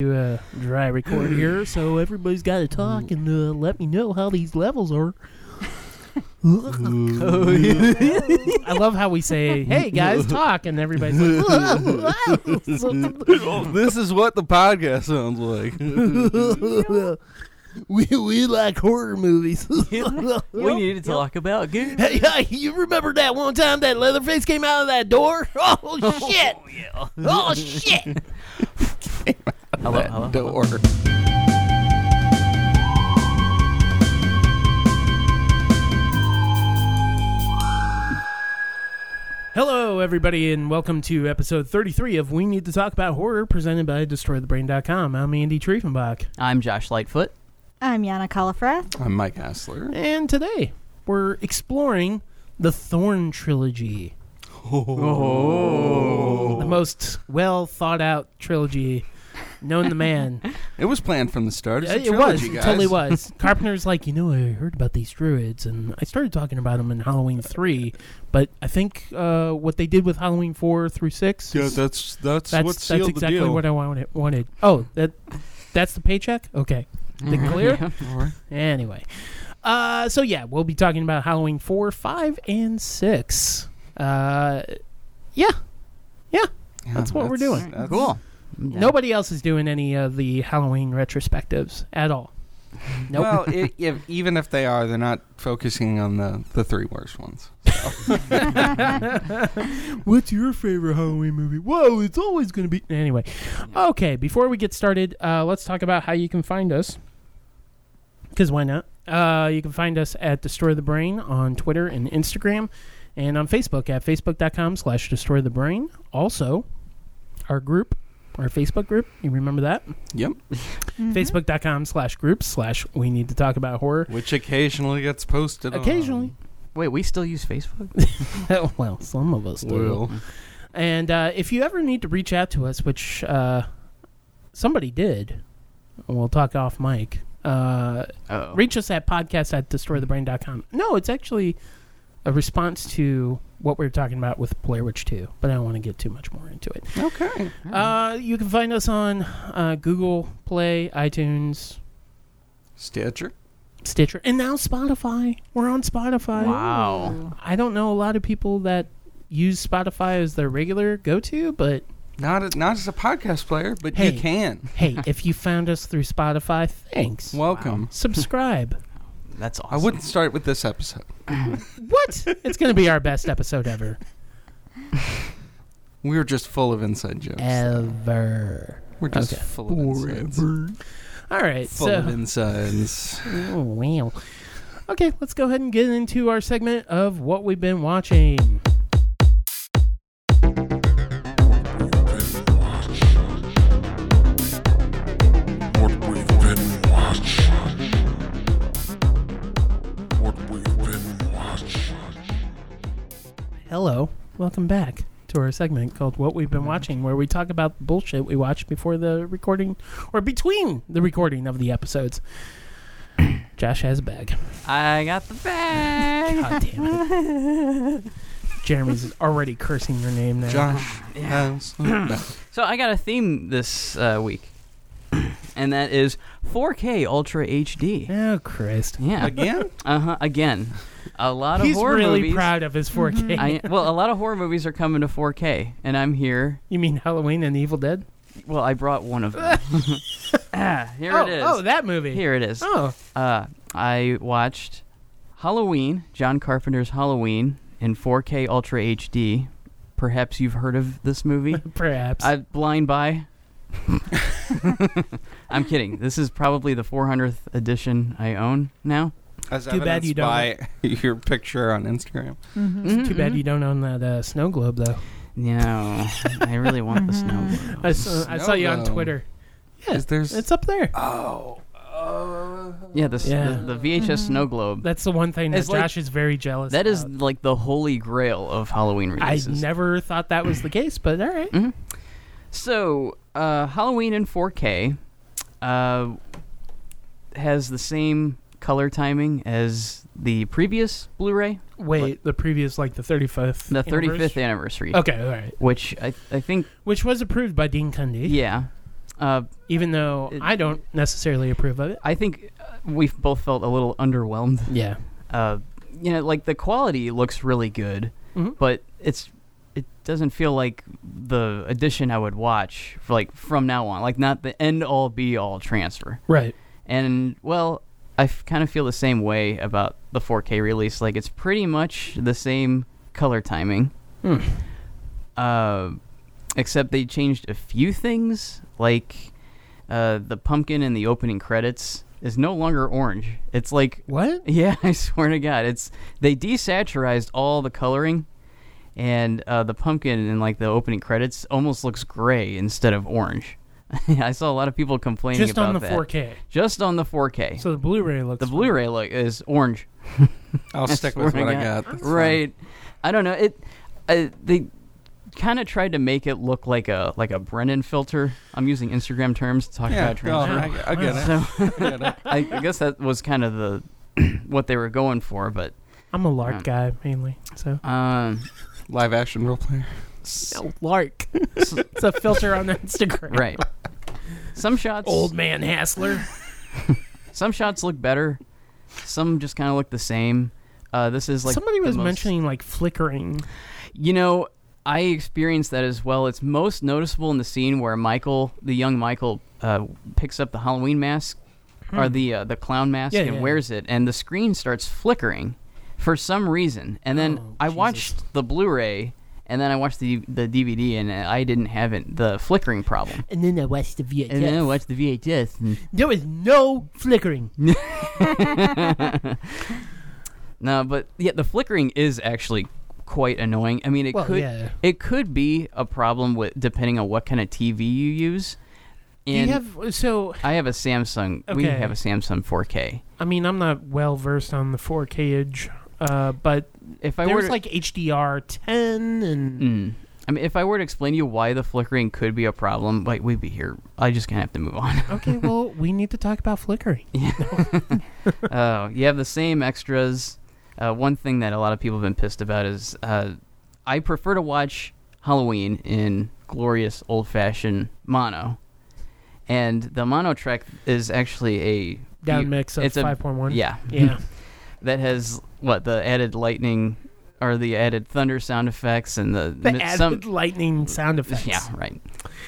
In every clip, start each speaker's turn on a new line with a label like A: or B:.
A: do a dry record here, so everybody's got to talk and uh, let me know how these levels are. I love how we say, "Hey guys, talk," and everybody's like,
B: this is what the podcast sounds like.
A: "We we like horror movies."
C: We needed to talk about Goon.
A: Hey, hey, you remember that one time that Leatherface came out of that door? Oh shit! Oh shit!
C: Hello, hello.
B: Door.
A: Hello, everybody, and welcome to episode 33 of We Need to Talk About Horror, presented by DestroyTheBrain.com. I'm Andy Triefenbach.
C: I'm Josh Lightfoot.
D: I'm Yana Califrath.
B: I'm Mike Hassler.
A: And today, we're exploring the Thorn Trilogy. Oh. The most well thought out trilogy known to man.
B: It was planned from the start. It's
A: Uh,
B: a
A: it was.
B: trilogy,
A: It
B: guys.
A: totally was. Carpenter's like, you know, I heard about these druids, and I started talking about them in Halloween 3, but I think uh, what they did with Halloween 4 through 6
B: Yeah,
A: is-
B: that's that's,
A: that's,
B: what
A: that's
B: sealed
A: exactly
B: the deal.
A: what I wanted, wanted. Oh, that that's the paycheck? Okay. Did
B: Mm-hmm.
A: clear? Anyway. Uh, so, yeah, we'll be talking about Halloween 4, 5, and 6. Uh, yeah.
B: Yeah,
A: That's what we're doing.
B: that's-
C: Cool. I'm down.
A: Nobody else is doing any of the Halloween retrospectives at all. Nope.
B: Well, i if, even if they are, they're not focusing on the, the three worst ones.
A: What's your favorite Halloween movie? Whoa, it's always going to be. Anyway, okay, before we get started, uh, let's talk about how you can find us. Because why not? Uh, you can find us at Destroy the Brain on Twitter and Instagram and on Facebook at facebook.com slash destroy the brain. Also, our group, our Facebook group, you remember that?
B: Yep.
D: Mm-hmm.
A: Facebook.com slash group slash we need to talk about horror.
B: Which occasionally gets posted. on-
A: Occasionally.
C: Wait, we still use Facebook?
A: well, some of us do.
B: Well,
A: And uh, if you ever need to reach out to us, which uh, somebody did, we'll talk off mic. Uh,
C: Oh.
A: reach us at podcast at destroythebrain.com. No, it's actually a response to what we were talking about with Blair Witch 2, but I don't want to get too much more into it.
B: okay.
A: Uh, you can find us on uh, Google Play, iTunes,
B: Stitcher.
A: Stitcher, and now Spotify. We're on Spotify.
C: Wow.
A: I don't know a lot of people that use Spotify as their regular go to, but
B: Not a, not as a podcast player, but
A: Hey.
B: you can.
A: hey, if you found us through Spotify, thanks.
B: Welcome.
A: Subscribe.
C: That's
B: I
C: awesome.
B: wouldn't start with this episode.
A: what? It's going to be our best episode ever.
B: We were just full of inside jokes.
A: Ever.
B: We're just
A: okay.
B: full of insides.
A: All right.
B: Full
A: so,
B: of insides.
A: oh, wow. Okay, let's go ahead and get into our segment of what we've been watching.
E: What we've been watching. What we've been watching.
A: Hello. Welcome back to our segment called What We've Been Watching, where we talk about bullshit we watched before the recording or between the recording of the episodes. Josh has a bag.
C: I got the bag.
A: God damn it. Jeremy's already cursing your name now.
B: Josh has
C: So I got a theme this uh, week, and that is 4K Ultra HD.
A: Oh Christ!
C: Yeah.
B: again.
C: Uh huh. Again, a lot of
A: He's
C: horror
A: really
C: movies. Mm-hmm.
A: proud of his 4K.
C: I, well, a lot of horror movies are coming to 4K, and I'm here.
A: you mean Halloween and Evil Dead?
C: Well, I brought one of them. ah, here
A: oh,
C: it is.
A: oh, that movie.
C: Here it is.
A: Oh,
C: Uh, I watched Halloween, John Carpenter's Halloween, in 4K Ultra HD. Perhaps you've heard of this movie.
A: perhaps.
C: I blind by. I'm kidding. This is probably the 400th edition I own now.
B: As
A: Too bad you
B: evidenced by your picture on Instagram.
D: Mm-hmm.
A: Too
C: Mm-hmm.
A: bad you don't own that uh, snow globe though.
C: No, I really want the snow.
A: I, saw I saw
B: Snow
A: you on
B: globe.
A: Twitter. Yeah,
B: Is there's
A: It's up there.
B: oh. Uh,
C: Yeah, the, s
A: Yeah.
C: the, the VHS snow globe.
A: Mm-hmm. That's the one thing that
C: It's like-
A: Josh is very jealous.
C: that is
A: about.
C: like the holy grail of Halloween
A: I
C: releases.
A: never thought that was the case, but all right.
C: So, uh, Halloween in 4K uh, has the same color timing as the previous Blu-ray,
A: Wait, the previous like the 35th.
C: the 35th
A: anniversary?
C: anniversary,
A: Okay, all right.
C: which I, I think,
A: Which was approved by Dean Cundy.
C: yeah, Uh,
A: even though
C: It-
A: I don't necessarily approve of it.
C: I think uh, we've both felt a little underwhelmed.
A: Yeah.
C: Uh, you know, like the quality looks really good,
A: Mhm.
C: but it's it doesn't feel like the edition I would watch for like from now on. Like not the end all be all transfer.
A: Right.
C: And well, I kind of feel the same way about the 4K release. Like it's pretty much the same color timing,
A: Hmm.
C: uh, except they changed a few things. Like uh, the pumpkin in the opening credits is no longer orange. It's like
A: What?
C: yeah, I swear to God, it's they desaturized all the coloring, and uh, the pumpkin in like the opening credits almost looks gray instead of orange. I saw a lot of people complaining
A: Just
C: about
A: on the
C: that.
A: 4K.
C: Just on the 4K.
A: So the Blu-ray looks.
C: the Blu-ray look is orange,
B: I'll
C: I
B: stick with
C: swear
B: what
C: to
B: I
C: God.
B: got. That's fine.
C: right? I don't know. It uh, they kind of tried to make it look like a like a Brennan filter. I'm using Instagram terms to talk
B: Yeah,
C: about
B: no,
C: transfer.
B: I, I get it.
C: So
B: I get it.
C: I, I guess that was kind of the what they were going for, but
A: I'm a lark
C: Yeah.
A: guy mainly, so
C: um,
B: Live action role player.
A: lark. it's a filter on Instagram.
C: right. Some shots,
A: Old man hassler.
C: some shots look better. Some just kind of look the same. Uh, this is like
A: Somebody
C: the
A: was
C: most-
A: mentioning like flickering.
C: You know, I experienced that as well. It's most noticeable in the scene where Michael, the young Michael, uh, picks up the Halloween mask or the uh, the clown mask
A: Hmm. Yeah,
C: and
A: yeah,
C: wears it, and the screen starts flickering for some reason. And then
A: Oh,
C: I
A: Jesus.
C: watched the Blu-ray, and then I watched the the DVD, and I didn't have it the flickering problem.
A: And then I watched the VHS.
C: And then I watched the VHS. and-
A: There was no flickering.
C: no, but yeah, the flickering is actually quite annoying. I mean, it
A: Well,
C: could
A: yeah.
C: it could be a problem with depending on what kind of TV you use.
A: Do
C: And
A: you have so?
C: I have a Samsung. We
A: Okay.
C: have a Samsung 4K.
A: I mean, I'm not well versed on the 4Kage, uh, but
C: If I were
A: there's
C: to,
A: like HDR 10 and
C: Mm. I mean, if I were to explain to you why the flickering could be a problem, like we'd be here. I just gonna have to move on.
A: Okay, well, we need to talk about flickering.
C: uh, you have the same extras. Uh, one thing that a lot of people have been pissed about is uh, I prefer to watch Halloween in glorious old fashioned mono. And the mono track is actually a
A: Down
C: you-
A: mix of
C: it's a-
A: 5.1.
C: Yeah.
A: Yeah.
C: that has what the added lightning or the added thunder sound effects and the,
A: The
C: and it's
A: added
C: some-
A: lightning sound effects.
C: yeah right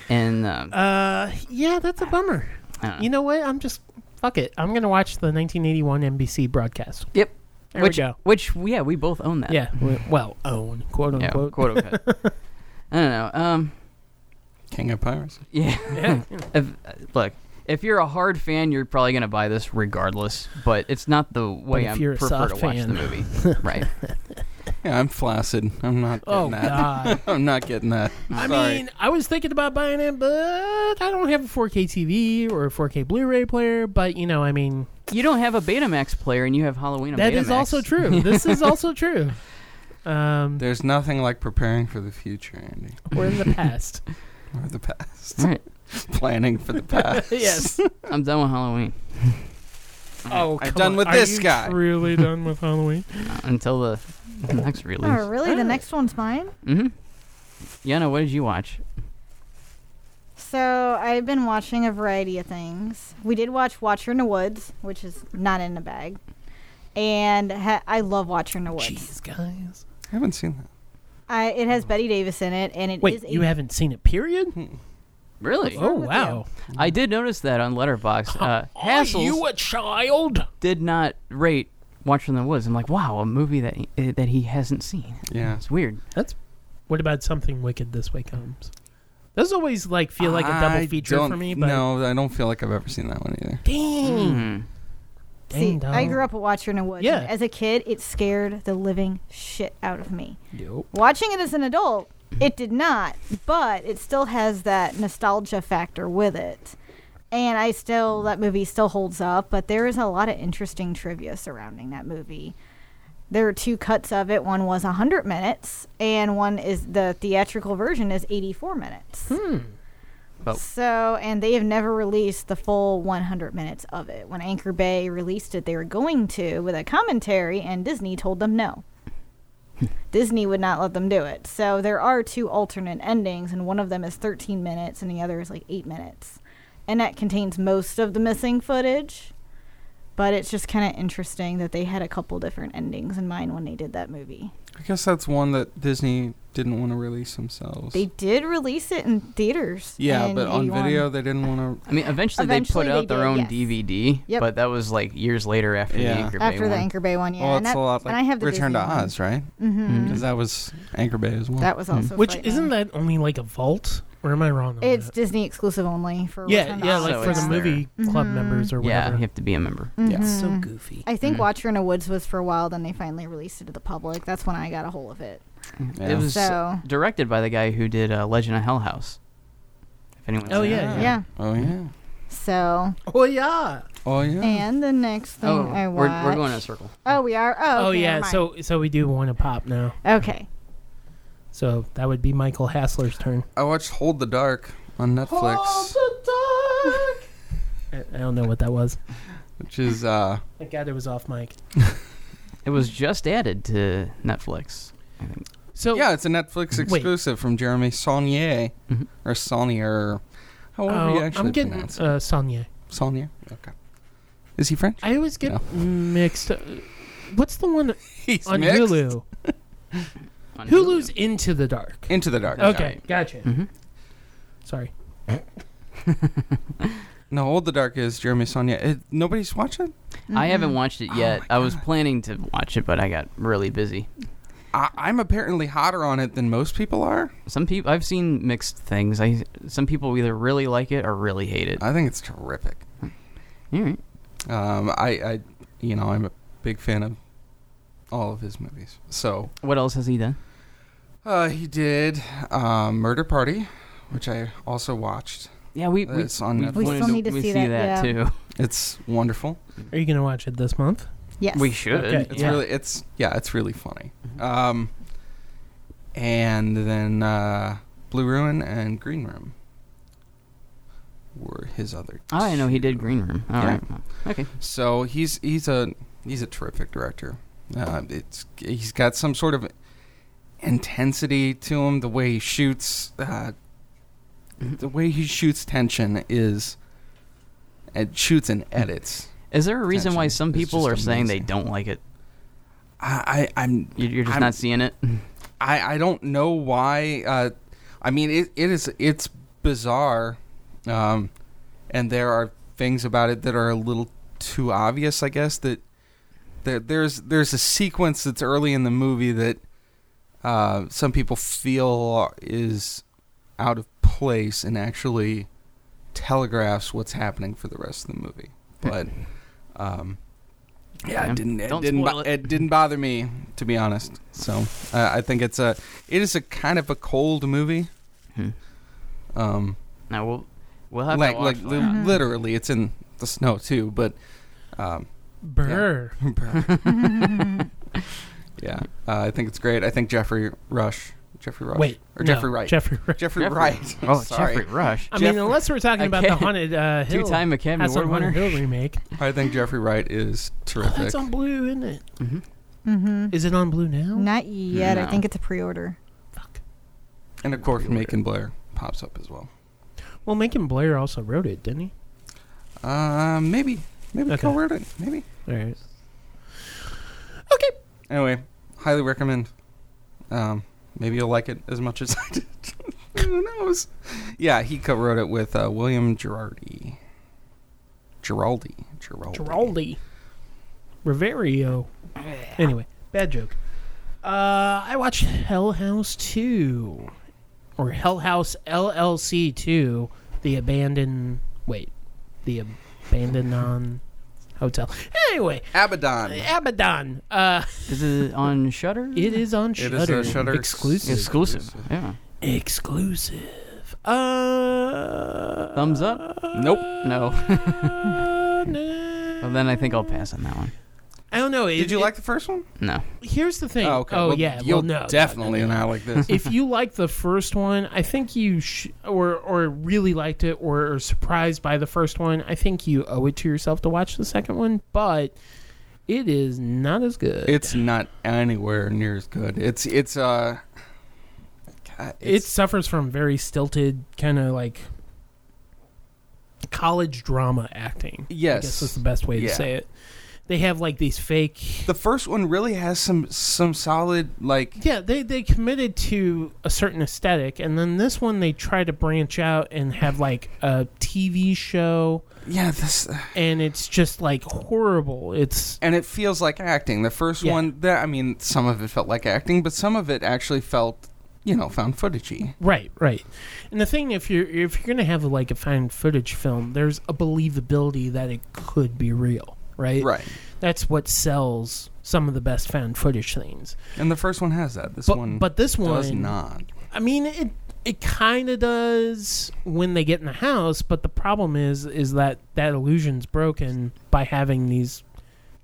C: and um,
A: Uh, yeah, that's a bummer.
C: I don't know.
A: You know what? I'm just fuck it. I'm gonna watch the 1981 NBC broadcast.
C: Yep.
A: There
C: which
A: we go.
C: which yeah we both own that
A: Yeah. w- Well, own quote
C: yeah
A: unquote.
C: quote unquote I don't know um
B: King of Pirates.
C: yeah
A: Yeah.
C: if, look if you're a hard fan you're probably gonna buy this regardless but it's not the way
A: if
C: I
A: you're a
C: prefer
A: soft
C: to watch
A: fan.
C: the movie right
B: Yeah, I'm flaccid. I'm not getting
A: Oh
B: that.
A: God.
B: I'm not getting that. I'm
A: I
B: sorry.
A: mean, I was thinking about buying it, but I don't have a 4K TV or a 4K Blu-ray player. But you know, I mean,
C: you don't have a Betamax player and you have Halloween on
A: that is
C: Betamax.
A: also true. this is also true. Um,
B: there's nothing like preparing for the future, Andy,
A: we're in the past.
B: or the past.
C: All right,
B: Planning for the past.
A: yes.
C: I'm done with Halloween
A: Oh, come
B: I'm done
A: on.
B: with
A: Are
B: this
A: you
B: guy.
A: Really done with Halloween?
C: uh, until the next release.
D: Oh, really? The
A: Alright.
D: next one's mine?
C: Mm-hmm. Yana, what did you watch?
D: So I've been watching a variety of things. We did watch Watcher in the Woods, which is not in the bag. And ha- I love Watcher in the Woods.
A: Jeez, guys.
B: I haven't seen that.
D: I, it has Betty Davis in it, and it is
A: Wait,
D: a-
A: you haven't seen it? Period.
C: Really?
A: Oh
D: with
A: wow.
C: I did notice that on Letterboxd. Uh, Hassels
A: a child?
C: did not rate Watch from the Woods. I'm like, wow, a movie that he, uh, that he hasn't seen.
B: Yeah.
C: It's weird.
A: That's. What about something wicked this way comes? Those always like feel like a
B: I
A: double feature
B: don't-
A: for me. But
B: No, I don't feel like I've ever seen that one either.
A: dang,
C: Mm.
D: See,
A: dang
D: I grew up with Watcher in the Woods. and
A: Yeah.
D: As a kid, it scared the living shit out of me. Watching it as an adult, it did not, but it still has that nostalgia factor with it. And I still, that movie still holds up, but there is a lot of interesting trivia surrounding that movie. There are two cuts of it. One was 100 minutes, and one is the theatrical version is 84 minutes.
C: Oh.
D: So, and they have never released the full 100 minutes of it. When Anchor Bay released it, they were going to with a commentary, and Disney told them no. Disney would not let them do it. So there are two alternate endings, and one of them is 13 minutes, and the other is like eight minutes. and that contains most of the missing footage. But it's just kind of interesting that they had a couple different endings in mind when they did that movie.
B: I guess that's one that Disney didn't want to release themselves.
D: They did release it in theaters.
B: yeah,
D: in
B: but on
D: 81.
B: video they didn't want to.
C: I mean, eventually,
D: Eventually
C: they put
D: they
C: out their
D: did,
C: own
D: yes.
C: DVD,
D: Yep.
C: but that was like years later after
B: Yeah.
C: the Anchor Bay
D: after the
C: one.
D: Anchor Bay one, yeah.
B: well,
D: and
B: it's
D: that,
B: Oh, a lot like
D: and I have the
B: Return to
D: Disney one.
B: Oz, Mm-hmm. right?
D: hmm
B: Because that was Anchor Bay as well.
D: That was
C: Mm.
D: also
A: Which
D: Fright
A: isn't
D: Night.
A: that only like a vault, or am I wrong? On
D: It's
A: that?
D: Disney exclusive only for
A: yeah,
D: Return to
A: yeah,
D: Oz,
A: like
C: So
A: for
C: it's
A: the
D: yeah.
C: there.
A: movie club
D: Mhm.
A: members or
C: Yeah,
A: whatever.
C: you have to be a member.
B: Yeah.
A: It's so
D: Mhm.
A: goofy.
D: I think
C: Mhm.
D: Watcher in the Woods was for a while, then they finally released it to the public. That's when I got a hold of it.
B: Yeah.
C: It was
D: So
C: directed by the guy who did uh, Legend of Hell House. If anyone's
A: Oh,
C: seen
A: yeah,
C: that.
D: yeah.
B: Oh yeah.
D: So
A: Oh yeah.
B: Oh yeah.
D: Mm-hmm. and the next thing
C: Oh,
D: I
C: we're,
D: watched.
C: we're going in a circle.
D: Oh, we are. Oh,
A: oh
D: okay,
A: yeah.
D: never mind.
A: So so we do one a pop now.
D: okay.
A: So that would be Michael Hassler's turn.
B: I watched Hold the Dark on
D: Oh,
B: Netflix,
A: I, I don't know what that was.
B: which is uh,
A: Thank God it was off mic.
C: It was just added to Netflix.
A: So
B: yeah, it's a Netflix
A: Wait. Mm-hmm.
B: exclusive from Jeremy Saulnier
C: Mhm.
B: or Saulnier. However
A: Oh,
B: you actually
A: I'm getting
B: pronounce it.
A: uh, Sonya.
B: Saulnier. Okay. Is he French?
A: I always get mixed. uh, What's the one
B: He's
A: on
B: mixed.
A: Hulu?
C: On
A: Hulu's Into the Dark.
B: Into the Dark.
A: okay,
B: sorry.
A: gotcha.
C: Mhm.
A: Sorry.
B: No, Hold the Dark is Jeremy Saulnier. It, nobody's watching.
C: I haven't
D: Mhm.
C: watched it
B: Oh
C: yet.
B: my
C: I was
B: God.
C: planning to watch it, but I got really busy.
B: I, I'm apparently hotter on it than most people are.
C: Some people I've seen mixed things. I some people either really like it or really hate it.
B: I think it's terrific.
C: All right.
B: Um, I, I, you know, I'm a big fan of all of his movies. So
C: What else has he done?
B: uh, he did uh, Murder Party, which I also watched.
C: Yeah, we we,
B: It's on Netflix.
D: We
C: wanted
D: still need to
C: we
D: see that, yeah.
C: too.
B: It's wonderful.
A: Are you gonna watch it this month?
D: Yes.
C: We should.
A: Okay.
B: It's
A: Yeah.
B: really, it's yeah, it's really funny.
C: Mm-hmm.
B: Um, and then uh, Blue Ruin and Green Room were his other.
C: Oh, I know he
B: two.
C: did Green Room. All
B: Yeah.
C: right. Okay.
B: So he's he's a he's a terrific director. Uh, it's he's got some sort of intensity to him. The way he shoots, uh, the way he shoots tension is, it shoots and edits.
C: Is there a reason why
B: Attention.
C: some
B: It's
C: people
B: just
C: are saying they
B: amazing.
C: don't like it?
B: I, I I'm
C: You- You're just
B: I'm-
C: not seeing it.
B: I I don't know why. Uh, I mean it it is it's bizarre, um, and there are things about it that are a little too obvious. I guess that there there's there's a sequence that's early in the movie that uh, some people feel is out of place and actually telegraphs what's happening for the rest of the movie. But um, yeah,
C: Yeah.
B: it didn't it
C: Don't
B: didn't bo-
C: spoil it.
B: it didn't bother me to be honest. So uh, I think it's a it is a kind of a cold movie.
C: Hmm.
B: Um,
C: No, we'll we'll have
B: like
C: to watch
B: like li-
C: that.
B: literally, it's in the snow too. But um,
A: Brr.
D: Mm-hmm,
B: yeah, uh, I think it's great. I think Jeffrey Rush, Jeffrey Rush,
A: Wait.
B: or
A: no,
B: Jeffrey Wright,
A: Jeffrey Wright.
B: Jeffrey,
C: Jeffrey.
B: Wright.
C: Oh,
B: Sorry.
C: Jeffrey Rush,
A: I
B: Jeff-
A: mean, unless we're talking about the
C: Okay.
A: haunted uh, hill.
C: two-time Academy
A: House on
C: Award
A: Haunted
C: winner.
A: Hill remake.
B: I think Jeffrey Wright is
A: Oh,
B: terrific.
A: that's on blue, isn't it?
C: hmm
D: hmm
A: Is it on blue now?
D: Not yet. I
C: No.
D: think it's a pre-order.
A: Fuck.
B: and of course,
C: Pretty weird.
B: Macon Blair pops up as well.
A: Well, Macon Blair also wrote it, didn't he?
B: Uh, maybe maybe
A: Okay.
B: co-wrote it. Maybe
A: All right.
B: anyway, highly recommend. Um, maybe you'll like it as much as I did. Who knows? Yeah, he co-wrote it with uh, William Girardi. Giraldi. Giraldi.
A: Giraldi. Riverio. Anyway, bad joke. Uh, I watched Hell House 2. Or Hell House LLC 2. The Abandoned. Wait. The Abandoned Non Hotel. Anyway,
B: Abaddon.
A: Abaddon. Uh,
C: Is it on Shutter?
A: it is on
B: It
A: Shutter.
B: is a Shudder
A: Exclusive.
C: exclusive. Yeah.
A: Exclusive. Uh,
C: Thumbs up? Nope. No.
A: uh, no.
C: Well, then I think I'll pass on that one.
A: I don't know.
B: Did
A: it-
B: you
A: it-
B: like the first one?
C: No.
A: Here's the thing.
B: Oh, okay.
A: Oh
B: Well,
A: yeah.
B: You'll
A: well, no, no, no,
B: definitely
A: no.
B: not like this.
A: if you like the first one, I think you sh- or or really liked it or are surprised by the first one. I think you owe it to yourself to watch the second one, but it is not as good.
B: it's not anywhere near as good. It's it's uh. God,
A: it suffers from very stilted kind of like college drama acting. I guess
B: Yes.
A: is the best way
B: Yeah.
A: to say it. They have like these fake.
B: The first one really has some some solid like
A: Yeah, they, they committed to a certain aesthetic, and then this one they try to branch out and have like a TV show,
B: yeah this
A: and it's just like horrible. It's
B: and it feels like acting. The first
A: Yeah.
B: one that I mean some of it felt like acting, but some of it actually felt you know found footagey.
A: Right, right. And the thing, if you're if you're gonna have like a found footage film, there's a believability that it could be real, right?
B: Right.
A: That's what sells some of the best found footage things.
B: And the first one has that. This
A: But
B: one
A: but this one
B: does not.
A: I mean, it it kind of does when they get in the house, but the problem is is that that illusion's broken by having these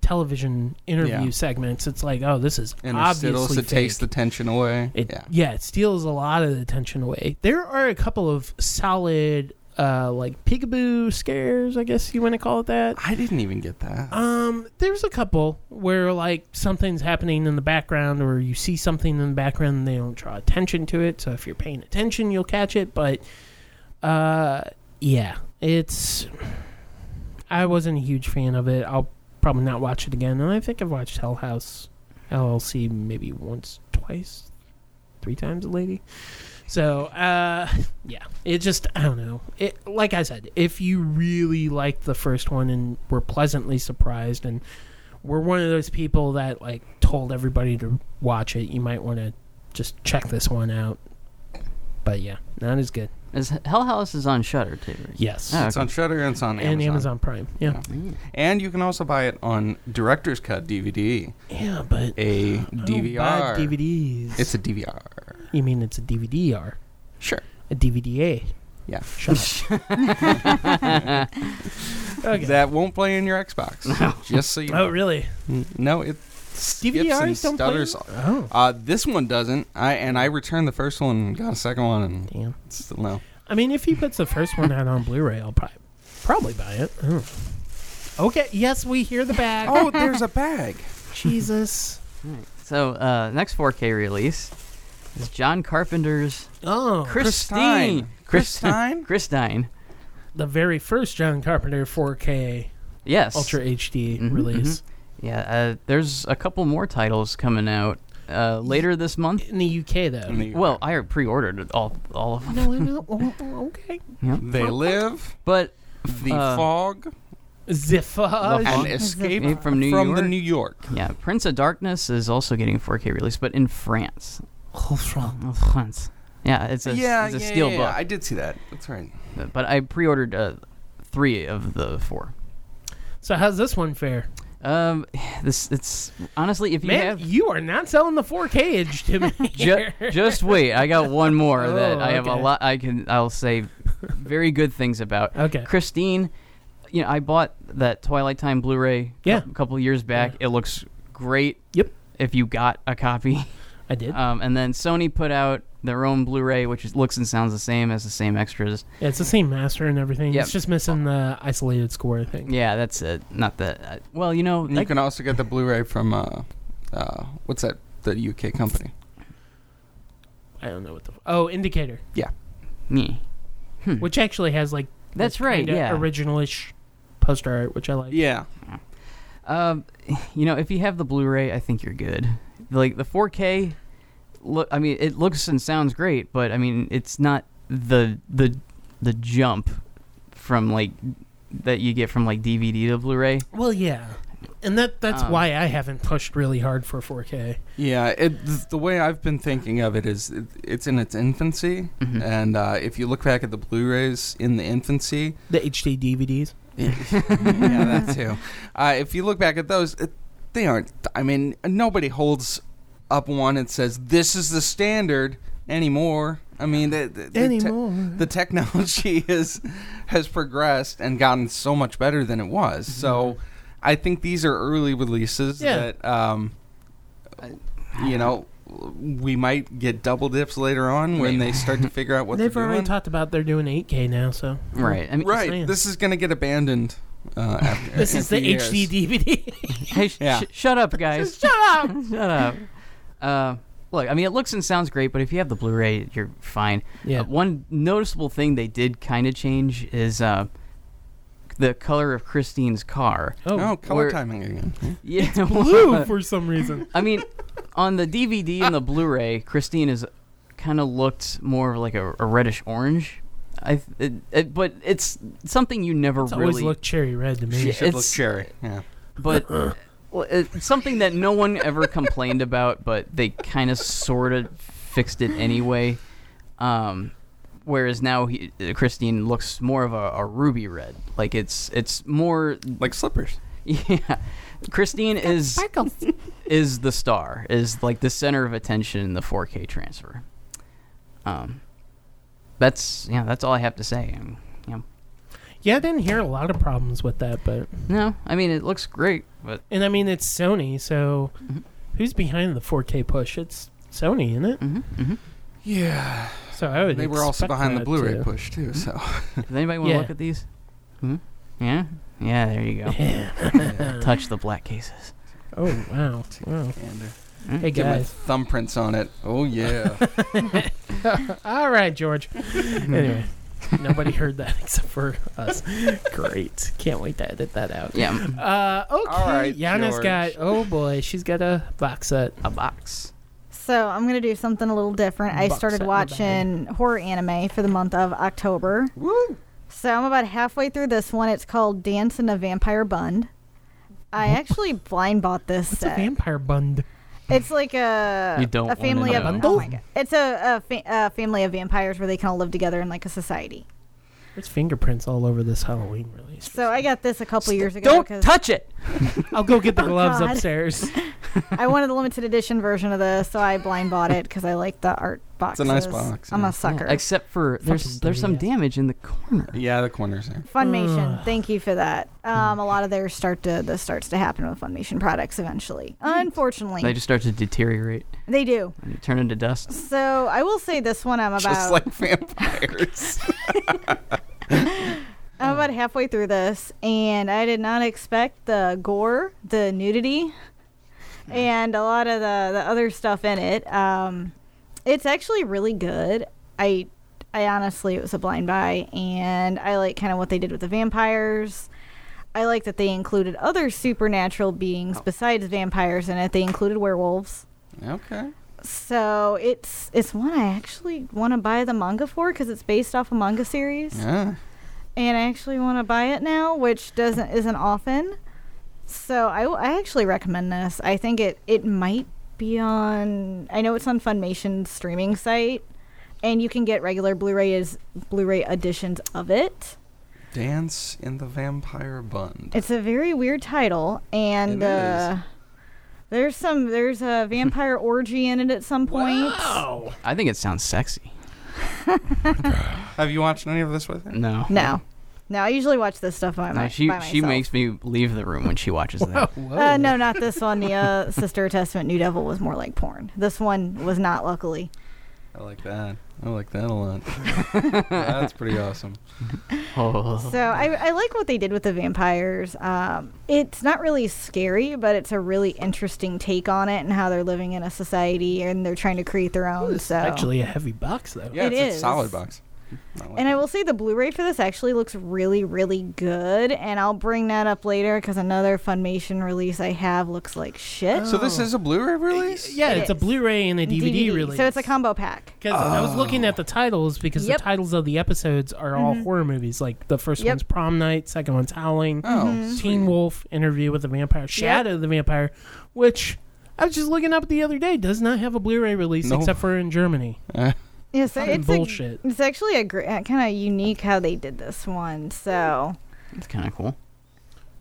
A: television interview
B: Yeah.
A: segments. It's like, oh, this is
B: And it
A: obviously
B: still it
A: fake.
B: takes the tension away.
A: It, yeah.
B: yeah.
A: it steals a lot of the attention away. There are a couple of solid, uh, like peekaboo scares, I guess you want to call it that.
B: I didn't even get that.
A: Um, there's a couple where like something's happening in the background, or you see something in the background, and they don't draw attention to it. So if you're paying attention, you'll catch it. But, uh, yeah, it's. I wasn't a huge fan of it. I'll probably not watch it again. And I think I've watched Hell House LLC maybe once, twice, three times, a lady. So, uh, yeah, it just, I don't know. It, like I said, if you really liked the first one and were pleasantly surprised, and were one of those people that, like, told everybody to watch it, you might want to just check this one out. But yeah, not as good.
C: Is Hell House is on Shutter too? Right?
A: Yes.
C: Oh,
B: It's on Shutter and it's
A: and
B: on Ah, Amazon.
A: Amazon Prime. Yeah.
B: And you can also buy it on Director's Cut DVD,
A: Yeah, but.
B: a
A: I don't
B: DVR.
A: Oh, buy DVDs.
B: It's a DVR.
A: you mean it's a DVD-R?
B: Sure.
A: A DVD-A.
B: Yeah.
A: Shut up. okay.
B: That won't play in your Xbox. Just so you
A: oh,
B: know.
A: really?
B: No, it skips and
A: DVDRs don't play
B: stutters.
A: Oh.
B: Uh, this one doesn't. I and I returned the first one and got a second one and
A: Damn.
B: still no.
A: I mean, if he puts the first one out on Blu-ray, I'll probably, probably buy it. I don't know. Hmm. Okay. Yes, we hear the bag.
B: Oh, there's a bag.
A: Jesus.
C: So uh, next 4K release is John Carpenter's
A: Oh,
C: Christine.
B: Christine.
C: Christine.
A: the very first John Carpenter 4K
C: Yes.
A: Ultra HD
C: Mhm,
A: release
C: Yeah. Uh, there's a couple more titles coming out uh, later this month.
A: mm-hmm. in the UK, though.
B: In the-
C: Well, I pre-ordered all all of them,
A: no, I don't- oh, oh, okay.
B: they live
C: but
B: the
C: Uh,
B: fog
A: Ziffa.
B: and escape
C: Escape from New
B: from the
C: York?
B: New York.
C: yeah, Prince of Darkness is also getting a 4K release, but in France. Oh, France. Yeah, it's a
B: yeah,
C: it's a
B: yeah,
C: steel
B: yeah,
C: book.
B: yeah. I did see that. That's right.
C: but I pre-ordered uh, three of the four.
A: So how's this one fare?
C: Um, this it's honestly if you
A: Man,
C: have
A: you are not selling the 4K edge to me.
C: ju- just wait, I got one more that
A: Oh,
C: I have a
A: okay.
C: lot I can I'll say very good things about.
A: Okay.
C: Christine, you know I bought that Twilight Time Blu-ray
A: Yeah.
C: a couple years back. It looks great.
A: Yep.
C: If you got a copy,
A: I did.
C: um, and then Sony put out their own Blu-ray, which is, looks and sounds the same as the same extras.
A: Yeah, it's the same master and everything.
C: Yep.
A: It's just missing the isolated score thing.
C: Yeah, that's it. Not that. Uh, well, you know,
B: And
C: that-
B: you can also get the Blu-ray from uh, uh, what's that? The UK company.
A: I don't know what the oh indicator,
C: meh. Hmm.
A: which actually has like
C: That's
A: the
C: right,
A: kinda
C: yeah.
A: originalish poster art, which I like.
B: Yeah.
C: Um, you know, if you have the Blu-ray, I think you're good. Like the 4K, look. I mean, it looks and sounds great, but I mean, it's not the the the jump from like that you get from like DVD to Blu-ray.
A: Well, yeah, and that that's
C: Um,
A: why I haven't pushed really hard for 4K.
B: Yeah, it, th- the way I've been thinking of it is it, it's in its infancy,
C: Mhm.
B: and uh, if you look back at the Blu-rays in the infancy,
A: The HD DVDs.
B: yeah, that too. Uh, if you look back at those, it, they aren't. I mean, nobody holds up one and says this is the standard anymore. I mean, the, the, the te- the technology is has progressed and gotten so much better than it was. So, I think these are early releases
A: Mm-hmm. Yeah.
B: that, um, you know, we might get double dips later on when they start to figure out what
A: They've
B: they're
A: already
B: doing.
A: talked about they're doing 8K now, so
C: Right. I mean,
B: right,
A: saying.
B: this is going to get abandoned. Uh, after,
A: this
B: in a
A: is the
B: few years.
A: HD DVD.
C: hey, sh-
B: Yeah.
C: sh- shut up, guys.
A: Shut up.
C: shut up. Uh, look, I mean, it looks and sounds great, but if you have the Blu-ray, you're fine.
A: Yeah.
C: Uh, one noticeable thing they did kind of change is uh, the color of Christine's car.
A: Oh,
B: Oh, color
C: We're-
B: timing again.
C: Yeah,
A: blue for some reason.
C: I mean, on the DVD and the Blu-ray, Christine is kind of looked more of like a, a reddish orange. I, it, it, but it's something you never
A: It's always
C: really.
A: looked cherry red to
B: She
A: me.
C: Yeah.
B: should look
C: It's-
B: cherry. Yeah.
C: but well, it's something that no one ever complained about, but they kind of sort of fixed it anyway. Um, whereas now he, uh, Christine looks more of a, a ruby red. Like it's it's more
B: Like slippers.
C: yeah. Christine is
D: Sparkles.
C: is the star, is like the center of attention in the 4K transfer. Um, that's yeah, that's all I have to say. Um, yeah.
A: Yeah, I didn't hear a lot of problems with that, but
C: No, I mean it looks great, but
A: and I mean it's Sony, so
C: Mhm.
A: who's behind the 4K push? It's Sony, isn't it?
C: mhm, mhm.
B: Yeah.
A: So I would.
B: They were also
A: expect
B: behind the
A: that
B: Blu-ray
A: to-
B: push too. So
C: does anybody want to
A: Yeah.
C: look at these? Hmm? Yeah, yeah, there you go.
A: Yeah.
C: Touch the black cases.
A: Oh wow, wow.
B: And, uh,
C: Hmm?
A: Hey
B: get my
A: guys.
B: thumbprints on it. Oh yeah.
A: All right, George.
C: Mm-hmm.
A: anyway, nobody heard that except for us. Great. Can't wait to edit that out.
C: Yeah,
A: Uh, okay.
B: All right,
A: Yana's
B: George.
A: got. Oh boy, she's got a box set.
C: a box.
D: So I'm gonna do something a little different. I
A: Box set
D: started
A: in the
D: watching horror anime for the month of October.
B: Woo.
D: So I'm about halfway through this one. It's called Dance in a Vampire Bund. I actually blind bought this
A: What's a
D: set.
A: vampire bund?
D: It's like a
C: You don't
D: a
C: wanna
D: family
C: know.
D: of
A: A
D: Oh
A: bundle?
D: my God. It's a, a, fa- a family of vampires where they kind of live together in like a society.
A: There's fingerprints all over this Halloween release.
D: So I got this a couple years ago.
C: Don't
D: 'cause-
C: touch it.
A: I'll go get the gloves
D: Oh, God.
A: upstairs.
D: I wanted the limited edition version of this, so I blind bought it because I like the art box.
B: a nice box,
D: I'm
B: yeah.
D: a sucker.
C: Yeah, except for there's
A: Fucking
C: there's some
A: dirty ass.
C: damage in the corner.
B: Yeah, the corners there.
D: Funimation, thank you for that.
C: Hmm.
D: Um, a lot of theirs start to this starts to happen with Funimation products eventually. Unfortunately,
C: They just start to deteriorate
D: they do.
C: and you turn into dust.
D: So I will say this one I'm about
B: Just like vampires.
D: I'm about halfway through this, and I did not expect the gore, the nudity, and a lot of the, the other stuff in it. Um, it's actually really good. I I honestly it was a blind buy, and I like kind of what they did with the vampires. I like that they included other supernatural beings besides vampires in it. They included werewolves.
B: okay.
D: So it's it's one I actually want to buy the manga for because it's based off a manga series
B: Yeah.
D: and I actually want to buy it now, which doesn't isn't often. So I, w- I actually recommend this. I think it it might be on. I know it's on Funimation streaming site, and you can get regular Blu-ray is Blu-ray editions of it.
B: Dance in the Vampire Bund.
D: It's a very weird title, and
B: It is.
D: uh, there's some there's a vampire orgy in it at some point.
A: Wow.
C: I think it sounds sexy.
B: Have you watched any of this with her?
C: No.
D: No, no, I usually watch this stuff by,
C: No,
D: my,
C: she
D: by myself.
C: she makes me leave the room when she watches that.
A: Whoa.
D: Uh, no, not this one. The uh, Sister of Testament New Devil was more like porn. This one was not, luckily.
B: I like that. I like that a lot. That's pretty awesome.
C: Oh.
D: So I, I like what they did with the vampires. Um, it's not really scary, but it's a really interesting take on it and how they're living in a society and they're trying to create their own. So
A: Actually, a heavy box though.
B: Yeah,
D: It
B: it's a
D: is.
B: solid box. I like
D: And
B: it.
D: I will say the Blu-ray for this actually looks really, really good, and I'll bring that up later because another Funimation release I have looks like shit.
B: So this is a Blu-ray release?
A: Oh. Yeah,
D: It
A: it's a
D: is.
A: Blu-ray and a DVD, release.
D: so it's a combo pack.
A: Because I was looking at the titles because
D: Yep.
A: the titles of the episodes are all horror movies. Like the first
D: Yep.
A: one's Prom Night, second one's Howling,
B: Oh,
A: Teen Wolf, Interview with the Vampire, Shadow of the Vampire, which I was just looking up the other day does not have a Blu-ray release
B: No.
A: except for in Germany.
B: Uh,
D: Yeah, so
A: Fucking
D: it's
A: bullshit.
D: A, it's actually a great, kind of unique how they did this one. So,
C: It's kind of cool.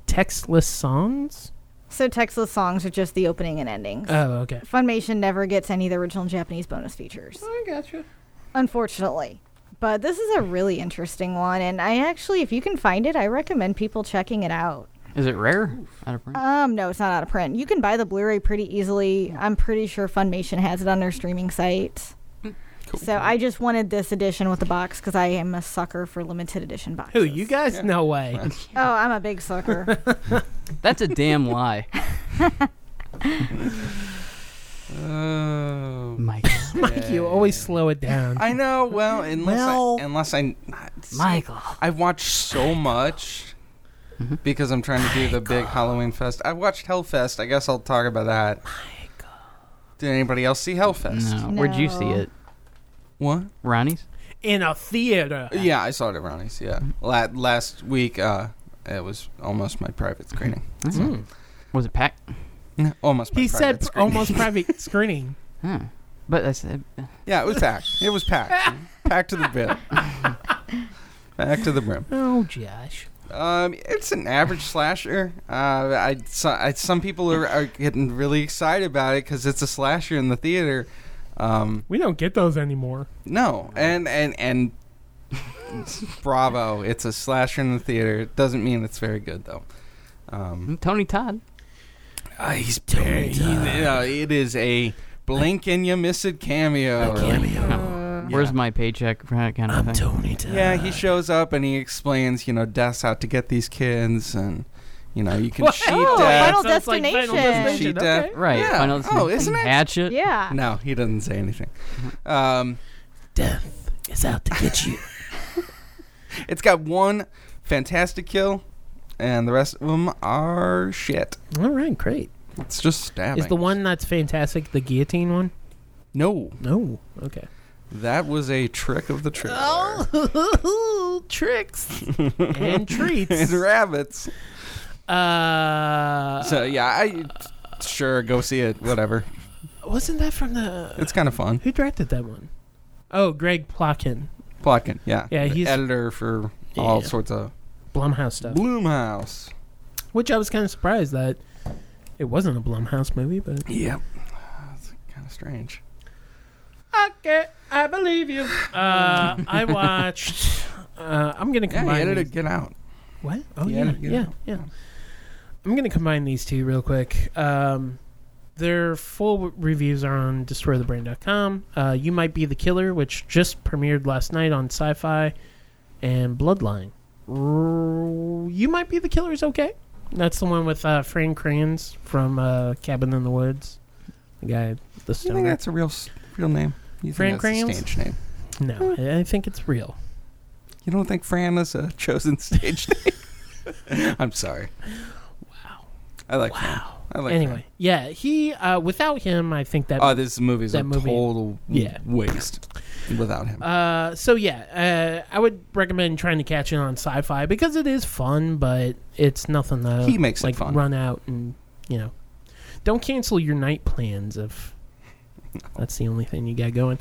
A: Textless songs.
D: so Texas songs are just the opening and endings.
A: Oh, okay.
D: Funimation never gets any of the original Japanese bonus features,
A: I gotcha.
D: unfortunately. But this is a really interesting one, and I actually, if you can find it, I recommend people checking it out.
C: Is it rare? Out of print?
D: Um, no, it's not out of print. You can buy the Blu-ray pretty easily. I'm pretty sure Funimation has it on their streaming site.
A: Hmm,
D: So I just wanted this edition with the box because I am a sucker for limited edition boxes.
A: Who you guys?
B: Yeah.
A: No way.
D: Oh, I'm a big sucker.
C: That's a damn lie.
B: Oh.
C: Michael.
A: Mike, you always slow it down.
B: I know. Well, unless
A: Well-
B: I, unless I
C: Michael.
B: I've watched so much
A: Mm-hmm.
C: Mhm.
B: because I'm trying to do the big Halloween fest. I watched Hellfest. I guess I'll talk about that.
A: Oh
B: Did anybody else see Hellfest?
C: No. Where'd you see
D: No.
C: it?
B: What?
C: Ronnie's?
A: in a theater.
B: Yeah, I saw it at Ronnie's. Yeah, La- last week uh, it was almost my private screening.
A: Mm.
C: Was it packed?
B: Yeah, almost. My
A: He
B: private
A: said pr-
B: screening.
A: almost private screening.
C: Huh. But I said,
B: Yeah, it was packed. It was packed. packed to the brim. Back to the brim.
A: Oh, Josh.
B: Um, it's an average slasher. Uh, I, so, I some people are, are getting really excited about it because it's a slasher in the theater. Um,
A: We don't get those anymore.
B: no, and and and bravo, it's a slasher in the theater. It doesn't mean it's very good though. Um,
C: Tony Todd.
B: Uh, he's buried. He, uh, it is a blink and you miss it cameo.
D: Uh,
C: Where's my paycheck? Kind of thing.
B: Yeah,
A: Uh,
B: he shows up and he explains, you know, death's out to get these kids, and you know, you can
A: What?
B: cheat
D: Oh,
B: death.
D: Final
A: Sounds like
D: Destination.
B: She
A: Destination,
B: dead.
A: okay.
C: Right.
B: Yeah.
C: Final
B: Oh,
C: destination.
B: isn't it?
C: Hatchet.
D: Yeah.
B: No, he doesn't say anything.
A: Mm-hmm.
B: Um,
A: Death is out to get you.
B: it's got one fantastic kill, and the rest of them are shit.
A: All right, great.
B: It's just stabbing.
A: Is the one that's fantastic the guillotine one?
B: No,
A: No. Okay.
B: that was a trick of the trailer.
A: Oh. tricks and
B: and
A: treats.
B: rabbits.
A: Uh,
B: So yeah, I sure go see it. Whatever.
A: wasn't that from the?
B: It's kind of fun.
A: Who directed that one? Oh, Greg Plotkin,
B: Plotkin, yeah.
A: Yeah,
B: The
A: he's-
B: editor for all
A: Yeah. Uh,
B: sorts of
A: Blumhouse stuff.
B: Bloomhouse.
A: Which I was kind of surprised that it wasn't a Blumhouse movie, but
B: Yep. It's kind of strange.
A: okay, I believe you. Uh, I watched. Uh, I'm gonna
B: Yeah, he
A: combine.
B: edited
A: these-
B: Get Out.
A: What? Oh
B: he
A: yeah,
B: edited Get
A: yeah,
B: Out.
A: yeah. I'm gonna combine these two real quick. Um, their full reviews are on destroythebrain.com. Uh, you might be the killer, which just premiered last night on Sci-Fi, and Bloodline. R- you might be the killer is okay. That's the one with uh, Frank Kranz from uh, Cabin in the Woods. The guy, the
B: Do you think
A: stoner.
B: that's a real s- real name? You
A: Fran
B: think that's a
A: Kranz?
B: stage name?
A: No, I I think it's real.
B: You don't think Fran is a chosen stage name? I'm sorry.
A: Wow.
B: I like Fran.
A: Wow.
B: I like
A: anyway, yeah, he. Uh, without him, I think that
B: Fran. Oh, this movie's a
A: that movie-
B: total
A: Yeah.
B: waste without him.
A: Uh, so yeah, uh, I would recommend trying to catch it on Sci-Fi because it is fun, but it's nothing that
B: He makes it
A: like
B: fun.
A: run out and you know, don't cancel your night plans if that's the only thing you got going.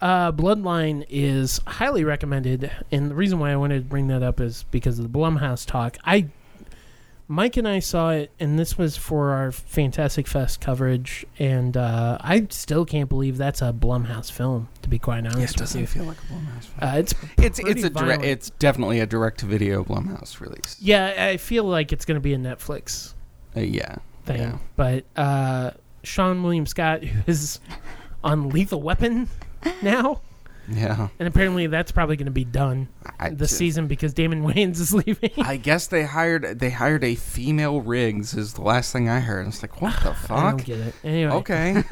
A: Uh, Bloodline is highly recommended, and the reason why I wanted to bring that up is because of the Blumhouse talk. I Mike and I saw it, and this was for our Fantastic Fest coverage, and uh, I still can't believe that's a Blumhouse film. To be quite honest,
B: yeah, it
A: with you.
B: doesn't feel like a Blumhouse film.
A: Uh, it's
B: it's
A: pretty
B: it's a direct,
A: violent.
B: it's definitely a direct to video Blumhouse release.
A: yeah. I feel like it's going to be a Netflix
B: Uh, yeah.
A: thing,
B: Yeah.
A: but uh, Sean William Scott who is on Lethal Weapon now,
B: Yeah.
A: and apparently that's probably going to be done
B: I,
A: this
B: ju-
A: season because Damon Wayans is leaving.
B: I guess they hired they hired a female Riggs is the last thing I heard. I was like, what the
A: I don't
B: fuck?
A: get it. Anyway,
B: Okay.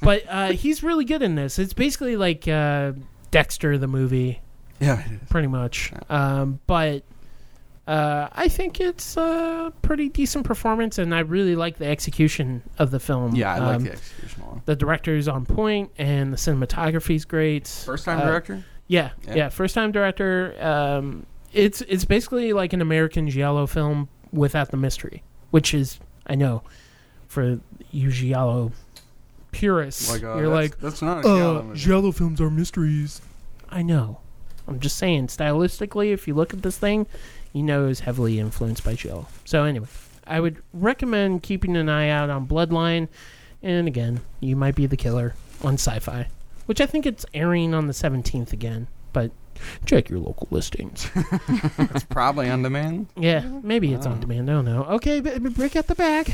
A: but uh, he's really good in this. It's basically like uh, Dexter the movie,
B: yeah.
A: pretty much. Um, but uh, I think it's a pretty decent performance, and I really like the execution of the film.
B: Yeah, I
A: um,
B: like the execution one.
A: the director is on point and the cinematography's great.
B: First time
A: Uh,
B: director?
A: Yeah,
B: Yeah.
A: yeah, first time director. Um, it's it's basically like an American Giallo film without the mystery, which is I know for you Giallo purists, you're like,
B: Oh that's not
F: Uh, Jello films are mysteries.
A: I know. I'm just saying, stylistically, if you look at this thing, you know it was heavily influenced by Giallo. So anyway, I would recommend keeping an eye out on Bloodline, and again, you might be the killer on Sci-Fi, which I think it's airing on the 17th again. But check your local listings.
B: It's probably on demand.
A: yeah, maybe it's on demand. I don't know. Okay, b- b- break out the bag.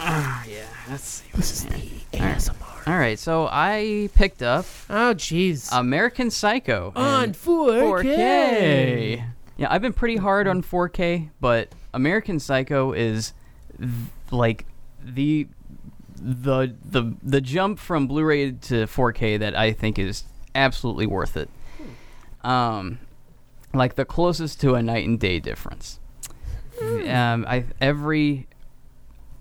C: Ah, yeah. Let's see.
A: This is the ASMR.
C: All right. So I picked up
A: Oh, jeez.
C: American Psycho in
A: on 4K.
C: 4K. Yeah, I've been pretty hard on 4K, but American Psycho is th- like the the the the jump from Blu-ray to 4K that I think is absolutely worth it. Um, like the closest to a night and day difference. Um, I every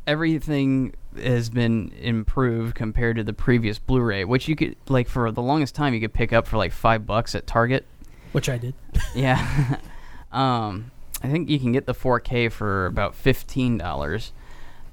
C: everything has been improved compared to the previous Blu-ray, which you could like for the longest time you could pick up for like five bucks at Target.
A: which I did.
C: Yeah. um, I think you can get the 4K for about fifteen dollars.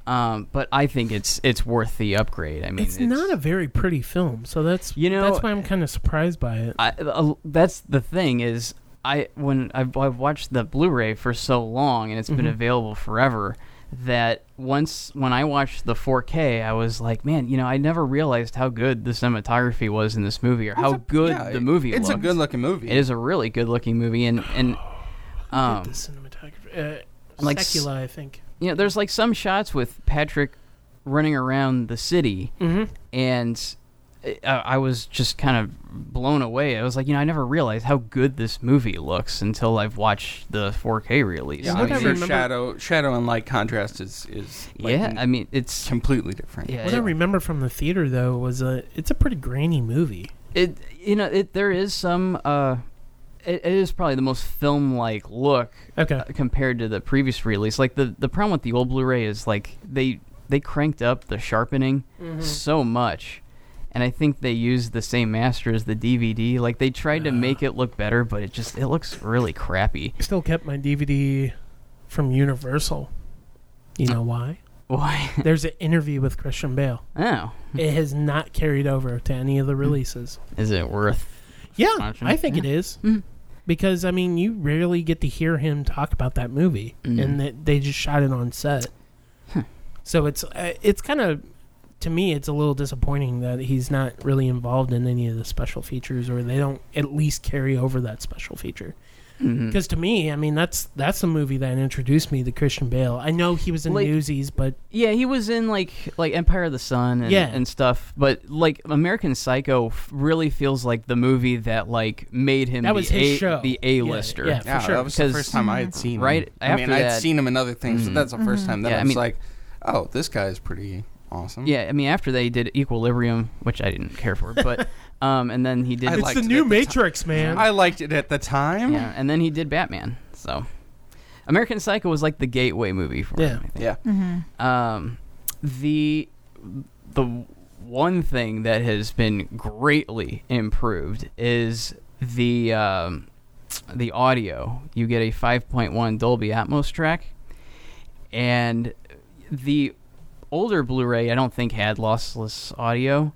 C: Um, but I think it's it's worth the upgrade. I mean,
A: It's not a very pretty film, so that's
C: You know- uh,
A: that's why I'm kind of surprised by it.
C: I, uh, that's the thing is I when I've, I've watched the Blu-ray for so long and it's been
B: Mm-hmm.
A: Mhm.
C: available forever that once when I watched the 4K I was like man you know I never realized how good the cinematography was in this movie or how
B: It's a-
C: good
B: yeah,
C: the movie
B: It's a
C: looked.
B: good looking movie.
C: it is a really good looking movie and and um
A: the cinematography, uh,
C: like s-
A: Sekula, I think.
C: you know there's like some shots with Patrick running around the city
A: Mm-hmm.
C: and uh, I, I was just kind of blown away. I was like, you know, I never realized how good this movie looks until I've watched the 4K release.
B: Yeah,
A: What
B: I'm
A: I
B: sure
A: remember-
B: shadow, shadow and light contrast is is like
C: yeah. I mean, it's
B: completely different.
C: Yeah.
A: What I remember from the theater though was a it's a pretty grainy movie.
C: it. You know, it there is some. Uh, it, it is probably the most film-like look
A: Okay.
C: uh, compared to the previous release. Like the the problem with the old Blu-ray is like they they cranked up the sharpening
A: Mm. Mm-hmm.
C: so much. And I think they used the same master as the DVD. Like they tried to make it look better, but it just it looks really crappy.
A: Still kept my DVD from Universal. You know why?
C: Why?
A: There's an interview with Christian Bale.
C: Oh,
A: It has not carried over to any
C: Hmm.
A: of the releases.
C: is it worth?
A: Yeah,
C: Watching
A: I
C: it,
A: think it
C: yeah.
A: is.
C: Mhm.
A: Because I mean, you rarely get to hear him talk about that movie,
B: Mm-hmm.
C: Mhm.
A: and that they just shot it on set. So it's uh, it's kind of to me, it's a little disappointing that he's not really involved in any of the special features, or they don't at least carry over that special feature.
B: Mm.
C: Mhm.
A: Because to me, I mean, that's that's the movie that introduced me to Christian Bale. I know he was in
C: Like-
A: Newsies, but
C: Yeah, he was in like like Empire of the Sun and,
A: Yeah.
C: and stuff, but like American Psycho f- really feels like the movie that like made him
A: that
C: the
A: was his
C: A,
A: show.
C: the
A: Yeah,
C: A lister.
A: Yeah, for
B: Yeah,
A: sure.
B: that was the
C: 'cause-
B: first time I had seen him.
C: Right
B: I mean,
C: after
B: I
C: that-
B: had seen him in other things,
C: Mhm.
B: but that's the 1st time that
C: Yeah, I
B: I was
C: mean-
B: like, "Oh, this guy's pretty awesome."
C: Yeah, I mean after they did Equilibrium, which I didn't care for, but um, and then he did
B: I
A: it's
B: liked
A: the
B: it
A: new
B: at the ti-
A: Matrix, man.
B: I liked it at the time.
C: yeah, and then he did Batman. So American Psycho was like the gateway movie for
A: Yeah.
C: him. I think.
B: Yeah.
C: Um, the the one thing that has been greatly improved is the um, the audio. You get a 5.1 Dolby Atmos track, and the older Blu-ray I don't think had lossless audio,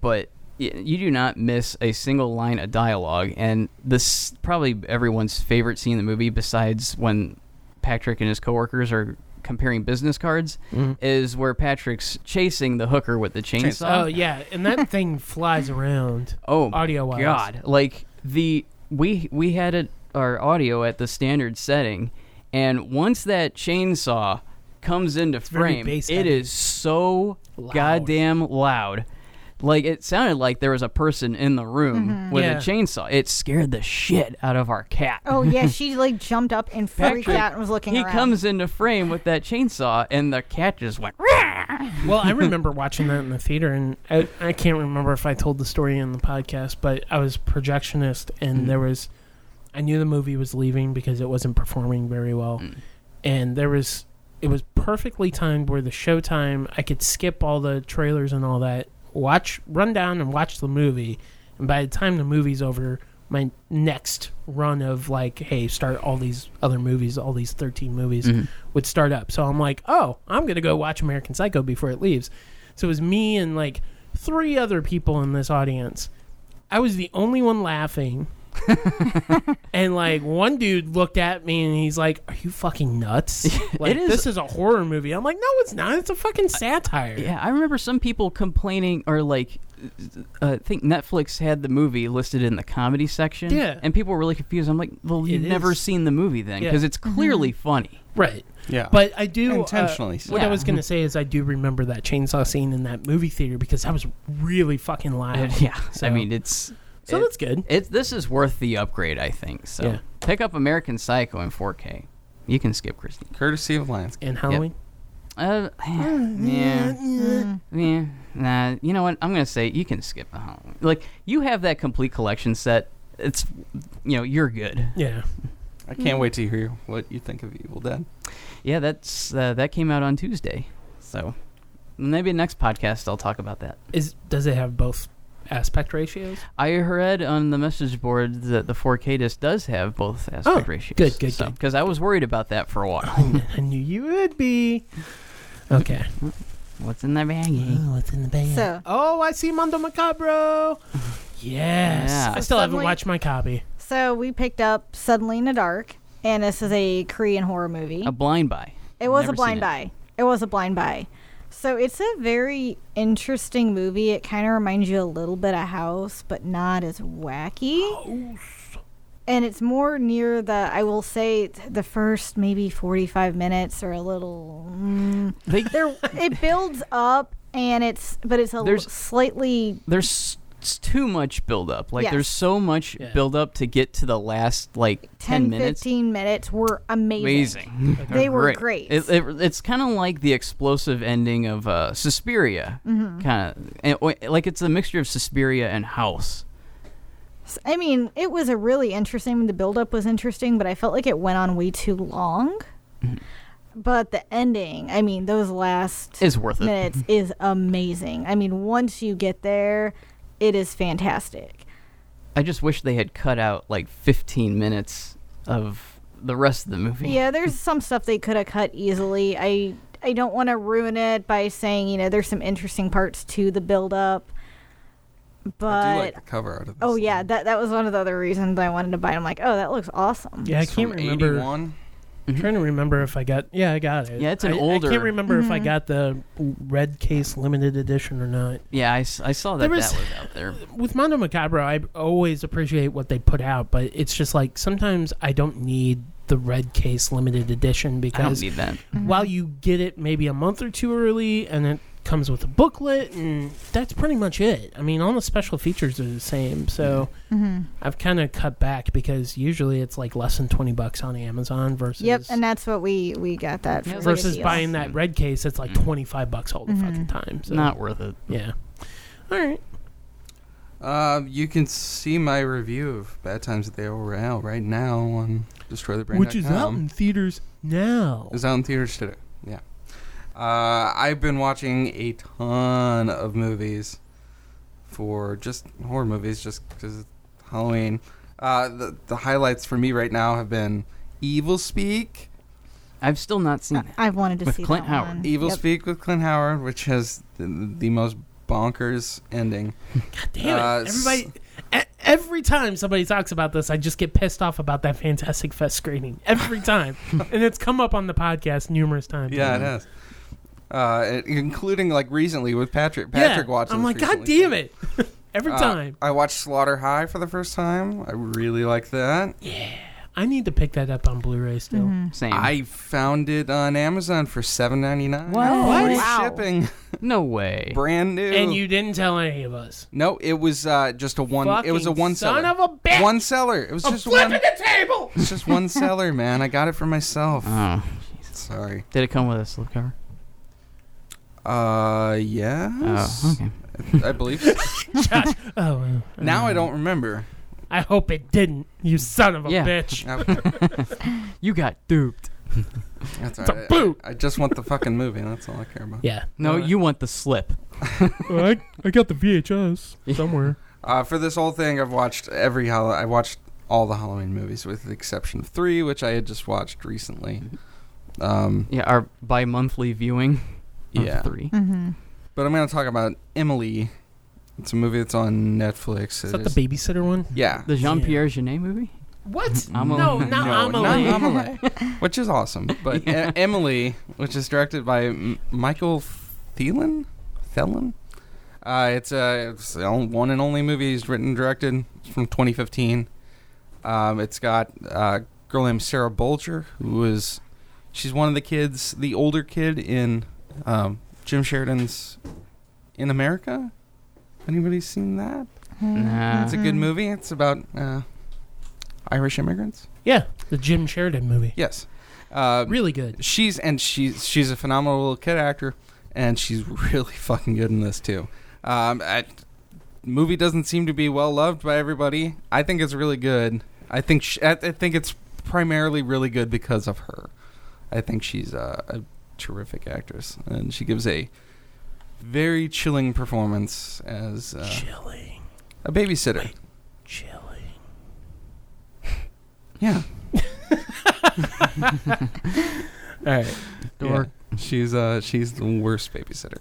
C: but y- you do not miss a single line of dialogue and this probably everyone's favorite scene in the movie besides when Patrick and his coworkers are comparing business cards
A: Mm.
C: is where Patrick's chasing the hooker with the chainsaw.
A: Oh yeah, and that thing flies around.
C: Oh,
A: audio wise.
C: God, like the we we had it our audio at the standard setting, and once that chainsaw comes into
A: very
C: frame,
A: bass
C: it
A: heavy.
C: is so
A: Loud.
C: goddamn loud. Like it sounded like there was a person in the room
D: Mm-hmm.
C: with
A: Yeah.
C: a chainsaw. It scared the shit out of our cat.
D: Oh yeah, she like jumped up and freaked
C: Patrick,
D: out and was looking
C: He
D: around.
C: comes into frame with that chainsaw, and the cat just went. "Rah!"
A: Well, I remember watching that in the theater, and I, I can't remember if I told the story in the podcast, but I was projectionist, and there was, I knew the movie was leaving because it wasn't performing very well, and there was, it was perfectly timed where the showtime I could skip all the trailers and all that, watch, run down and watch the movie, and by the time the movie's over. My next run of like, hey, start all these other movies, all these thirteen movies,
C: Mm-hmm.
A: would start up. So I'm like, oh, I'm gonna go watch American Psycho before it leaves. So it was me and like three other people in this audience. I was the only one laughing. and like one dude looked at me and he's like, "Are you fucking nuts? Like,
C: is-
A: This is a horror movie." I'm like, "No, it's not. It's a fucking satire."
C: Yeah, I remember some people complaining or like uh, I think Netflix had the movie listed in the comedy section.
A: Yeah.
C: And people were really confused. I'm like, well, you've
A: It
C: never
A: is.
C: seen the movie then
A: Yeah.
C: because it's clearly funny.
A: Right.
B: yeah.
A: But I do uh,
B: Intentionally so.
A: what I was
C: Yeah.
A: gonna say is I do remember that chainsaw scene in that movie theater because I was really fucking
C: Uh,
A: loud.
C: yeah.
A: So,
C: I mean, it's
A: so
C: it-
A: that's good.
C: it this is worth the upgrade, I think. So
A: Yeah.
C: pick up American Psycho in 4K. You can skip Christine.
B: courtesy of Lansky.
A: And Halloween.
C: Uh, yeah, Mm. yeah, nah. You know what? I'm gonna say you can skip the Halloween. Like you have that complete collection set it's you know you're good.
A: Yeah.
B: I
D: Hmm.
B: can't wait to hear what you think of Evil Dead.
C: Yeah, that's uh, that came out on Tuesday, so maybe next podcast I'll talk about that.
A: Is does it have both aspect ratios?
C: I heard on the message board that the 4K disc does have both aspect
A: Oh,
C: ratios.
A: good, good, good.
C: Because I was worried about that for a while.
A: I knew you would be. Okay.
C: What's in the baggie?
A: what's in the bag?
D: So-
A: Oh, I see Mondo Macabro. Yes.
C: Yeah.
A: I
D: So
A: still haven't
D: suddenly-
A: watched my copy.
D: So we picked up Suddenly in the Dark, and this is a Korean horror movie.
C: A blind buy.
D: It was
C: Never
D: a
C: seen
D: blind
C: it.
D: buy. It was a blind buy. So it's a very interesting movie. It kind of reminds you a little bit of House, but not as wacky. And it's more near the, I will say, th- the first maybe 45 minutes or a little. Mm,
C: They,
D: there, it builds up, and it's, but it's a l-
C: There's-
D: slightly.
C: there's s- too much buildup. Like
D: Yes.
C: there's so much
A: Yeah.
C: buildup to get to the last like
D: 10,
C: 10 minutes.
D: 15 minutes were amazing.
C: Amazing.
D: They
C: They're
D: were great.
C: It, it, it's kind of like the explosive ending of uh, Suspiria,
D: Mm-hmm.
C: kind of like it's a mixture of Suspiria and House.
D: S- I mean, it was a really interesting. The buildup was interesting, but I felt like it went on way too long. But the ending, I mean, those last
C: Is worth it.
D: minutes is amazing. I mean, once you get there, it is fantastic.
C: I just wish they had cut out like 15 minutes of the rest of the movie.
D: Yeah, there's some stuff they could have cut easily. I I don't want to ruin it by saying you know there's some interesting parts to the buildup, but.
B: I do like the cover out of this.
D: Oh yeah, that that was one of the other reasons I wanted to buy. it. I'm like, oh, that looks awesome.
A: Yeah,
B: It's
A: I can't
B: from
A: remember.
B: 81.
A: I'm trying to remember if I got. Yeah, I got it.
C: Yeah, it's an
A: I- I
C: older-
A: can't remember if
D: Mm-hmm.
A: I got the red case limited edition or not.
C: Yeah, I, s- I saw that
A: There was-
C: that was out there.
A: With Mondo Macabro, I always appreciate what they put out, but it's just like sometimes I don't need the red case limited edition
C: I don't
A: because
C: need that.
D: Mm-hmm.
A: while you get it maybe a month or two early and it comes with a booklet and that's pretty much it i mean all the special features are the same
D: Mm-hmm.
A: so i've kind of cut back because usually it's like less than 20 bucks on amazon versus
D: Yep, and that's what we we got that
C: Yeah,
D: for
C: it's like a
A: versus
D: deal.
A: buying that red case it's like
C: Mm.
A: 25 bucks all the fucking time so
C: Not worth it.
A: yeah all right
B: Uh, you can see my review of Bad Times at the El Royale right now on DestroyTheBrain.com.
F: Which is out in theaters.
A: now
B: It's out in theaters today. Yeah. Uh, I've been watching a ton of movies for just horror movies, just because Halloween. Uh, the, the highlights for me right now have been Evil Speak,
C: I've still not seen that.
D: I've wanted to
C: With
D: see
C: Clint
D: that
C: Howard.
D: one.
B: Evil
D: Yep.
B: Speak with Clint Howard, which has the, the most bonkers ending.
A: God damn it
B: Uh, s-
A: everybody e- Every time somebody talks about this, I just get pissed off about that Fantastic Fest screening. Every time. and it's come up on the podcast numerous times.
B: Yeah, it has. Uh, it- including like recently with Patrick. Patrick
A: yeah.
B: watched.
A: I'm
B: this
A: like, God
B: recently.
A: damn it! Every
B: Uh,
A: time.
B: I watched Slaughter High for the first time. I really like that.
A: I need to pick that up on Blu-ray still.
C: Same.
B: I found it on Amazon for seven ninety nine.
C: What? What?
D: Wow.
B: Shipping,
C: no way.
B: brand new.
A: And you didn't tell any of us.
B: No, it was uh, just a one. it was a
A: Fucking
B: one
A: son
B: seller.
A: of a bitch!
B: One seller. It was
A: I'm
B: just
A: flipping
B: one.
A: the table.
B: It's just one seller, man. I got it for myself.
D: Uh.
C: Oh,
B: Sorry.
C: did it come with a slipcover?
B: Uh, yes.
D: Mm.
C: Oh, okay.
B: I believe. So.
A: Oh, well,
B: now I don't remember.
A: I hope it didn't. You son of a
C: Yeah.
A: bitch!
B: Okay.
C: You got duped.
B: That's all
A: It's a
B: right.
A: boot.
B: I, I just want the fucking movie. That's all I care about.
A: Yeah.
C: No, you want the slip.
F: Oh, I, I got the VHS somewhere.
B: Uh, for this whole thing, I've watched every Hall. I watched all the Halloween movies with the exception of three, which I had just watched recently. Um,
C: Yeah, our bi-monthly viewing. of
B: yeah,
C: Three.
D: Mm-hmm.
B: but I'm gonna talk about Emily. It's a movie that's on Netflix.
A: Is that
B: It
A: the
B: is-
A: babysitter one?
B: yeah,
C: The Jean-Pierre Genet movie.
A: What?
C: Amelie.
A: No, not
B: Mm-hmm. no,
A: Amelie.
B: not Amelie, which is awesome. But E- Emily, which is directed by M- Michael Thelen, Thelen. Uh, it's a it's the only- one and only movie he's written and directed It's from 2015. Um, it's got uh, a girl named Sarah Bulger, who is she's one of the kids, the older kid in um, Jim Sheridan's In America. Anybody seen that?
D: Mm-hmm.
C: Nah.
B: It's a good
A: Mm.
B: movie. It's about uh, Irish immigrants.
A: Yeah, the Jim Sheridan movie.
B: Yes. Uh,
A: Really good.
B: she's and she's she's a phenomenal little kid actor, and she's really fucking good in this too. Um, I, movie doesn't seem to be well loved by everybody. I think it's really good. I think sh I, I think it's primarily really good because of her. I think she's a, a terrific actress, and she gives a very chilling performance as uh,
A: Chilling,
B: a babysitter.
A: chilling.
B: Yeah,
A: All right.
C: Dork.
B: Yeah. She's uh she's the worst babysitter.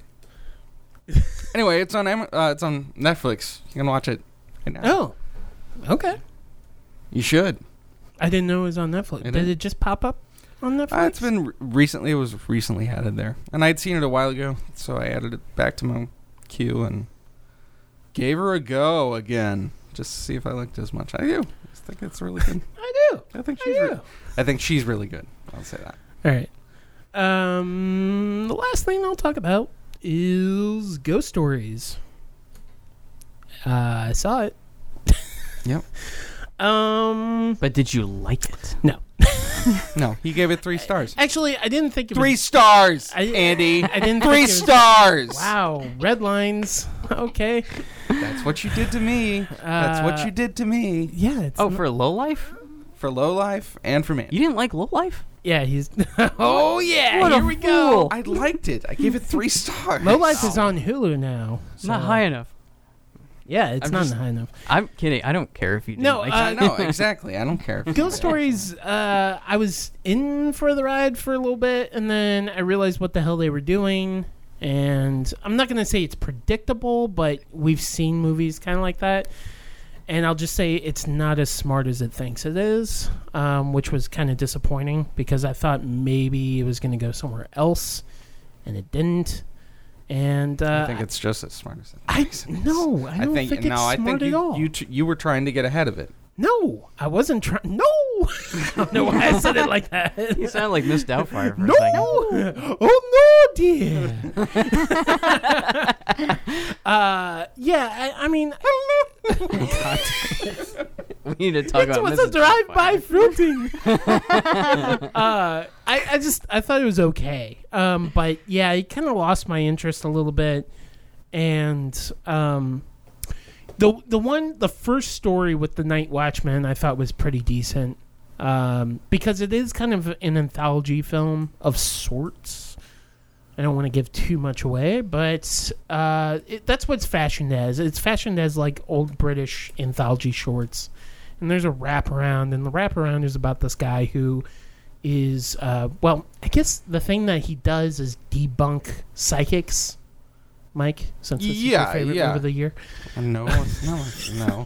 B: anyway, it's on Am- uh, it's on Netflix. You can watch it. Right now.
A: Oh, okay.
B: you should.
A: I didn't know it was on Netflix.
B: It
A: Did
B: is.
A: it just pop up on Netflix?
B: Uh, it's been re- recently. It was recently added there, and I'd seen it a while ago, so I added it back to my queue and gave her a go again, just to see if I liked it as much. I do. I just think it's really good.
A: I do.
B: I think
A: I
B: she's.
A: do.
B: re- I think she's really good. I'll say that.
A: All right. Um, the last thing I'll talk about is ghost stories. Uh, I saw it.
B: Yep.
A: Um.
C: But did you like it?
B: No, he gave it three stars.
A: Actually, I didn't think it
B: Three
A: Was,
B: stars,
A: I-
B: Andy.
A: I didn't. think
B: Three
A: it was-
B: stars.
A: Wow. Red lines. Okay.
B: That's what you did to me. That's
A: Uh,
B: what you did to me
A: Yeah. It's
C: Oh,
A: not-
C: for Low Life?
B: for low life and for
C: You
B: me.
C: didn't like Low Life?
A: yeah. He's. oh yeah.
C: What a
A: here we go.
C: fool.
B: Oh, I liked it. I gave it three stars.
A: Low life is on Hulu now.
C: It's not
A: so-
C: high enough.
A: Yeah, it's
C: I'm
A: not
C: just-
A: high enough.
C: I'm kidding. I don't care if you didn't
A: No,
C: like
A: uh,
B: I know exactly. I don't care. if-
A: Ghost Stories, uh, I was in for the ride for a little bit, and then I realized what the hell they were doing. And I'm not going to say it's predictable, but we've seen movies kind of like that. And I'll just say it's not as smart as it thinks it is, um, which was kind of disappointing because I thought maybe it was going to go somewhere else, and it didn't. And uh,
B: I think it's just as smart as it.
A: I,
B: makes it is.
A: no, I don't think, it's
B: no.
A: smart
B: I think
A: at
B: you
A: all.
B: you, t- you were trying to get ahead of it.
A: no, I wasn't trying. No, I don't know why I said it like that.
C: it. You sound like Miss Doubtfire for
A: No!
C: a second.
A: Oh no, dear. uh, yeah, I, I mean,
C: We need to talk
A: it
C: about
A: was
C: Mrs.
A: a drive-by
C: Doubtfire.
A: fruiting. uh, I, I just I thought it was okay, um, but yeah, it kind of lost my interest a little bit, and um, the the one the first story with the Night Watchman I thought was pretty decent um, because it is kind of an anthology film of sorts. I don't want to give too much away, but uh, it, that's what's fashioned as. It's fashioned as like old British anthology shorts, and there's a wraparound, and the wraparound is about this guy who is uh, well, I guess the thing that he does is debunk psychics. Mike, since this is your
B: Yeah,
A: favorite
B: yeah.
A: movie of the year,
B: Uh, No, no, no.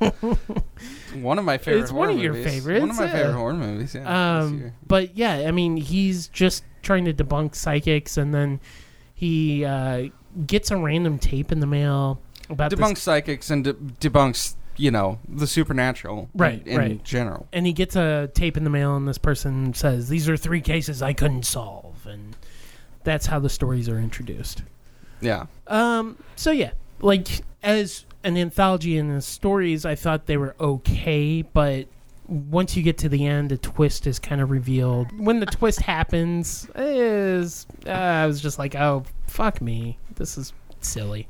B: One of my favorite.
A: It's
B: horror
A: one of your
B: movies. One of
A: favorites,
B: my
A: yeah.
B: favorite horror movies. Yeah. this
A: Um,
B: year.
A: but yeah, I mean, he's just trying to debunk psychics, and then he uh, gets a random tape in the mail about this
B: debunks psychics and de- debunks you know the supernatural
A: Right,
B: in
A: right.
B: general
A: and he gets a tape in the mail, and this person says, "These are three cases I couldn't solve," and that's how the stories are introduced.
B: yeah
A: Um, so yeah, like as an anthology and as stories, I thought they were okay, but once you get to the end, a twist is kind of revealed. When the twist happens, is uh, I was just like, oh fuck me, this is silly.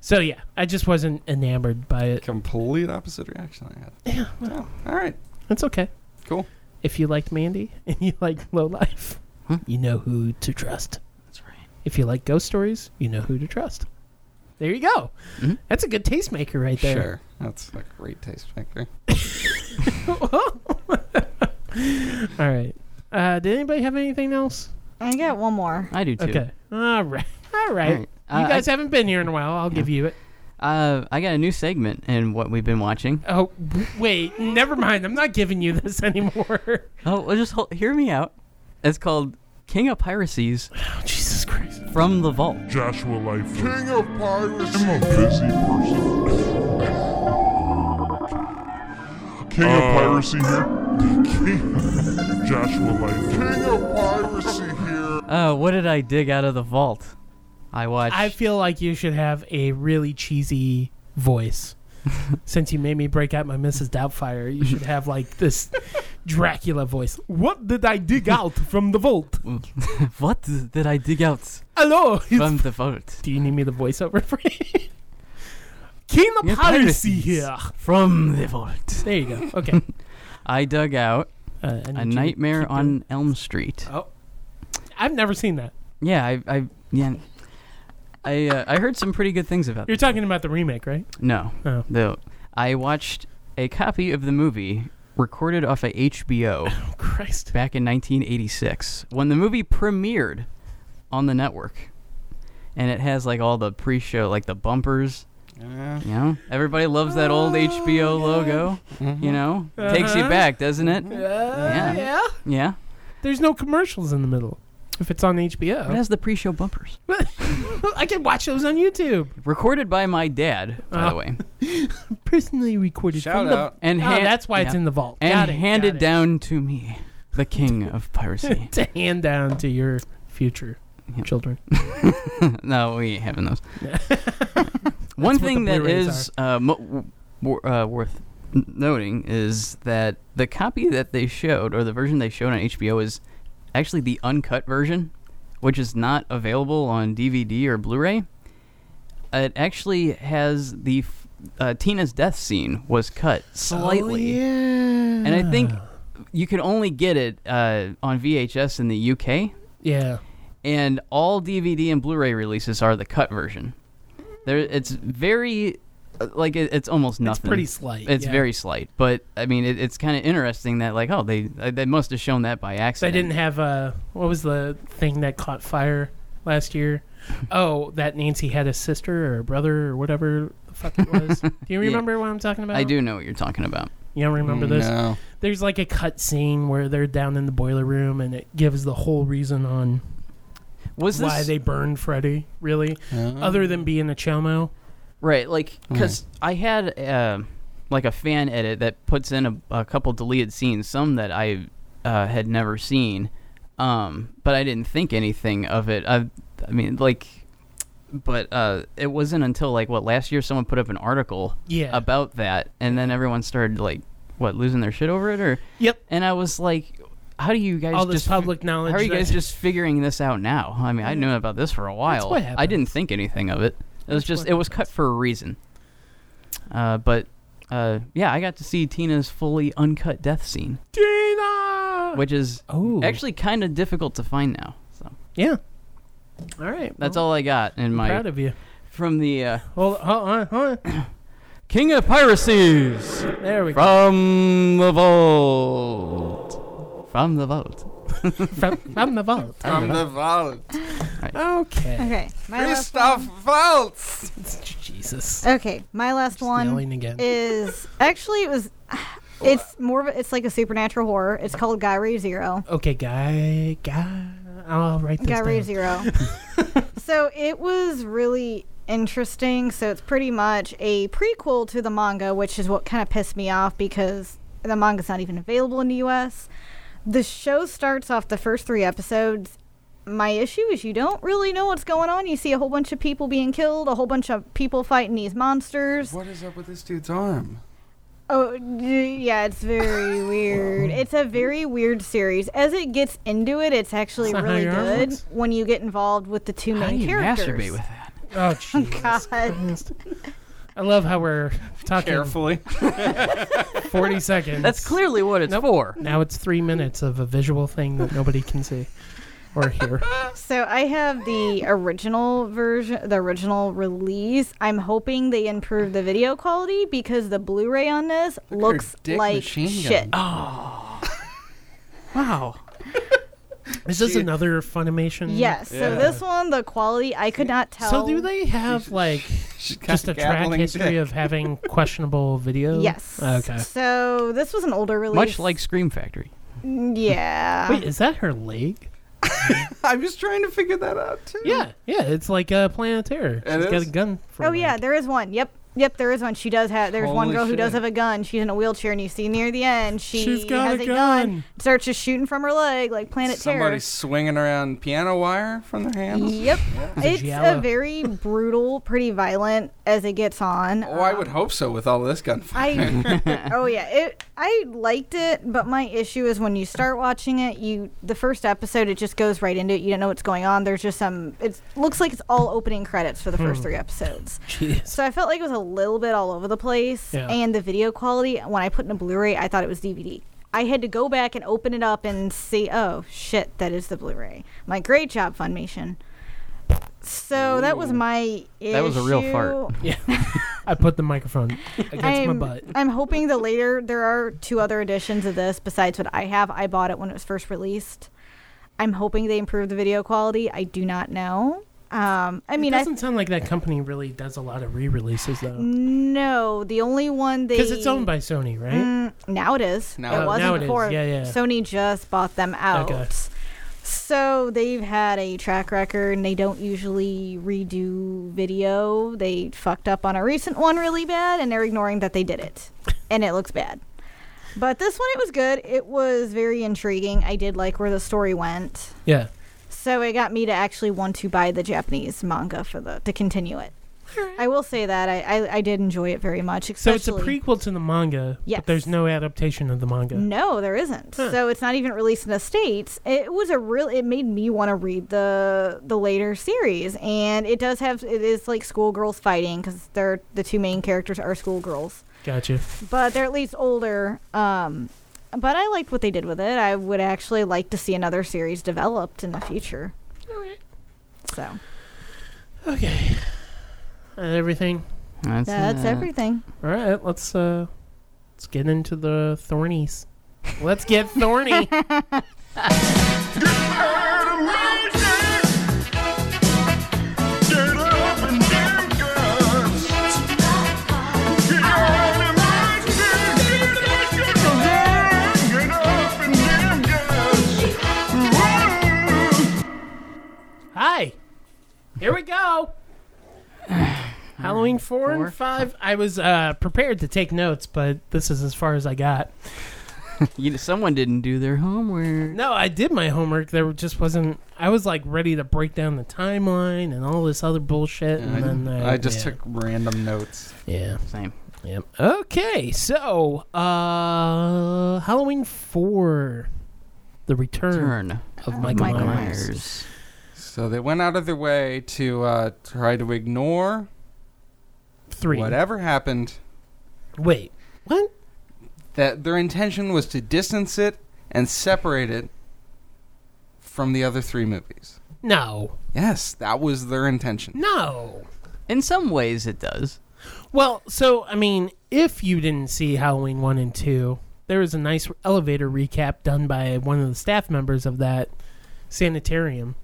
A: So yeah, I just wasn't enamored by it.
B: complete opposite reaction i had
A: Yeah, well,
B: yeah. all right
A: that's okay.
B: cool
A: If you liked Mandy and you like Low Life,
C: Huh?
A: you know who to trust.
C: That's right.
A: If you like ghost stories, you know who to trust. There you go.
C: Mhm.
A: That's a good tastemaker right there.
B: sure that's a great taste factor
A: All right. Uh, did anybody have anything else?
D: I got one more.
C: I do too.
A: Okay. All right. All right.
C: All right. Uh,
A: You guys haven't been here in a while. I'll give you it.
C: I, uh, I got a new segment in what we've been watching.
A: Oh, w- wait. Never mind. I'm not giving you this anymore.
C: Oh, well, just hold, hear me out. It's called King of Piracies
A: Oh, Jesus Christ.
C: from the Vault.
E: Joshua Life. King of piracy. I'm a busy person. Uh, King of piracy here. King Joshua Life. King of piracy here.
C: Uh, what did I dig out of the vault? I watched.
A: I feel like you should have a really cheesy voice. Since you made me break out my Mrs. Doubtfire, you should have like this Dracula voice. What did I dig out from the vault?
C: what did I dig out
A: Hello. it's-
C: from the vault?
A: Do you need me the voiceover for you? King of
C: Yeah,
A: piracy
C: piracy.
A: here.
C: From the vault.
A: There you go. Okay.
C: I dug out
A: Uh, I need
C: A
A: you to
C: Nightmare
A: keep
C: on Elm Street.
A: doing- Oh, I've never seen that.
C: Yeah, I, I yeah, I uh, I heard some pretty good things about.
A: You're
C: this.
A: talking about the remake, right?
C: No,
A: Oh.
C: though. I watched a copy of the movie recorded off of HBO
A: Oh Christ.
C: back in 1986 when the movie premiered on the network, and it has like all the pre-show, like the bumpers.
B: Yeah.
C: You know, everybody loves that old HBO logo.
B: Mm-hmm.
C: You know, takes you
A: Oh, Uh-huh.
C: back, doesn't it? yeah.
A: yeah.
C: Yeah.
A: There's no commercials in the middle. If it's on
C: It
A: HBO,
C: has the pre-show bumpers.
A: I can watch those on YouTube.
C: Recorded by my dad, by the
A: Oh.
C: way.
A: Personally recorded.
B: Shout
A: from the-
B: out.
C: And
A: Oh,
C: han-
A: that's why
C: yeah.
A: it's in the vault.
C: and
A: Got it,
C: handed
A: got
C: down to me, the king of piracy.
A: it. to hand down to your future
C: Yeah.
A: children.
C: no, we ain't having those. One
A: what
C: thing
A: the
C: that
A: Blu-rays
C: is uh, mo- w- wor- uh, worth n- noting is that the copy that they showed, or the version they showed on HBO, is actually the uncut version, which is not available on DVD or Blu-ray. It actually has the f- uh, Tina's death scene was cut
B: Oh,
C: slightly.
A: yeah. And
C: And I think you can only get it uh, on VHS in the UK,
A: yeah.
C: and all DVD and Blu-ray releases are the cut version. There, it's very, uh, like it, it's almost nothing.
A: It's pretty slight.
C: It's
A: yeah.
C: very slight, but I mean, it, it's kind of interesting that like, oh, they uh, they must have shown that by
A: So I
C: accident.
A: didn't have uh what was the thing that caught fire last year? Oh, that Nancy had a sister or a brother or whatever the fuck it was. do you
C: Yeah.
A: remember what I'm talking about?
C: I do know what you're talking about.
A: You don't remember this?
B: No.
A: There's like a cut scene where they're down in the boiler room and it gives the whole reason on
C: Was this Mm.
A: why they burned Freddy, really,
B: No.
A: other than being a chomo.
C: right? Like,
A: Mm.
C: because I had uh, like a fan edit that puts in a, a couple deleted scenes, some that I uh, had never seen, um, but I didn't think anything of it. I, I mean, like, but uh, it wasn't until like what last year someone put up an article
A: Yeah.
C: about that, and then everyone started like what losing their shit over it, or
A: Yep.
C: and I was like, how do you guys
A: All this
C: just
A: public knowledge.
C: how are you
A: that-
C: guys just figuring this out now? I mean, I knew about this for a while.
A: what
C: I
A: happens.
C: didn't think anything of it. It was
A: That's
C: just
A: what
C: it was cut for a reason. Uh, but uh, yeah, I got to see Tina's fully uncut death scene,
A: Tina?
C: which is
A: Oh.
C: actually kind of difficult to find now. So
A: Yeah. All right.
C: that's
A: well,
C: all I got in
A: I'm
C: my
A: proud of you.
C: from the uh,
A: Hold hold on, hold on.
C: King of Piracies
A: uh, There we go.
C: from the vault. From the vault.
A: From, from the vault.
B: From the vault.
A: Okay.
D: Okay. My last
B: Christoph Waltz.
A: Jesus.
D: Okay, my last one
A: Yelling again.
D: is actually it was. It's more of a, it's like a supernatural horror. It's called Gyre Zero.
A: okay, guy, guy. I'll write this
D: Gyre
A: down.
D: Zero. so it was really interesting. So it's pretty much a prequel to the manga, which is what kind of pissed me off because the manga's not even available in the U.S. The show starts off the first three episodes. My issue is you don't really know what's going on. You see a whole bunch of people being killed, a whole bunch of people fighting these monsters.
B: What is up with this dude's arm?
D: Oh, d- yeah, it's very weird. It's a very weird series. As it gets into it, it's actually
A: That's not how
D: really
A: your arm
D: good
A: works.
D: when you get involved with the two
C: How do
D: main
C: you
D: characters.
C: masturbate with that?
A: Oh, Jesus.
D: God.
A: Christ. I love how we're talking
B: Carefully.
A: 40 seconds.
C: That's clearly what it's for.
A: Now it's three minutes of a visual thing that nobody can see or hear.
D: So I have the original version, the original release. I'm hoping they improve the video quality because the Blu-ray on this
B: her
D: looks
B: dick
D: like
B: machine
D: shit.
B: Oh,
C: Wow.
A: Is this another Funimation?
D: Yes. So
B: Mm, Yeah.
D: this one, the quality, I could not tell.
A: So do they have like
B: She's got
A: just a track
B: gabbling
A: history
B: dick.
A: of having questionable video?
D: Yes.
A: Okay.
D: So this was an older release.
C: Much like Scream Factory.
D: Yeah.
A: Wait, is that her leg?
B: I was trying to figure that out too.
A: Yeah, yeah. It's like uh, Planet Terror.
B: It
A: She's got
B: is?
A: a gun. For
D: Oh
A: a
D: yeah,
A: leg.
D: there is one. Yep. Yep, there is one. She does have. There's one
B: Holy
D: girl who does
B: shit.
D: have a gun. She's in a wheelchair, and you see near the end, she
A: She's got
D: has
A: a
D: a
A: gun.
D: Starts just shooting from her leg, like Planet
B: Somebody swinging around piano wire from their
D: Terror.
B: hands.
D: Yep,
A: It's a
D: it's a
A: giallo.
D: very brutal, pretty violent as it gets on.
B: Oh, I would hope so with all this gunfire.
D: I. oh yeah, it. I liked it, but my issue is when you start watching it, you the first episode it just goes right into it. You don't know what's going on. There's just some. It looks like it's all opening credits for the
C: Hmm.
D: first three episodes.
A: Jeez.
D: So I felt like it was a little bit all over the place.
A: Yeah.
D: And the video quality, when I put in a Blu-ray, I thought it was DVD. I had to go back and open it up and see. Oh shit, that is the Blu-ray. My like, great job, Funimation. So that was
C: Ooh.
D: my. Issue.
C: That was a real fart.
A: I put the microphone against my
D: I'm,
A: butt.
D: I'm hoping the later there are two other editions of this besides what I have. I bought it when it was first released. I'm hoping they improve the video quality. I do not know. Um, I mean,
A: it
D: I
A: doesn't sound like that company really does a lot of re-releases though,
D: no. The only one they
A: because it's owned by Sony, right?
D: Mm, now it is.
B: Now
A: it
D: it
A: is.
D: wasn't
A: Now it is.
D: before.
A: Yeah, yeah.
D: Sony just bought them out.
A: Okay.
D: So they've had a track record, and they don't usually redo video. They fucked up on a recent one really bad, and they're ignoring that they did it, and it looks bad. But this one, it was good. It was very intriguing. I did like where the story went,
A: Yeah.
D: so it got me to actually want to buy the Japanese manga for the to continue it. I will say that I, I, I did enjoy it very much.
A: So
D: Especially
A: it's a prequel to the manga,
D: Yes. Mm.
A: but there's no adaptation of the manga.
D: no, there isn't.
A: Huh.
D: So it's not even released in the states. It was a real. It made me want to read the the later series, and it does have. It is like schoolgirls fighting because they're the two main characters are schoolgirls,
A: Gotcha.
D: but they're at least older. Um, but I liked what they did with it. I would actually like to see another series developed in the future. So
A: Okay. And everything.
C: That's,
D: that's
C: uh,
D: everything.
A: All right. Let's uh, let's get into the thornies. Let's get thorny. Hi. Here we go. Halloween four,
C: Four.
A: and five. I was uh, prepared to take notes, but this is as far as I got.
C: You, someone didn't do their homework.
A: No, I did my homework. There just wasn't. I was like ready to break down the timeline and all this other bullshit, and then uh,
B: I just
A: yeah.
B: took random notes.
A: Yeah.
C: Same.
A: Yep. Okay, so uh Halloween four The Return
C: Turn.
A: of Michael,
C: Michael
A: Myers.
C: Myers.
B: So they went out of their way to uh, try to ignore
A: Three.
B: whatever happened.
A: Wait. What?
B: That their intention was to distance it and separate it from the other three movies.
A: No.
B: Yes, that was their intention.
A: No.
C: In some ways, it does.
A: Well, so I mean, if you didn't see Halloween one and two, there was a nice elevator recap done by one of the staff members of that sanitarium,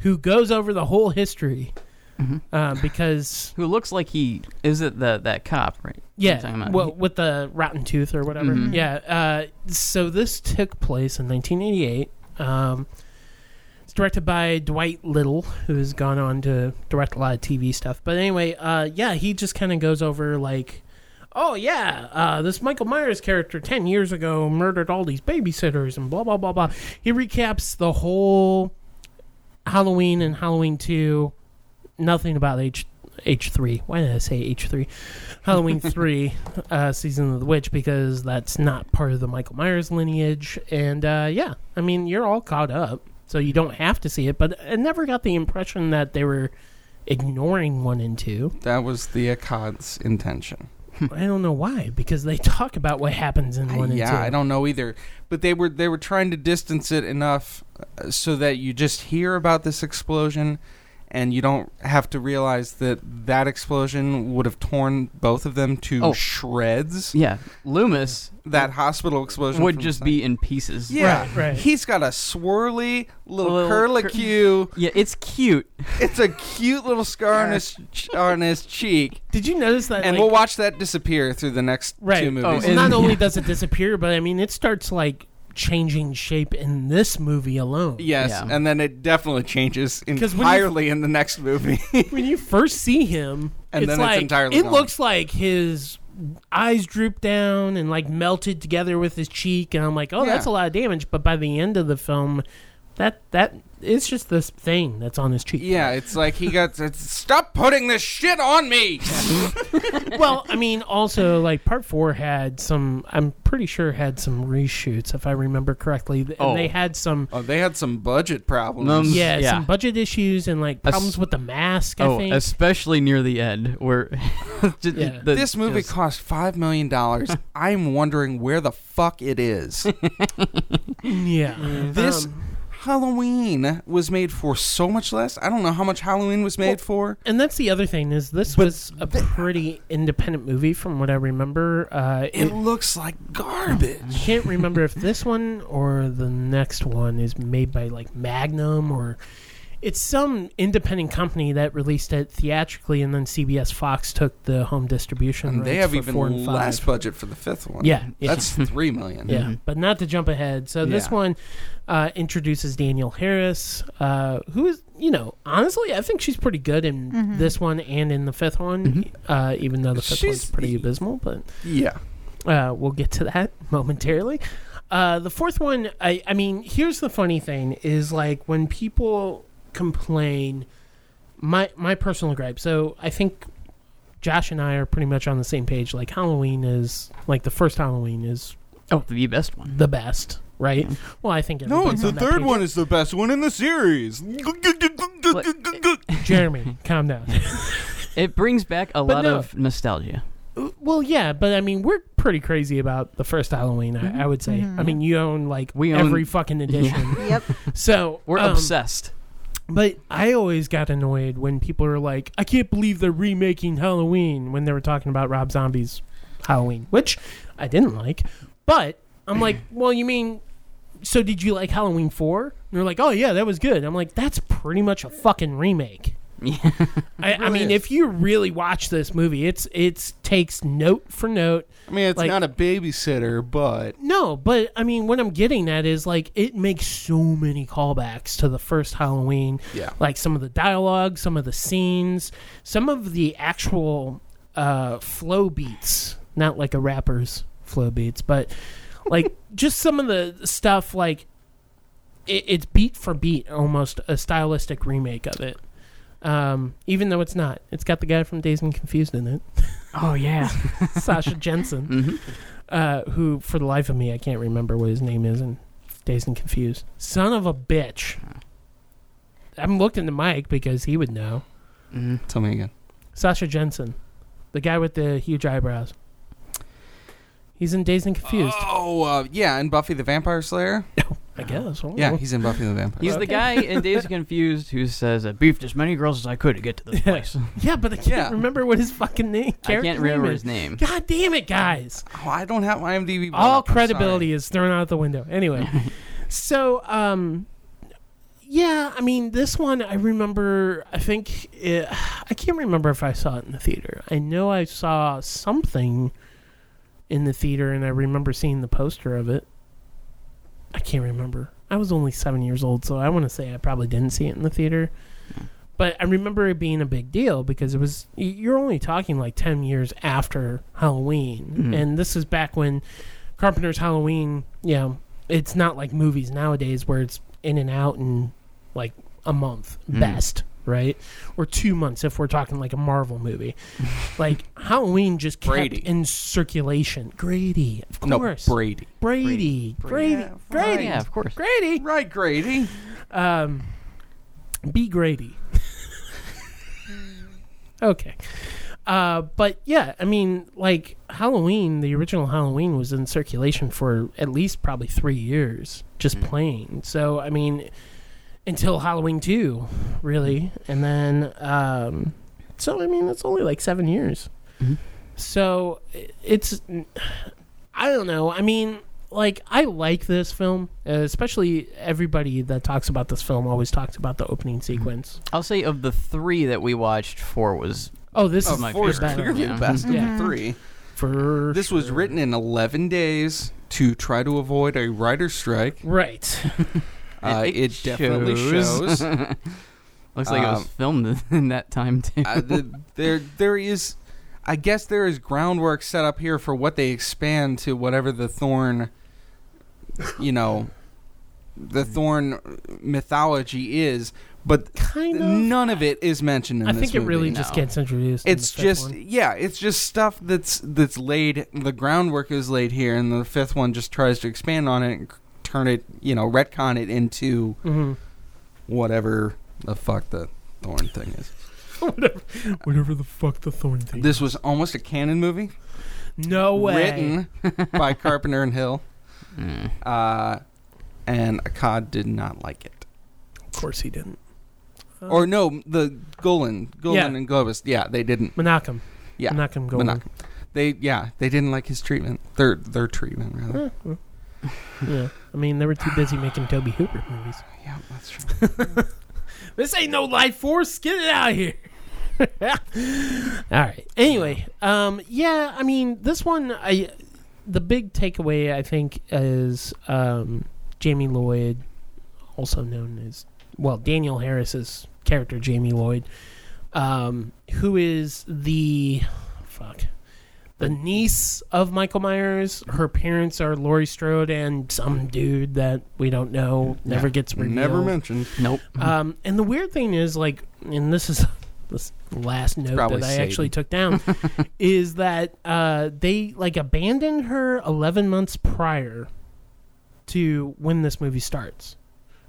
A: who goes over the whole history, uh, because
C: Who looks like he is it the that cop right? You're talking
A: yeah,
C: about.
A: well, with the rotten tooth or whatever.
C: Mhm.
A: Yeah. Uh, so this took place in 1988. Um, it's directed by Dwight Little, who has gone on to direct a lot of TV stuff. But anyway, uh, yeah, he just kind of goes over like, oh yeah, uh, this Michael Myers character ten years ago murdered all these babysitters and blah blah blah blah. He recaps the whole Halloween and Halloween two. Nothing about H H three. Why did I say H three? Halloween three, uh, season of the witch, because that's not part of the Michael Myers lineage. And uh, yeah, I mean you're all caught up, so you don't have to see it. But I never got the impression that they were ignoring one and two.
B: That was the Akkad's intention.
A: I don't know why, because they talk about what happens in
B: Hmm. I-
A: one and
B: yeah,
A: two.
B: I don't know either. But they were they were trying to distance it enough uh, so that you just hear about this explosion and you don't have to realize that that explosion would have torn both of them to
C: Oh.
B: shreds.
C: yeah, Loomis
B: That hospital explosion
C: would
B: from
C: just
B: the-
C: be in pieces.
B: Yeah,
A: Right, right.
B: He's got a swirly little,
C: Little cur-
B: curlicue.
C: Yeah, it's cute.
B: it's a cute little scar on his ch- on his cheek,
A: Did you notice that?
B: and
A: like-
B: we'll watch that disappear through the next
A: right.
B: two
A: Oh,
B: movies.
A: well, not
C: Yeah.
A: only does it disappear, but I mean, it starts like changing shape in this movie alone.
B: Yes,
C: Yeah.
B: and then it definitely changes
A: 'Cause when you-
B: entirely in the next movie.
A: When you first see him,
B: And
A: it's
B: then it's
A: like
B: entirely
A: it
B: gone.
A: looks like his eyes droop down and like melted together with his cheek, and I'm like, oh,
B: Yeah.
A: that's a lot of damage. But by the end of the film, That that it's just this thing that's on his cheek.
B: Yeah, it's like he got. it's- Stop putting this shit on me.
A: well, I mean, also like part four had some. I'm pretty sure had some reshoots, if I remember correctly. And
B: Oh.
A: they had some.
B: Oh, they had some budget problems.
C: Um,
A: Yeah,
C: Yeah.
A: some budget issues and like
C: As-
A: problems with the mask. I
C: Oh,
A: think.
C: especially near the end where just-
A: Yeah.
C: the-
B: this movie
C: yes.
B: cost five million dollars. I'm wondering where the fuck it is.
A: Mm, yeah.
B: This
A: Um,
B: Halloween was made for so much less. I don't know how much Halloween was made for.
A: and that's the other thing is this was a pretty independent movie from what I remember. Uh,
B: It
A: it,
B: looks like garbage.
A: can't remember if this one or the next one is made by like Magnum or it's some independent company that released it theatrically, and then CBS Fox took the home distribution.
B: And they
A: rights
B: have
A: for four
B: even
A: and five.
B: less budget for the fifth one.
A: Yeah, yeah.
B: that's three million.
A: Yeah,
C: Mhm.
A: but not to jump ahead. So this
B: Mm-hmm. Yeah.
A: one uh, introduces Daniel Harris, uh, who is, you know, honestly, I think she's pretty good in
D: Mhm.
A: this one and in the fifth one,
C: Mhm.
A: uh, even though the fifth one's
B: Mm-hmm. She's- e-
A: pretty abysmal. But
B: yeah.
A: uh, we'll get to that momentarily. Uh, the fourth one, I, I mean, here's the funny thing is like when people complain, my my personal gripe. So I think Josh and I are pretty much on the same page. Like Halloween is like the first Halloween is
C: oh the best one.
A: the best, right? Well, I think everybody's on that page.
B: is the best one in the series.
A: Jeremy, calm down.
C: It brings back a
A: But
C: lot
A: no.
C: of nostalgia.
A: Uh, well, yeah, but I mean, we're pretty crazy about the first Halloween. I, I would say. I
B: Mm-hmm.
A: mean, you own like
C: Mm-hmm. We own-
A: every fucking edition,
D: Yep.
A: so
C: We're
A: um,
C: obsessed.
A: But I always got annoyed when people are like, I can't believe they're remaking Halloween when they were talking about Rob Zombie's Halloween, which I didn't like. But I'm like, well, you mean, so did you like Halloween 4? And they're like, oh, yeah, that was good. I'm like, that's pretty much a fucking remake.
C: Yeah.
A: I, I mean, if you really watch this movie, it's it's takes note for note.
B: I mean, it's
A: Like-
B: not a babysitter, but
A: No, but I mean, what I'm getting at is like it makes so many callbacks to the first Halloween.
B: yeah.
A: like some of the dialogue, some of the scenes, some of the actual uh, flow beats, not like a rapper's flow beats, but like just some of the stuff like it, it's beat for beat almost a stylistic remake of it. Um, even though it's not, it's got the guy from Days and Confused in it,
C: Oh yeah.
A: Sasha Jensen,
C: hmm
A: uh, who for the life of me I can't remember what his name is in Days and Confused. Son of a bitch. I'm looking to Mike because he would know.
C: hmm
B: Tell me again.
A: Sasha Jensen, the guy with the huge eyebrows. He's in Dazed and Confused.
B: Oh, uh, yeah, and Buffy the Vampire Slayer.
A: I
C: Oh.
A: guess. I don't
B: Yeah,
A: know.
B: he's in Buffy the Vampire.
C: He's
B: Slayer.
C: the guy in Days of Confused who says, "I beefed as many girls as I could to get to this place."
A: yeah, but I can't
B: Yeah.
A: remember what his fucking name.
C: I
A: character
C: can't remember
A: name
C: his
A: is.
C: name.
A: God damn it, guys!
B: Oh, I don't have IMDb. brought
A: All
B: up, I'm sorry.
A: credibility is thrown out the window. Anyway, so um, yeah, I mean, this one I remember. I think it, I can't remember if I saw it in the theater. I know I saw something in the theater, and I remember seeing the poster of it. I can't remember. I was only seven years old, so I want to say I probably didn't see it in the theater. But I remember it being a big deal because it was, y- you're only talking like 10 years after Halloween.
C: Mhm.
A: And this is back when Carpenter's Halloween, you know, it's not like movies nowadays where it's in and out in like a month
C: Mm.
A: best, right? Or two months if we're talking like a Marvel movie. like Halloween just kept
B: Brady.
A: in circulation. Grady, of
B: No,
A: course.
B: Brady.
A: Brady, Grady,
B: Brady.
A: Grady,
C: Yeah, of course.
A: Grady.
B: Right, Grady.
A: Um, be Grady. okay. Uh, but yeah, I mean, like Halloween, the original Halloween was in circulation for at least probably three years, just playing. So I mean, until Halloween two, really, and then um, so I mean, that's only like seven years.
C: Mhm.
A: So i- it's, I don't know. I mean, like I like this film, uh, especially everybody that talks about this film always talks about the opening
B: Mm-hmm.
A: sequence.
C: I'll say of the three that we watched, four was
A: Oh, this
B: Oh,
A: is
C: my
B: four is
A: favorite.
B: clearly
C: Yeah.
B: the best of
A: Yeah.
B: the three.
A: for
B: This was
A: sure.
B: written in 11 days to try to avoid a writer strike.
A: right.
B: Uh, it, definitely shows. Uh,
C: Looks like it was
B: Um,
C: filmed in that time too.
B: uh, the, there, there is, I guess, there is groundwork set up here for what they expand to whatever the thorn, you know,
A: Mm-hmm.
B: the Thorn mythology is, but
A: Kind of.
B: none of it is mentioned in
A: I
B: this
A: think it really
B: movie.
A: just
C: no.
A: gets introduced. in
B: It's
A: the fifth
B: just
A: one.
B: yeah, it's just stuff that's that's laid. The groundwork is laid here, and the fifth one just tries to expand on it and c- turn it, you know, retcon it into
A: Mhm.
B: whatever the fuck the Thorn thing is.
A: Mm-hmm.
F: Whatever the fuck the thorn thing.
B: This was almost a canon movie,
A: no way.
B: written by Carpenter and Hill,
C: Mm.
B: uh, and Akkad did not like it.
A: Of course he didn't.
B: Or no, the Golan, Golan
A: Yeah.
B: and Globus. Yeah, they didn't.
A: Menachem.
B: Yeah,
A: Menachem going.
B: Menachem. They yeah, they didn't like his treatment. Their their treatment rather.
A: Eh, well. yeah. I mean, they were too busy making Toby Hooper movies.
B: Yeah, that's true.
A: This ain't no life force. Get it out of here. All right. Anyway, um, yeah, I mean, this one, I, the big takeaway I think is um, Jamie Lloyd, also known as well Daniel Harris's character Jamie Lloyd, um, who is the fuck the niece of Michael Myers. Her parents are Laurie Strode and some dude that we don't know. Never gets revealed.
B: Never mentioned.
C: Nope.
B: Mm-hmm.
A: Um, and the weird thing is, like, and this is this last note
B: probably
A: that I
B: Satan.
A: actually took down, is that uh, they like abandoned her eleven months prior to when this movie starts.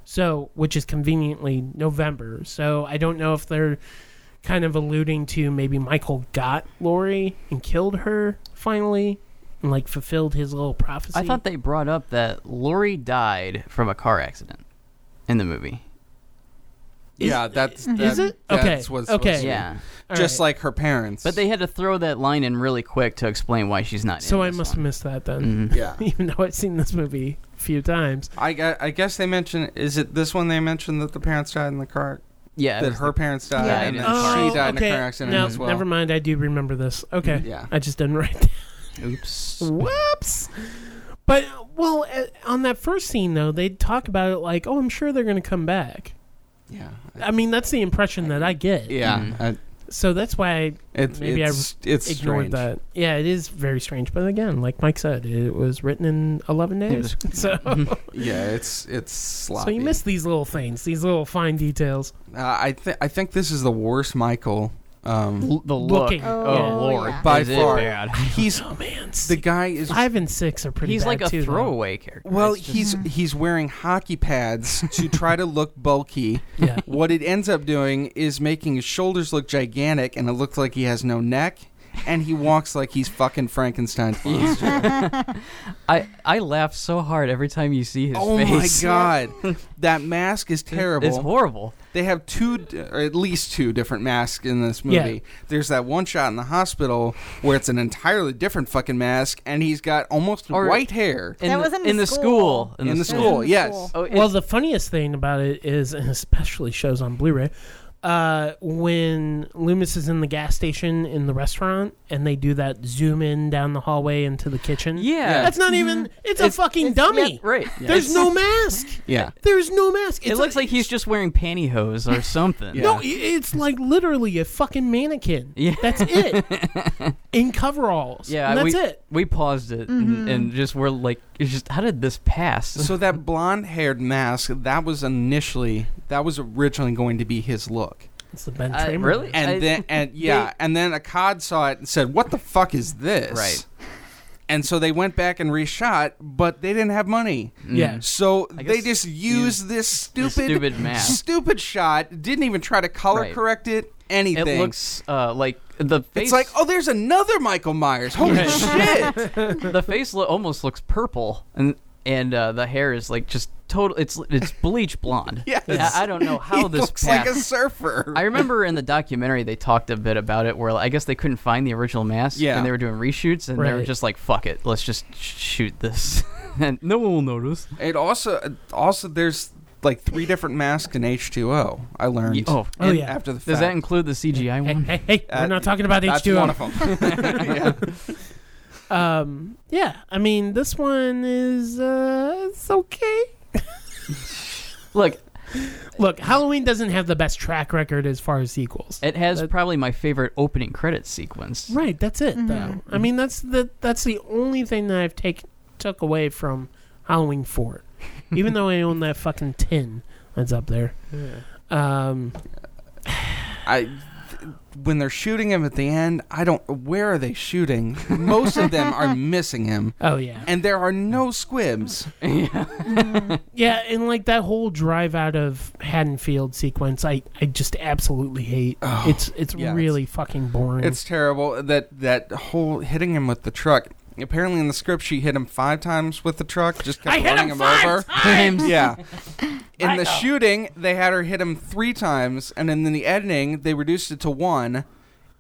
A: So, which is conveniently November. So I don't know if they're kind of alluding to maybe Michael got Lori and killed her finally, and like fulfilled his little prophecy.
C: I thought they brought up that Lori died from a car accident in the movie.
A: Is- Mm-hmm.
B: yeah, that's that,
A: is it? Okay,
B: That's what's
A: okay.
B: supposed to be.
C: Yeah.
A: All
B: just
A: right.
B: like her parents.
C: But they had to throw that line in really quick to explain why she's not.
A: So
C: in
A: I
C: this
A: must have
C: one.
A: missed that then.
C: Mhm.
B: yeah.
A: even though I've seen this movie a few times.
B: I, gu- I guess they mentioned is it this one they mentioned that the parents died in the car
C: Yeah. it
B: that
C: was
B: her parents died
D: Yeah.
B: and then
C: Oh,
B: she died in a car accident
A: No,
B: as well. Mm,
A: never mind. I do remember this. Okay,
B: Yeah.
A: I just didn't write. That.
C: the- Oops.
A: Whoops. But well, eh, on that first scene though, they talk about it like, "Oh, I'm sure they're going to come back."
B: Yeah.
A: I mean, that's the impression that I get.
B: Yeah.
C: Mm.
B: I-
A: So that's why I
B: it,
A: Maybe I
B: it's, it's
A: ignored
B: strange.
A: that. Yeah, it is very strange. But again, like Mike said, it was written in 11 days. So,
B: Yeah, it's it's
A: so
B: sloppy.
A: you miss these little things, these little fine details.
B: Uh, I think I think this is the worst Michael. Um,
C: L- the look.
A: Looking.
D: Oh,
C: Oh
A: yeah.
C: lord.
D: yeah.
B: By
C: is it
B: far.
C: bad.
B: he's
A: Oh man,
B: the
A: six-
B: guy is
A: five and six are pretty.
C: He's
A: bad,
C: like a
A: too, though.
C: throwaway character.
B: well,
C: It's just-
B: he's he's wearing hockey pads to try to look bulky.
A: Yeah.
B: What it ends up doing is making his shoulders look gigantic, and it looks like he has no neck, and he walks like he's fucking Frankenstein's monster.
C: I I laugh so hard every time you see his
B: oh my
C: face.
B: god, that mask is
C: It-
B: terrible.
C: It's horrible.
B: they have two, d- or at least two different masks in this movie.
A: Yeah.
B: There's that one shot in the hospital where it's an entirely different fucking mask, and he's got almost
C: Or-
B: white hair
C: In
D: That
C: the,
D: was in the
C: the
D: school.
C: school. In,
B: in the school.
D: school.
B: Yes,
C: Oh, it's-
A: Well, the funniest thing about it is, and especially shows on Blu-ray, uh, when Loomis is in the gas station in the restaurant, and they do that zoom in down the hallway into the kitchen.
C: yeah. Mm-hmm.
A: that's not even. It's, a fucking dummy.
C: Yeah, right.
A: There's no mask.
B: yeah.
A: There's no mask.
C: It
A: It's
C: looks
A: a-
C: like he's just wearing pantyhose or something.
B: Yeah.
A: No, i- it's like literally a fucking mannequin.
C: Yeah.
A: That's it. in coveralls.
C: Yeah,
A: and that's
C: we,
A: it.
C: We paused it
D: Mm-hmm.
C: and, and just were like, it's just how did this pass?
B: So that blonde-haired mask that was initially that was originally going to be his look.
A: It's the Ben
C: I-
A: Tramer.
C: Uh, really?
A: mask.
B: and
C: I-
B: then and yeah,
C: they-
B: and then Akkad saw it and said, "What the fuck is this?"
C: Right.
B: And so they went back and reshot, but they didn't have money.
C: Mm.
A: Yeah.
B: So
C: I
B: they
C: guess
B: just
C: use
B: used this stupid,
C: stupid mask.
B: stupid shot. Didn't even try to color
C: Right.
B: correct it.
C: it
B: Anything.
C: looks uh, like the face.
B: It's like, oh, there's another Michael Myers. Holy shit!
C: the face lo- almost looks purple, and and uh, the hair is like just total. It's it's bleach blonde.
B: Yes.
C: Yeah, I don't know how
B: he
C: this
B: looks
C: passed.
B: like a surfer.
C: I remember in the documentary they talked a bit about it, where I guess they couldn't find the original mask,
B: Yeah.
C: and they were doing reshoots, and they were
A: Right.
C: just like, "Fuck it, let's just sh- shoot this, and no one will notice."
B: it also also there's like three different masks in H2O. I learned.
C: Ye- Oh,
A: Oh,
C: and
A: yeah.
B: After the fact.
C: Does that include the CGI
A: Hey,
C: one?
A: hey, hey,
B: Uh,
A: we're not talking about
B: That's
A: H2O.
B: one of 'em. Yeah.
A: um yeah i mean this one is uh it's okay
C: Look,
A: look halloween doesn't have the best track record as far as sequels
C: It has
A: That-
C: probably my favorite opening credit sequence.
A: right that's it though i mean that's the that's the only thing that i've take took away from halloween 4 even though I own that fucking tin that's up there. Um,
B: I when they're shooting him at the end, I don't. Where are they shooting? Most of them are missing him,
A: oh yeah,
B: and there are no squibs.
C: yeah.
A: yeah, and like that whole drive out of Haddonfield sequence, I, I just absolutely hate.
B: Oh,
A: it's it's
B: yeah, it's-
A: really fucking boring.
B: It's terrible that that whole hitting him with the truck. Apparently in the script, she hit him five times with the truck, just kept
A: I hit
B: running
A: him five
B: over.
A: times!
B: yeah. In
A: I
B: the
A: know.
B: shooting, they had her hit him three times, and then in the editing, they reduced it to one,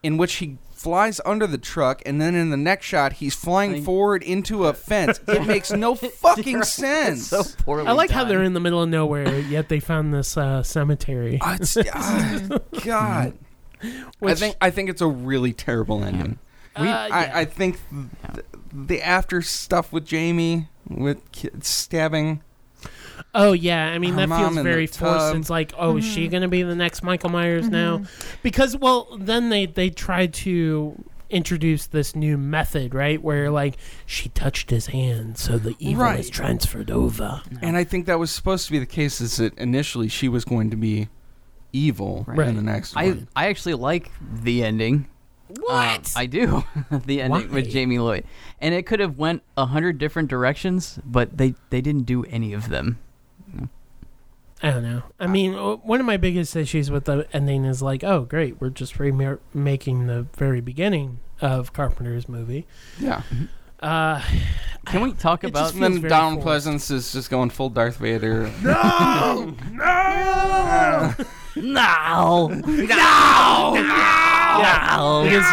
B: in which he flies under the truck, and then in the next shot, he's flying
C: Like-
B: forward into a fence. It makes no fucking sense.
C: It's so poorly
A: I like how
C: done.
A: they're in the middle of nowhere, yet they found this uh, cemetery.
B: Ah, it's- ah, God, I
A: Which-
B: think I think it's a really terrible ending.
A: We- Uh,
B: I,
A: yeah.
B: I think th- the after stuff with Jamie with ki- stabbing.
A: Oh yeah, I mean
B: Her
A: that
B: mom
A: feels
B: in
A: very
B: the
A: forced.
B: tub.
A: It's like, oh, is she gonna be the next Michael Myers
D: Mm-hmm.
A: now? Because well, then they they tried to introduce this new method, right? Where like she touched his hand, so the evil is
B: Right.
A: transferred over.
B: And I think that was supposed to be the case is that initially she was going to be evil
A: Right.
B: in the next
C: I,
B: one.
C: I actually like the ending. Uh, I do the ending
A: Why?
C: with Jamie Lloyd, and it could have went a hundred different directions, but they they didn't do any of them.
A: I don't know. I mean, o- one of my biggest issues with the ending is like, oh, great, we're just remaking the very beginning of Carpenter's movie.
B: Yeah.
A: Uh,
C: Can we talk
A: It
C: about
A: just
B: And then
A: feels very
B: Donald
A: forced.
B: Pleasance is just going full Darth Vader.
C: no, no, no,
A: it is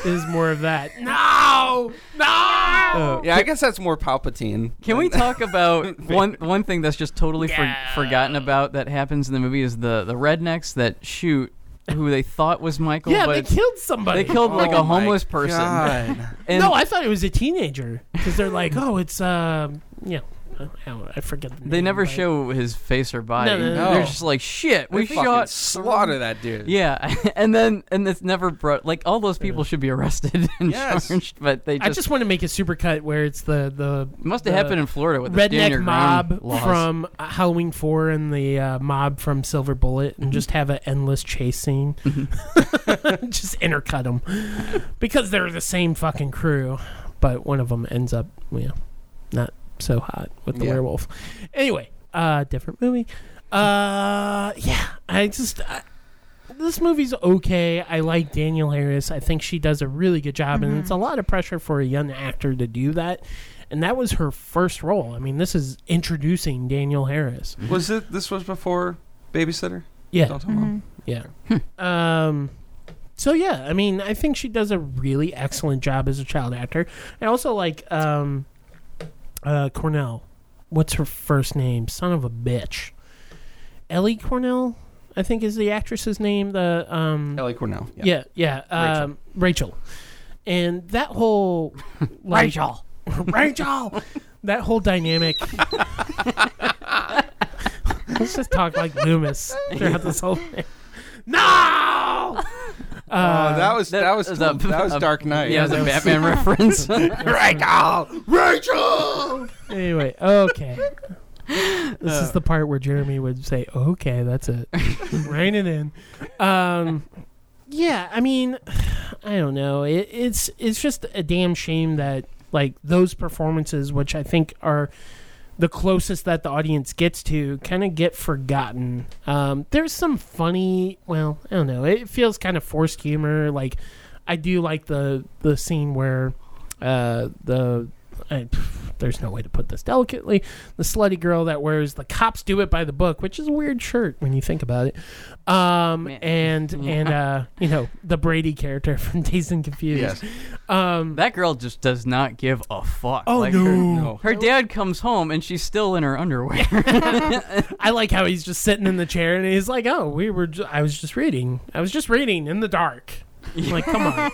A: it is more of that. Oh,
B: no, no. Yeah, I guess that's more Palpatine.
C: Can we talk about one one thing that's just totally
A: Yeah.
C: for, forgotten about that happens in the movie is the the rednecks that shoot who they thought was Michael,
A: Yeah,
C: but
A: they
C: it's-
A: killed somebody.
C: they killed like
B: Oh
C: a
B: my
C: homeless person.
B: God.
C: And
A: no, I thought it was a teenager because they're like, oh, it's um, yeah, I, don't- I forget. The
C: they
A: name,
C: never
A: but-
C: show his face or body.
A: No, no,
B: no,
C: They're
B: no.
C: just like shit. We
B: we fucking
C: shot
B: slaughter that dude.
C: Yeah, and then and it's never brought. Like all those people should be arrested and
B: Yes.
C: charged, but they
A: I
C: just,
A: just want to make a supercut where it's the the
C: it must
A: the
C: have happened in Florida with the stand your
A: redneck
C: ground
A: mob
C: laws.
A: from uh, Halloween Four and the uh, mob from Silver Bullet,
C: Mm-hmm.
A: and just have an endless chase scene. just intercut them because they're the same fucking crew, but one of them ends up yeah, not so hot with the
B: Yeah.
A: werewolf. Anyway, uh, different movie. Uh, yeah, I just. I, this movie's okay. I like Daniel Harris. I think she does a really good job, and it's a lot of pressure for a young actor to do that. And that was her first role. I mean, this is introducing Daniel Harris.
B: Was it? This was before Babysitter.
A: Yeah,
B: Don't tell
C: Mm-hmm.
D: Mm-hmm.
B: mom.
A: yeah. um, so yeah, I mean, I think she does a really excellent job as a child actor. I also like um, uh, Cornell. What's her first name? Son of a bitch. Ellie Cornell, I think, is the actress's name. The um,
B: Ellie Cornell.
A: yeah, yeah. Um, Rachel. And that whole like, Rachel, Rachel, that whole dynamic. Let's just talk like Loomis throughout this whole thing. Uh, No.
B: oh, that was that,
C: Uh, that
B: was
C: is
B: that
C: a-
B: was
C: a-
B: Dark Knight.
C: Yeah, it was a Batman reference.
B: Rachel, Rachel. Oh.
A: Anyway, okay. This is the part where Jeremy would say, "Okay, that's it, rein it in." Um, yeah, I mean, I don't know. It, it's it's just a damn shame that like those performances, which I think are the closest that the audience gets to, kind of get forgotten. Um, there's some funny. Well, I don't know. It feels kind of forced humor. Like I do like the the scene where uh, the I, there's no way to put this delicately. The slutty girl that wears the cops do it by the book, which is a weird shirt when you think about it. Um,
C: Man.
A: and and uh, you know the Brady character from Dazed and Confused.
B: Yes.
A: Um,
C: that girl just does not give a fuck.
A: Oh,
C: like,
A: no.
B: No.
C: Her, her dad comes home and she's still in her underwear.
A: I like how he's just sitting in the chair and he's like, "Oh, we were. Ju- I was just reading. I was just reading in the dark." I'm like, come on,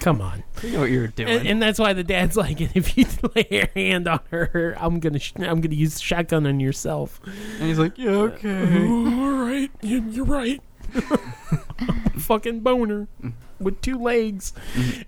A: come on.
C: you know what you're doing.
A: And, and that's why the dad's like, "If you lay your hand on her, I'm gonna, sh- I'm gonna use the shotgun on yourself."
C: And he's like, yeah, okay.
A: all right, you, you're right. Fucking boner with two legs.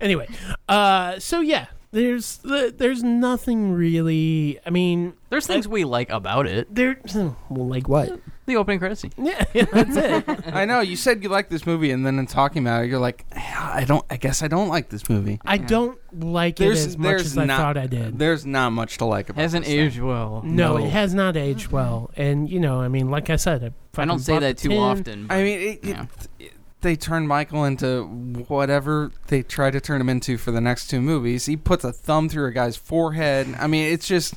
A: Anyway, uh, so yeah, there's there's nothing really. I mean,
C: There's things we like about it.
A: there. Well, like what?
C: The opening credits scene.
A: Yeah, that's it.
B: I know you said you liked this movie, and then in talking about it, you're like, I don't. I guess I don't like this movie.
A: I don't like it as much as I thought I did.
B: There's not much to like about.
C: Hasn't
B: this thing.
C: aged well.
A: no, it has not aged well, and you know, I mean, like I said, I,
C: I don't say that too often.
B: I mean, it, it-
C: Yeah.
B: it- they turned Michael into whatever they try to turn him into for the next two movies. He puts a thumb through a guy's forehead. I mean, it's just,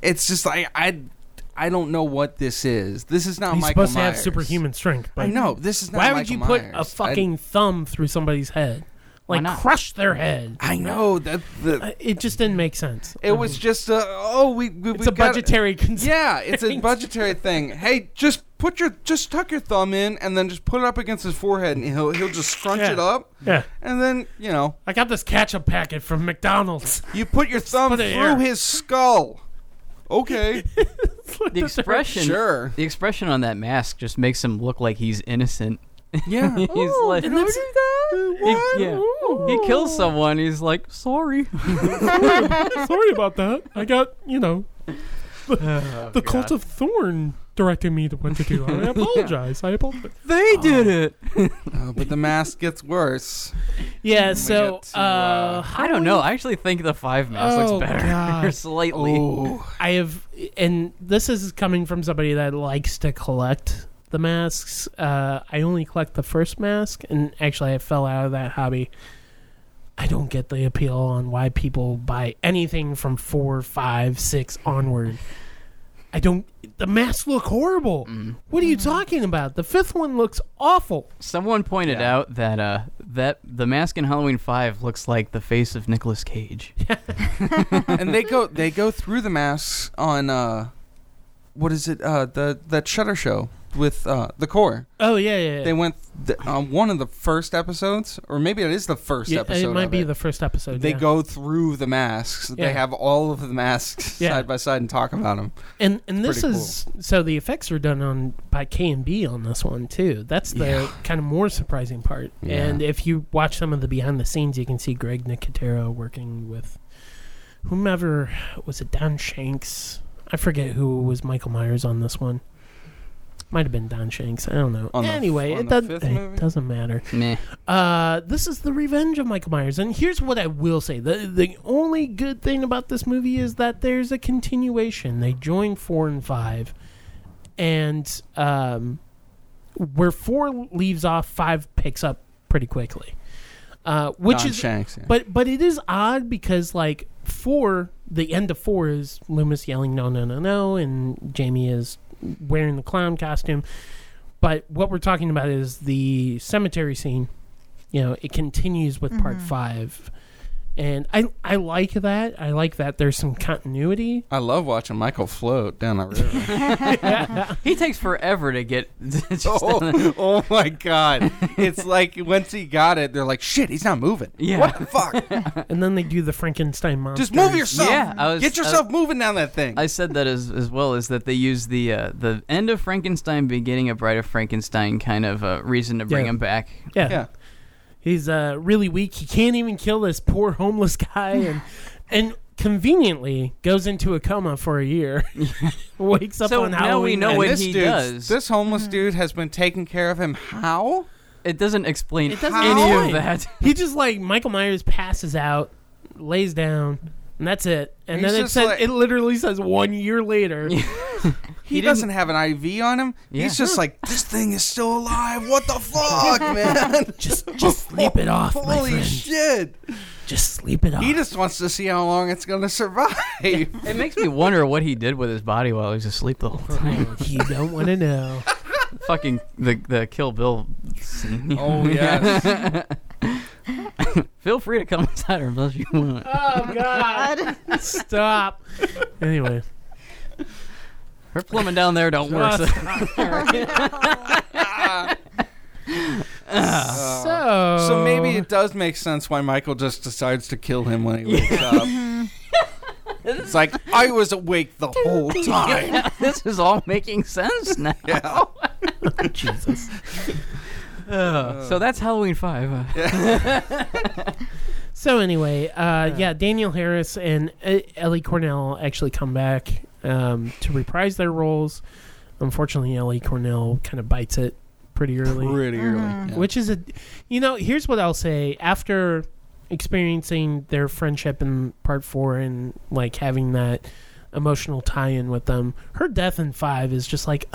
B: it's just like I, I don't know what this is. This is not
A: He's
B: Michael
A: supposed to have
B: Myers.
A: superhuman strength, but
B: I know this is not.
A: Why would
B: Michael
A: you put
B: Myers.
A: a fucking thumb through somebody's head?
C: Why
A: Like
C: not?
A: crush their head.
B: I, I know that the,
A: Uh, It just didn't make sense.
B: it was just a oh we, we
A: Mhm. It's
B: we
A: a
B: got-
A: budgetary concern.
B: Yeah, it's a budgetary thing. Hey, just put your just tuck your thumb in and then just put it up against his forehead and he'll he'll just scrunch
A: Yeah.
B: it up
A: Yeah.
B: and then, you know,
A: I got this ketchup packet from McDonald's.
B: you put your thumb
A: put it
B: through
A: here.
B: his skull. Okay.
C: the expression,
B: sure.
C: the expression on that mask just makes him look like he's innocent.
B: Yeah.
C: he's
B: What?
C: like, He, yeah. he kills someone. He's like, sorry.
F: Sorry about that. I got, you know, the Cult of Thorn directing me to what to do. I apologize. I apologize.
C: They did it.
B: Uh, but the mask gets worse.
A: Yeah,
B: we
A: so
B: get to,
A: uh,
B: uh,
A: how
C: I don't know. I actually think the five mask
A: Oh,
C: looks better
A: God.
C: slightly.
B: Oh.
A: I have, and this is coming from somebody that likes to collect the masks. Uh, I only collect the first mask, and actually, I fell out of that hobby. I don't get the appeal on why people buy anything from four, five, six onward. I don't. The masks look horrible.
C: Mm.
A: What are you talking about? The fifth one looks awful.
C: Someone pointed
B: Yeah.
C: out that uh, that the mask in Halloween Five looks like the face of Nicolas Cage.
B: and they go they go through the masks on uh what is it? Uh the that shutter show with uh the core.
A: Oh yeah, yeah. yeah.
B: They went th- on one of the first episodes, or maybe it is the first
A: Yeah,
B: episode.
A: it might
B: of
A: be the first episode.
B: They
A: yeah.
B: go through the masks.
A: Yeah.
B: They have all of the masks
A: Yeah.
B: side by side and talk about them.
A: And and
B: It's
A: this
B: pretty
A: is so the effects are done on by K and B on this one too. That's the
B: Yeah.
A: kind of more surprising part.
B: Yeah.
A: And if you watch some of the behind the scenes, you can see Greg Nicotero working with whomever was it Don Shanks. I forget who was Michael Myers on this one. Might have been Don Shanks. I don't know.
B: On the f-
A: anyway,
B: on
A: it
B: the
A: doesn't
B: fifth
A: it
B: movie?
A: doesn't matter.
C: Meh.
A: Uh, this is the revenge of Michael Myers, and here's what I will say: the the only good thing about this movie is that there's a continuation. They join four and five, and um, where four leaves off, five picks up pretty quickly, uh, which
B: Don
A: is
B: Shanks. yeah.
A: but but it is odd because like four, the end of four is Loomis yelling no no no no, and Jamie is wearing the clown costume. But what we're talking about is the cemetery scene. You know, it continues with part five, and I I like that. I like that there's some continuity.
B: I love watching Michael float down the river.
C: He takes forever to get. just-
B: oh, oh my god! It's like once he got it, they're like, "Shit, he's not moving."
C: Yeah.
B: What the fuck?
A: And then they do the Frankenstein monster.
B: Uh, Just move yourself.
C: Yeah, I was-
B: Get yourself moving down that thing.
C: I said that as as well as that they use the uh, the end of Frankenstein, beginning of Bride of Frankenstein kind of uh, reason to bring
A: Yeah.
C: him back.
A: Yeah.
B: yeah.
A: He's uh, really weak. He can't even kill this poor homeless guy, and and conveniently goes into a coma for a year. Wakes up
C: So
A: on
C: now
A: Halloween.
C: we know
A: night.
C: what
B: this
C: he
B: dude's-
C: does. Mm-hmm.
B: This homeless dude has been taking care of him. How?
C: It doesn't explain
A: It doesn't
C: any
A: explain.
C: of that.
A: He just like Michael Myers passes out, lays down, and that's it. And
B: He's
A: then it
B: just
A: says
B: like-
A: it literally says one year later.
B: He,
C: He didn't-
B: doesn't have an IV on him.
C: Yeah.
B: He's just like, this thing is still alive. What the fuck, man?
A: just just sleep it off, my
B: Holy
A: friend.
B: shit!
A: Just sleep it off.
C: Ah.
B: He just wants to see how long it's gonna survive.
C: It makes me wonder what he did with his body while he was asleep the whole time.
A: you don't want to know.
C: Fucking the the Kill Bill scene.
B: oh yes.
C: Feel free to come inside or unless you want.
A: Oh God! Stop. anyway,
C: Her plumbing down there don't work. So.
A: so
B: so maybe it does make sense why Michael just decides to kill him when he wakes up. it's like I was awake the whole time.
C: this is all making sense now.
B: Yeah.
A: Jesus.
C: uh, so that's Halloween Five. Uh,
A: So anyway, uh, yeah. Daniel Harris and E- Ellie Cornell actually come back um, to reprise their roles. Unfortunately, Ellie Cornell kind of bites it pretty early,
B: Pretty early.
D: Mhm.
B: yeah.
A: which is a, you know, here's what I'll say after experiencing their friendship in part four and like having that emotional tie-in with them. Her death in five is just like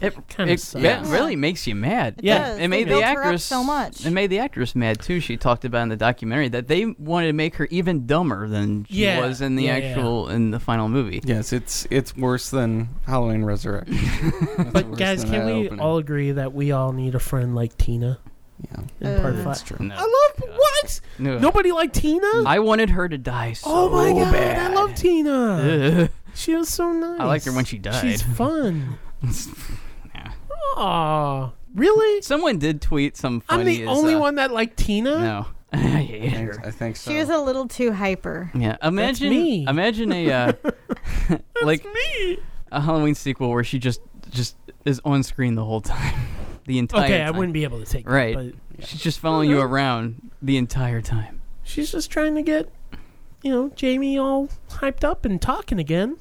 C: It,
A: kinda
C: it-
A: sucks.
C: yeah, it really makes you mad.
D: It
A: Yeah,
D: does.
C: It made
D: they
C: the
D: built her up
C: actress
D: so much.
C: It made the actress mad too. She talked about in the documentary that they wanted to make her even dumber than she
A: Yeah,
C: was in the
A: yeah, yeah.
C: actual in the final movie.
B: Yes, it's it's worse than Halloween Resurrection. It's
A: But
B: worse
A: guys,
B: than
A: can
B: that
A: we
B: opening.
A: all agree that we all need a friend like Tina
B: Yeah.
A: in
D: Uh,
A: part
D: That's
A: five?
B: true.
C: No.
A: I love what?
C: No.
A: Nobody liked Tina?
C: I wanted her to die so
A: oh my god,
C: bad.
A: I love Tina.
C: Ugh.
A: she was so nice.
C: I liked her when she died.
A: She's fun.
C: Yeah.
A: Aw, really?
C: Someone did tweet some funny
A: I'm the
C: as,
A: only
C: uh,
A: one that liked Tina.
C: No. I hate
B: I
C: her.
B: I think so.
D: She was a little too hyper.
C: Yeah. Imagine
A: me.
C: imagine a uh, like
A: Me.
C: a Halloween sequel where she just just is on screen the whole time. The entire
A: Okay,
C: time.
A: I wouldn't be able to take
C: Right.
A: That, but
C: She's just following you around the entire time.
A: she's just trying to get, you know, Jamie all hyped up and talking again.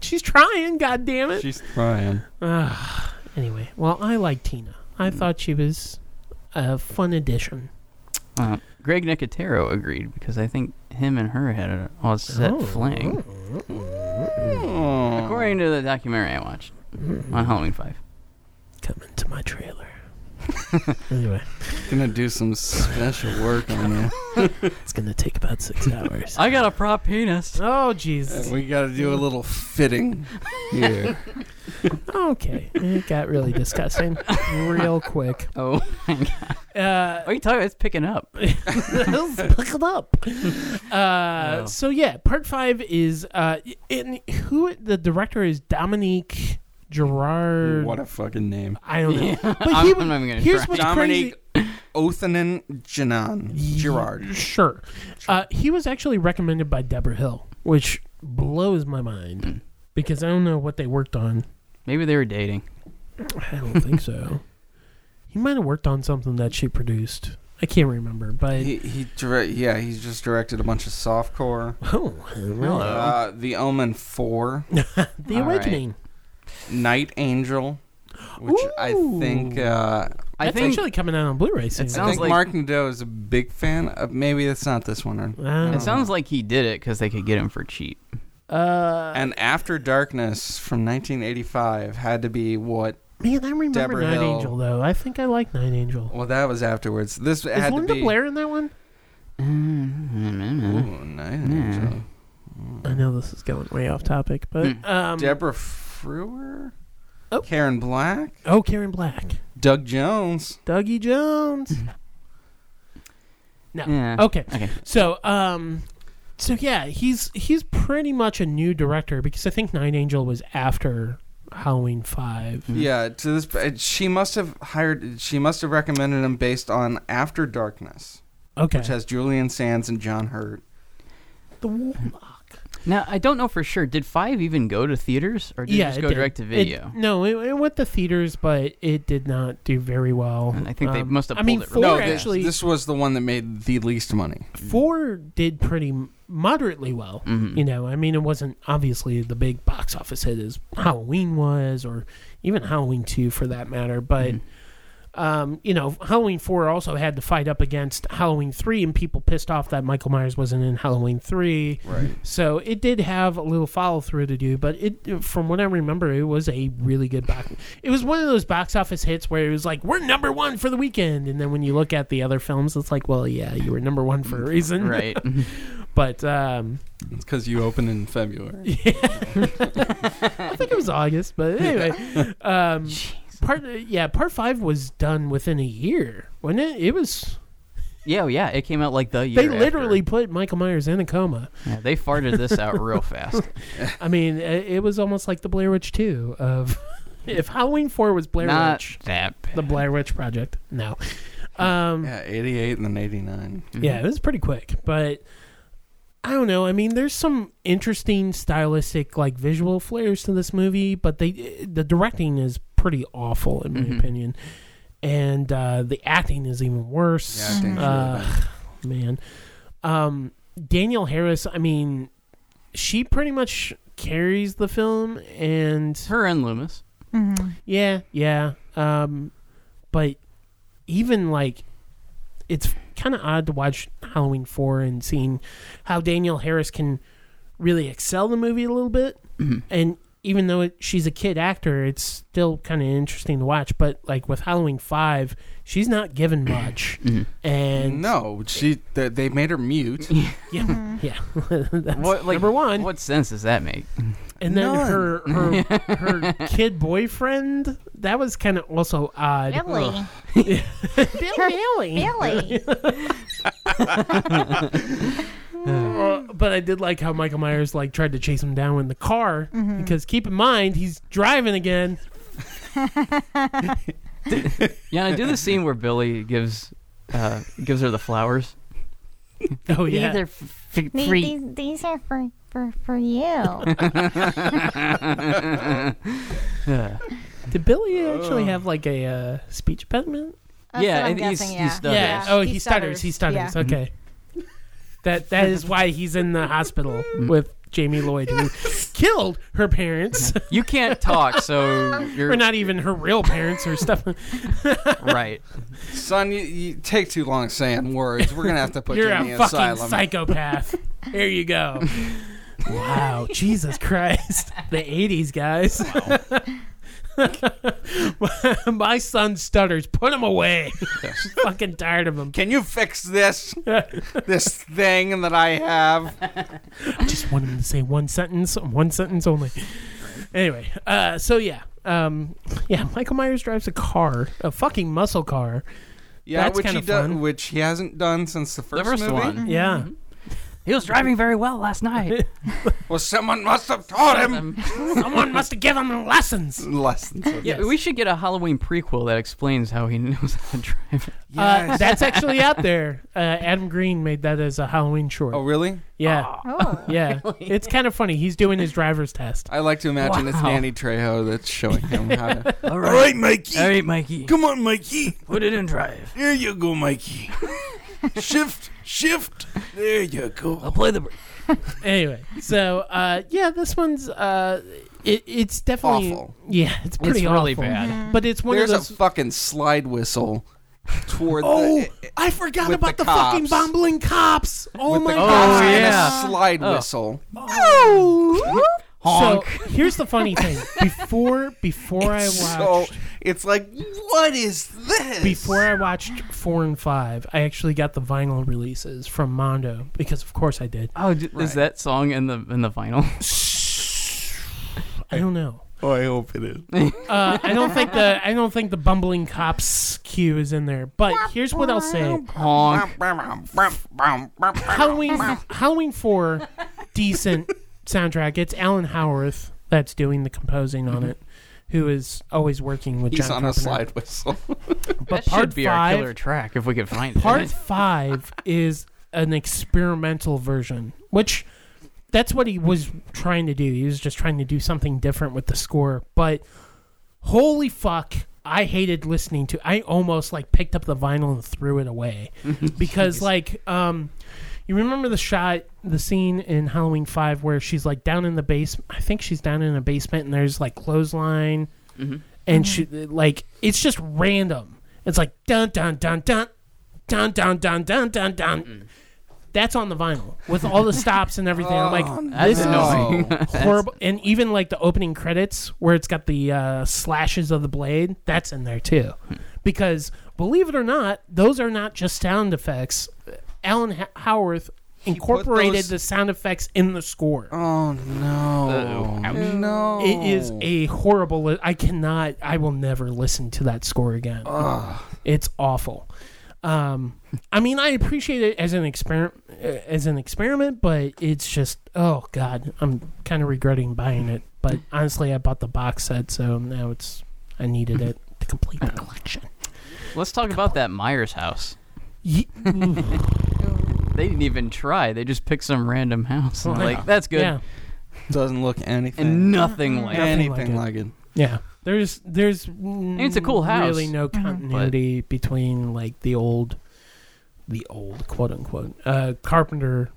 A: She's trying. God damn it.
B: She's trying.
A: Ah, anyway, well, I like Tina. I thought she was a fun addition.
C: Uh, Greg Nicotero agreed because I think him and her had an all set
A: Oh,
C: fling.
A: Mm-hmm.
C: According to the documentary I watched
A: Mm.
C: on Halloween 5.
A: Come into my trailer. anyway,
B: Gonna do some special work on
A: it's gonna take about six hours.
C: I got a prop penis.
A: oh
B: you.
A: Jesus.
B: Uh, We gotta do a little fitting here.
A: Okay, it got really disgusting real quick.
C: Oh,
A: Uh,
C: are you talking? It's picking up.
A: Let's pick it up. Uh,
C: Oh.
A: So yeah, part five is uh, in who the director is Dominique Gerard.
B: what a fucking name.
A: I don't know. he
C: I'm, I'm
A: would-
C: not even gonna
A: here's
C: try.
A: what's crazy.
B: Dominique Othenen Janan Gerard.
A: Sure. Uh, he was actually recommended by Deborah Hill, which blows my mind because I don't know what they worked on.
C: Maybe they were dating.
A: I don't think so. He might have worked on something that she produced. I can't remember, but
B: He he direct yeah, he's just directed a bunch of softcore.
A: oh,
C: Hello.
B: Uh, the Omen Four,
A: The
C: All right.
A: Awakening.
B: Night Angel, which I think
A: Ooh.
B: uh,
C: I
A: That's
C: think
A: actually coming out on Blu-ray soon.
B: I
C: sounds
B: think
C: like-
B: Mark Nadeau is a big fan. Of, maybe it's not this one. Or,
A: I don't
C: it sounds like he did it because they could get him for cheap.
A: Uh,
B: and After Darkness from 1985 had to be what?
A: man, I remember
B: Deborah
A: Night
B: Hill.
A: Angel though. I think I like Night Angel.
B: Well, that was afterwards. This
A: Is
B: had
A: Linda
B: to be.
A: Blair in that one? Mm-hmm.
C: Mm,
B: Ooh, Night Angel.
A: I know this is going way off topic, but
C: Hmm.
A: um,
B: Deborah Frewer,
A: Oh.
B: Karen Black,
A: oh, Karen Black,
B: Doug Jones.
A: Dougie Jones.
C: Yeah.
A: Okay,
C: Okay.
A: So, um, so yeah, he's he's pretty much a new director because I think Nine Angel was after Halloween Five.
B: Yeah, to this, uh, she must have hired. She must have recommended him based on After Darkness,
C: Mm-hmm.
A: Okay,
B: which has Julian Sands and John Hurt.
A: the Warlock.
C: Now I don't know for sure. Did Five even go to theaters or did
A: yeah,
C: it just
A: it
C: go
A: did.
C: direct to
A: It-
C: video?
A: no, it, it went to theaters, but it did not do very well. Um,
C: And I think they must have
A: I mean,
C: pulled it
A: four
C: really
B: no,
C: fast.
B: this,
A: actually,
B: this was the one that made the least money.
A: four did pretty m- moderately well.
C: Mhm.
A: You know, I mean, it wasn't obviously the big box office hit as Halloween was, or even Halloween two for that matter. But
C: Mm-hmm.
A: um, you know, Halloween four also had to fight up against Halloween three, and people pissed off that Michael Myers wasn't in Halloween three.
B: Right.
A: So it did have a little follow through to do, but it, from what I remember, it was a really good box. It was one of those box office hits where it was like, "We're number one for the weekend," and then when you look at the other films, it's like, "Well, yeah, you were number one for a reason."
C: Right.
A: But um,
B: It's because you opened in February.
A: I think it was August. But anyway, um, part yeah, part five was done within a year, wasn't it? It was.
C: yeah, oh, yeah. It came out like the year.
A: They
C: after.
A: literally put Michael Myers in a coma.
C: Yeah, they farted this out real fast.
A: I mean, it, it was almost like the Blair Witch Two of. If Halloween Four was Blair
C: Not
A: Witch,
C: that bad.
A: the Blair Witch Project. No. Um,
B: Yeah, 88 and then 89.
C: Mhm.
A: yeah, it was pretty quick, but I don't know. I mean, there's some interesting stylistic, like visual flares to this movie, but they the directing is pretty awful in my
C: Mhm.
A: opinion, and uh, the acting is even worse.
B: Yeah, I think
A: Uh, man. Um, Daniel Harris, I mean, she pretty much carries the film, and
C: Her and Loomis.
D: Mm-hmm.
A: yeah, yeah. Um, but even like, it's kind of odd to watch Halloween four and seeing how Daniel Harris can really excel the movie a little bit. And even though it, she's a kid actor, it's still kind of interesting to watch. But like with Halloween five, she's not given much, and
B: No, she th- they made her mute.
A: yeah, yeah. That's
C: What, like,
A: number one.
C: What sense does that make?
A: and then
B: None.
A: her her her kid boyfriend that was kind of also odd.
D: Billy.
A: Billy.
D: Billy.
A: Uh, but I did like how Michael Myers like tried to chase him down in the car because keep in mind he's driving again.
C: Yeah, and I do the scene where Billy gives uh, gives her the flowers.
A: Oh yeah.
C: They're f- f-
D: These-
C: free.
D: These, these are for, for, for you.
C: Yeah,
A: Did Billy actually have like a uh, speech impediment?
D: That's
C: Yeah,
D: what I'm
C: and he's-
D: guessing,
C: he's
D: yeah.
C: stutters. Yeah.
A: Oh, he, stutters. He stutters.
D: Yeah.
A: Okay. That that is why he's in the hospital with Jamie Lloyd, who killed her parents,
C: you can't talk, so you're
A: or not even her real parents, or stuff.
C: right.
B: Son, you, you take too long saying words. We're gonna have to put
A: You're
B: you
A: a
B: in the
A: fucking
B: asylum.
A: psychopath. Here you go. Wow, Jesus Christ. The 80s, guys. My son stutters. Put him away. fucking tired of him.
B: Can you fix this this thing that I have?
A: Just want him to say one sentence, one sentence only. Anyway, uh, so yeah. Um, yeah, Michael Myers drives a car, a fucking muscle car.
B: Yeah,
A: That's
B: which he
A: kinda fun.
B: done, which he hasn't done since the
C: The
B: first,
C: first
B: movie.
C: one.
A: Yeah.
C: He was driving very well last night.
B: Well, someone must have taught him
C: Um,
A: Someone must have given him lessons.
B: lessons. of
C: yeah,
A: Yes.
C: we should get a Halloween prequel that explains how he knows how to drive.
A: Uh,
B: Yes.
A: that's actually out there. Uh, Adam Green made that as a Halloween short.
B: Oh, really?
A: Yeah.
D: Oh.
A: Yeah, it's kind of funny. He's doing his driver's test.
B: I like to imagine it's
C: Wow.
B: Nanny Trejo that's showing him how to.
C: All
G: All right, Mikey.
C: all right, Mikey,
G: Come on, Mikey.
C: put it in drive.
G: Here you go, Mikey. shift, shift. There you go.
C: I'll play the. br-
A: Anyway, so uh, yeah, this one's uh, it, it's definitely
B: Awful.
A: Yeah, it's pretty
C: it's really
A: awful.
C: bad.
A: But it's one
B: There's
A: of those.
B: a fucking slide whistle toward
A: oh,
B: the.
A: I forgot
B: with
A: about the,
B: the
A: fucking
B: cops.
A: bumbling cops. Oh
B: with
A: my
B: the
A: god.
B: cops and
C: yeah.
B: a slide
C: Oh.
B: whistle.
C: Honk.
A: So here's the funny thing. Before before I
B: So
A: watched
B: it's like, what is this?
A: before I watched four and five, I actually got the vinyl releases from Mondo because of course I did.
C: Oh, d- is that song in the in the vinyl?
A: I don't know.
G: Oh, I hope it is.
A: Uh, I don't think the I don't think the bumbling cops cue is in there. But here's what I'll say:
C: Honk.
A: Halloween Halloween Four, decent soundtrack. It's Alan Howarth that's doing the composing on it, who is always working with
B: Mm-hmm. He's
A: John
B: on a
A: Carpenter.
B: slide whistle.
A: But part
C: that should be
A: five,
C: our killer track if we could find
A: part
C: it.
A: five is an experimental version, which that's what he was trying to do. He was just trying to do something different with the score. But holy fuck, I hated listening to. I almost like picked up the vinyl and threw it away because like um. You remember the shot, the scene in Halloween Five where she's like down in the basement. I think she's down in a basement, and there's like clothesline, and she like it's just random. It's like dun dun dun dun dun dun dun dun dun dun. That's on the vinyl with all the stops and everything. I'm like,
C: That's
A: this
C: annoying.
B: Oh.
A: is horrible. And even like the opening credits where it's got the uh, slashes of the blade, that's in there too. Because believe it or not, those are not just sound effects. Alan H- Howarth incorporated
B: those-
A: the sound effects in the score.
B: Oh no! No,
A: It is
B: Oh.
A: a horrible. Li- I cannot. I will never listen to that score again. It's awful. Um, I mean, I appreciate it as an experiment, as an experiment, but it's just oh god, I'm kind of regretting buying it. But honestly, I bought the box set, so now it's I needed it to complete the collection.
C: Let's talk about that Myers house.
A: Ye-
C: They didn't even try. They just picked some random house. And
A: Well,
C: like that's good.
A: Yeah,
B: doesn't look anything.
C: And nothing like it.
A: Nothing
B: anything
A: like it.
B: like it.
A: yeah. There's there's
C: it's a cool house,
B: Mm-hmm.
A: Really, no continuity between like the old the old quote unquote uh, Carpenter.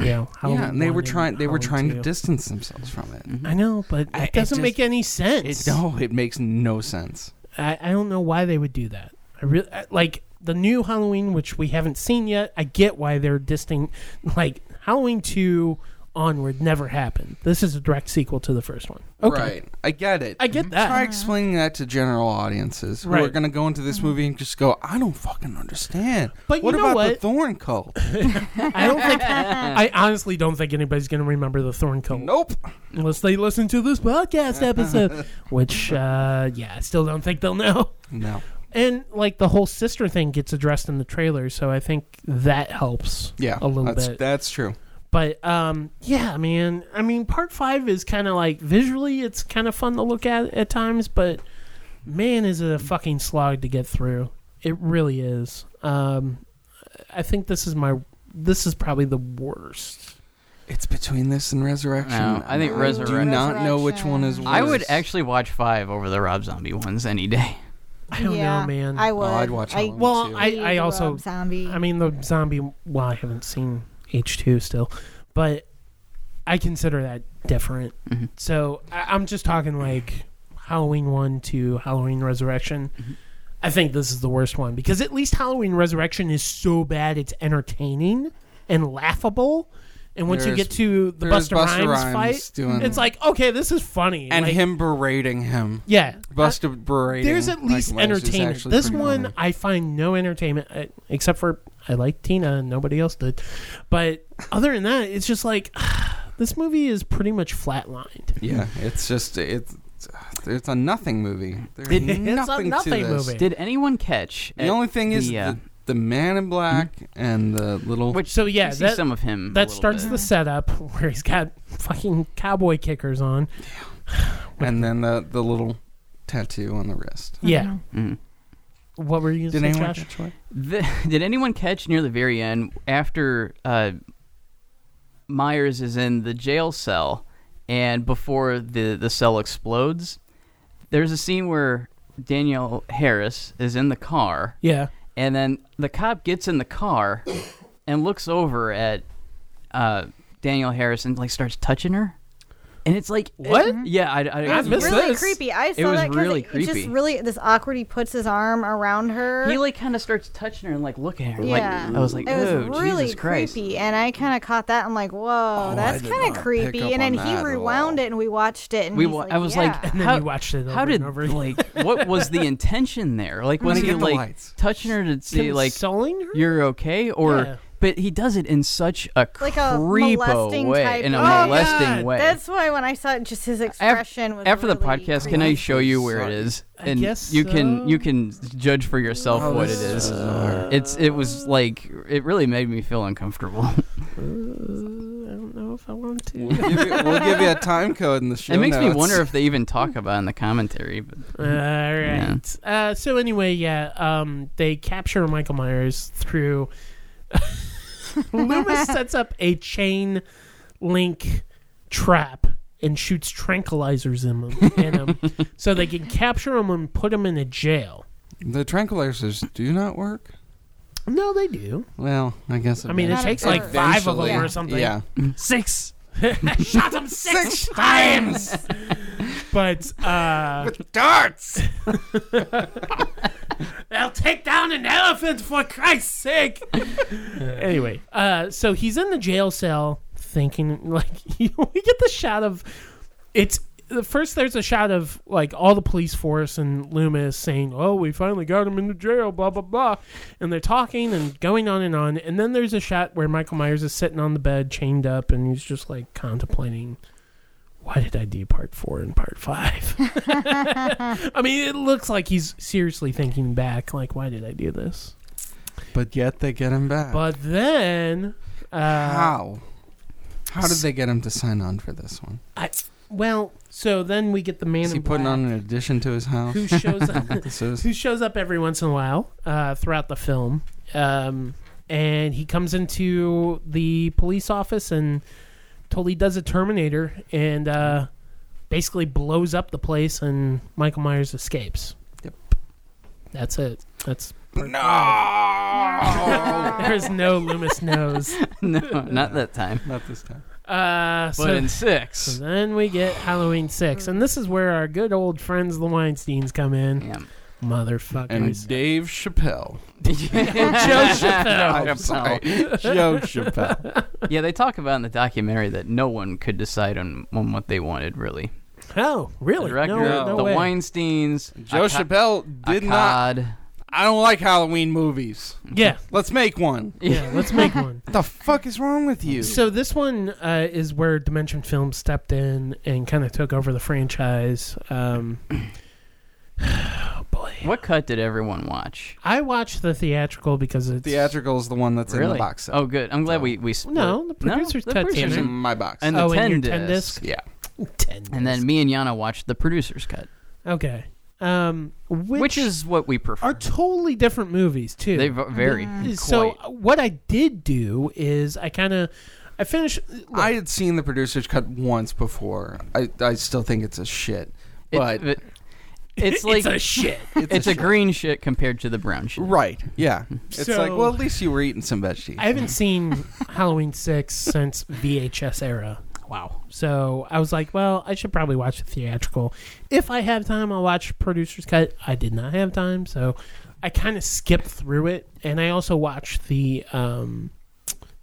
A: You know, Halloween
B: yeah, and they
A: one
B: were trying. They were
A: Halloween
B: trying to
A: two.
B: distance themselves from it.
A: I know, but
B: I-
A: it
B: it
A: doesn't
B: just-
A: make any sense.
B: It, no, it makes no sense.
A: I, I don't know why they would do that. I really I, like the new Halloween, which we haven't seen yet. I get why they're distinct. Like Halloween two onward never happened. This is a direct sequel to the first one. Okay,
B: Right. I get it.
A: I get that.
B: Try explaining that to general audiences who are
A: Right.
B: going to go into this movie and just go, "I don't fucking understand."
A: But you
B: what
A: know
B: about the
A: what?
B: Thorn cult?
A: I don't think. I honestly don't think anybody's going to remember the Thorn Cult
B: nope.
A: unless they listen to this podcast episode. which, uh, yeah, I still don't think they'll know.
B: No.
A: And like the whole sister thing gets addressed in the trailer, so I think that helps.
B: Yeah.
A: a little
B: that's,
A: bit.
B: That's true.
A: But um, yeah, man. I mean, part five is kind of like visually, it's kind of fun to look at at times, but man, is it a fucking slog to get through. It really is. Um, I think this is my this is probably the worst.
B: It's between this and Resurrection.
C: No, I think
B: Do
C: Resurrection-
B: not know which one is worse.
D: Resurrection.
C: I would actually watch five over the Rob Zombie ones any day.
A: I don't
D: yeah,
A: know, man.
D: I
A: I,
D: would.
B: Oh, I'd watch
D: I,
B: Halloween
A: Well,
B: too.
A: I-
D: Rob
A: also-
D: zombie.
A: mean, the zombie. Well, I haven't seen H two still, but I consider that different.
B: Mm-hmm.
C: Mhm.
A: So I, I'm just talking like Halloween one to Halloween Resurrection.
B: Mm-hmm.
A: I think this is the worst one because at least Halloween Resurrection is so bad it's entertaining and laughable. And once you
B: There's-
A: get to the
B: there's
A: Buster,
B: Buster
A: Rhymes,
B: Rhymes
A: fight,
B: doing-
A: it's like okay, this is funny.
B: and
A: like,
B: him berating him.
A: yeah,
B: Buster berating.
A: There's at
B: Michael
A: least
B: Myers is
A: entertainment.
B: actually
A: This
B: pretty
A: one,
B: funny.
A: I find no entertainment uh, except for I like Tina and nobody else did. But other than that, it's just like this movie is pretty much flatlined.
B: Yeah, it's just it's it's a nothing movie. There's
C: It-
A: It's
B: nothing,
A: a nothing
B: to this.
A: movie.
C: Did anyone catch?
B: The
C: at
B: only thing is
C: the, uh,
B: the, the man in black and the little
C: which
A: So, yeah,
C: you see
A: that-
C: some of him. a
A: That
C: little
A: starts
C: bit.
A: the setup where he's got fucking cowboy kickers on.
B: and then the the little tattoo on the wrist.
A: Yeah.
C: Mhm.
A: What were you
B: Did
A: saying,
B: anyone
A: Josh?
B: catch what?
C: The- did anyone catch near the very end after uh, Myers is in the jail cell and before the, the cell explodes? There's a scene where Danielle Harris is in the car
A: Yeah.
C: and then the cop gets in the car and looks over at uh, Danielle Harris and like starts touching her. And it's like
A: What?
C: yeah, I, I,
A: I
D: It's
A: missed
D: really
A: this.
D: creepy. I saw
C: was
D: that 'cause
C: really
D: it, it just
C: creepy.
D: really this awkward. He puts his arm around her.
C: He like kind of starts touching her and like looking at her.
D: yeah,
C: Like, I was like,
D: it was
C: oh
D: really
C: Jesus Christ!
D: creepy, and I kind of caught that. I'm like, whoa,
B: Oh, I
D: that's
B: did
D: kind
B: not
D: of
B: pick
D: creepy.
B: up
D: And then
B: on
D: he
B: that at
D: rewound
B: all.
D: it, and we watched it. And
C: We
D: he's
C: wa-
D: like,
C: I was
D: yeah.
C: like,
A: And then
C: How-
A: you watched it over
C: How did
A: and over again.
C: like what was the intention there? Like
B: Let
C: was
B: me
C: he
B: get the
C: like
B: lights.
C: touching her to say like
A: consoling her?
C: you're okay or
A: Yeah.
C: but he does it in such a
D: Like a
C: creepo
D: molesting
C: way
D: type
C: in a
D: of- Oh,
C: molesting
A: God,
C: way.
D: That's why when I saw it, just his expression was
C: After the
D: really
C: podcast,
D: creepy.
C: can I show you where it is?
A: I
C: And
A: guess
C: you can
A: so.
C: you can judge for yourself
B: Oh,
C: what it
B: this
C: is.
B: is bizarre.
C: It's it was like it really made me feel uncomfortable.
A: I don't know if I want to.
B: We'll give, you, we'll give you a time code in the show.
C: it makes me
B: notes.
C: wonder if they even talk about it in the commentary. But
A: All right. Uh, so anyway, yeah, um, they capture Michael Myers through. Loomis sets up a chain link trap and shoots tranquilizers in him, in him so they can capture him and put him in a jail.
B: the tranquilizers do not work.
A: No, they do.
B: Well, I guess.
A: I mean, it
D: Not
A: takes
D: at
A: like
D: first.
A: five of them
B: Eventually.
A: or something.
B: Yeah,
A: Six. Shot him six, times. but uh,
B: darts.
A: They'll take down an elephant for Christ's sake. anyway, uh, so he's in the jail cell thinking, like, we get the shot of it's. First, there's a shot of like all the police force and Loomis saying, "Oh, we finally got him into jail," blah blah blah, and they're talking and going on and on. And then there's a shot where Michael Myers is sitting on the bed, chained up, and he's just like contemplating, "Why did I do part four and part five? I mean, it looks like he's seriously thinking back, like, why did I do this?
B: But yet they get him back.
A: But then, uh,
B: Oh. how? How did they get him to sign on for this one?
A: I, well, so then we get the man
B: Is he
A: in
B: putting
A: black
B: on an addition to his house?
A: who shows up,
B: This is
A: who shows up every once in a while uh, throughout the film, um, and he comes into the police office and totally does a Terminator and uh, basically blows up the place, and Michael Myers escapes.
B: Yep.
A: That's it. That's
B: No.
A: there's no Loomis nose.
C: no, not that time.
B: Not this time.
A: Uh,
C: But
A: so,
C: in
A: so
C: six.
A: then we get Halloween six, and this is where our good old friends the Weinsteins come in,
C: Yeah.
B: And
A: motherfuckers.
B: Dave Chappelle.
C: Chappelle.
B: I'm sorry. Joe Chappelle.
C: Yeah, they talk about in the documentary that no one could decide on, on what they wanted, really.
A: oh, really?
C: The director,
A: no, no
C: the
A: way.
C: Weinsteins,
B: Joe
C: Aca-
B: Chappelle did not.
C: Akkad.
B: I don't like Halloween movies.
A: Yeah,
B: Let's make one.
A: yeah. let's make one.
B: What the fuck is wrong with you?
A: So this one uh, is where Dimension Films stepped in and kind of took over the franchise. Um, oh boy,
C: What cut did everyone watch?
A: I watched the theatrical because it's
B: Theatrical is the one that's in
C: really?
B: the box set.
C: Oh, good. I'm glad we we split.
A: No, the producer's
C: the
A: cut
C: producers
B: It's
A: Tanner.
B: in
C: and-
B: my box.
C: and the
A: oh, and your
C: 10
A: 10 disc.
B: yeah.
A: Ten
C: And then
A: disc.
C: me and Yana watched the producer's cut,
A: okay, um, which,
C: which, is what we prefer.
A: are totally different movies too.
C: they v- vary.
A: so
C: quite.
A: what I did do is I kind of I finished. look,
B: I had seen the producer's cut once before. I, I still think it's a shit.
C: It-
B: But
C: it- it's like
A: it's a shit.
B: it's,
C: it's a
B: shit.
C: green shit compared to the brown shit.
B: Right. Yeah. It's like,
A: So-
B: well, at least you were eating some veggies.
A: I haven't seen Halloween six since VHS era.
C: Wow.
A: So I was like, well, I should probably watch the theatrical. If I have time, I'll watch producer's cut. I did not have time, so I kind of skipped through it, and I also watched the um,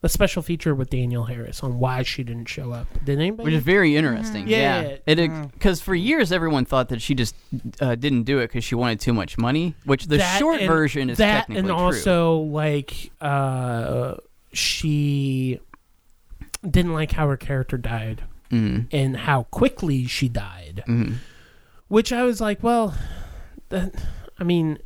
A: the special feature with Daniel Harris on why she didn't show up. Did anybody?
C: Which is very interesting.
A: Mm-hmm. Yeah.
C: Yeah. It because for years everyone thought that she just uh, didn't do it because she wanted too much money. Which the
A: That
C: short
A: and-
C: version is
A: that,
C: technically
A: and
C: true.
A: also like uh, she didn't like how her character died
C: Mm.
A: and how quickly she died.
C: Mhm.
A: which I was like, well, that, I mean,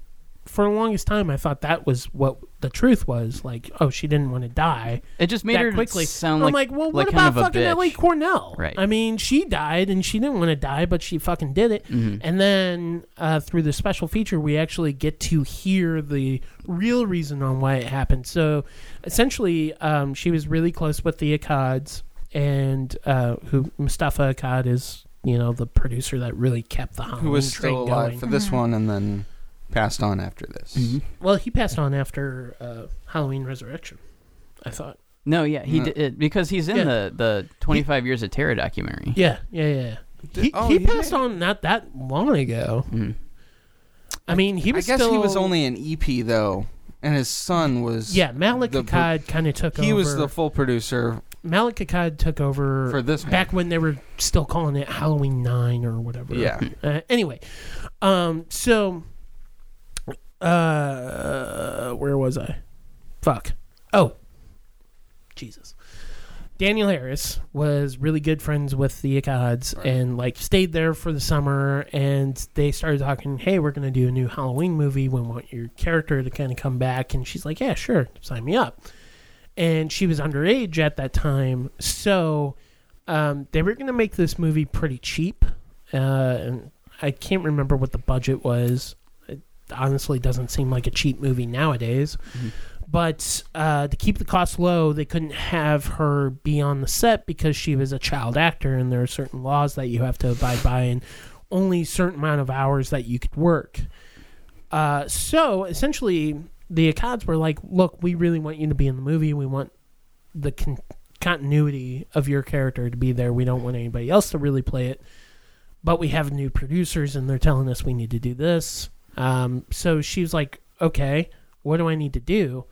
A: for the longest time, I thought that was what the truth was. Like, oh, she didn't want to die
C: It just made
A: that
C: her
A: quickly.
C: sound
A: And
C: like,
A: I'm like, well,
C: like
A: what
C: kind
A: about
C: of a
A: fucking
C: bitch.
A: Ellie Cornell?
C: Right.
A: I mean, she died and she didn't want to die, but she fucking did it.
C: Mhm.
A: And then uh, through the special feature, we actually get to hear the real reason on why it happened. So essentially, um, she was really close with the Akkads, and uh, who Mustafa Akkad is, you know, the producer that really kept the Halloween
B: who was
A: train
B: still alive
A: going. Mm-hmm.
B: for this one and then passed on after this.
C: Mhm.
A: well, he passed on after uh, Halloween Resurrection, I thought.
C: No, yeah, he
B: No.
C: did it because he's in
A: Yeah.
C: the the 25 years of terror documentary.
A: Yeah, yeah, yeah. He,
B: oh,
A: he
B: he
A: passed
B: did?
A: on not that long ago.
C: Mhm.
A: I mean, he
B: I
A: was
B: guess
A: still,
B: he was only an EP though, and his son was
A: yeah. Malik
B: the-
A: Akkad kind of took
B: He
A: over.
B: was the full producer
A: Malik Akkad took over
B: for this one.
A: back when they were still calling it Halloween Nine or whatever.
B: yeah,
A: Uh, anyway, um, so uh, where was I? Fuck. Oh, Jesus. Daniel Harris was really good friends with the Akkads and like stayed there for the summer. And they started talking, hey, we're going to do a new Halloween movie. We want your character to kind of come back. And she's like, yeah, sure, sign me up. And she was underage at that time. So um, they were going to make this movie pretty cheap. Uh, and I can't remember what the budget was. It honestly doesn't seem like a cheap movie nowadays. But uh, to keep the cost low, they couldn't have her be on the set because she was a child actor, and there are certain laws that you have to abide by, and only certain amount of hours that you could work. Uh, so essentially, the Akkads were like, "Look, we really want you to be in the movie. We want the con- continuity of your character to be there. We don't want anybody else to really play it." but we have new producers and they're telling us we need to do this. Um, so she's like, okay, what do I need to do?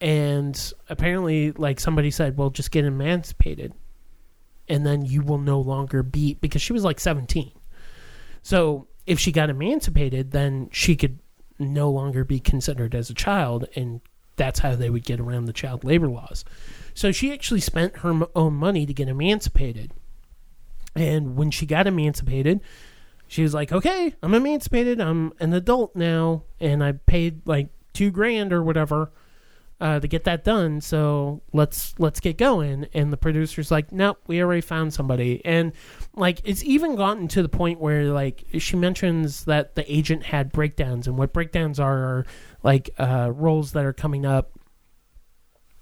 A: And apparently, like somebody said, well, just get emancipated, and then you will no longer be because she was like seventeen. So if she got emancipated, then she could no longer be considered as a child, and that's how they would get around the child labor laws. So she actually spent her m- own money to get emancipated. And when she got emancipated, she was like, "Okay, I'm emancipated. I'm an adult now, and I paid like two grand or whatever uh, to get that done. So let's let's get going." And the producer's like, "Nope, we already found somebody." And like, it's even gotten to the point where like she mentions that the agent had breakdowns, and what breakdowns are are like uh, roles that are coming up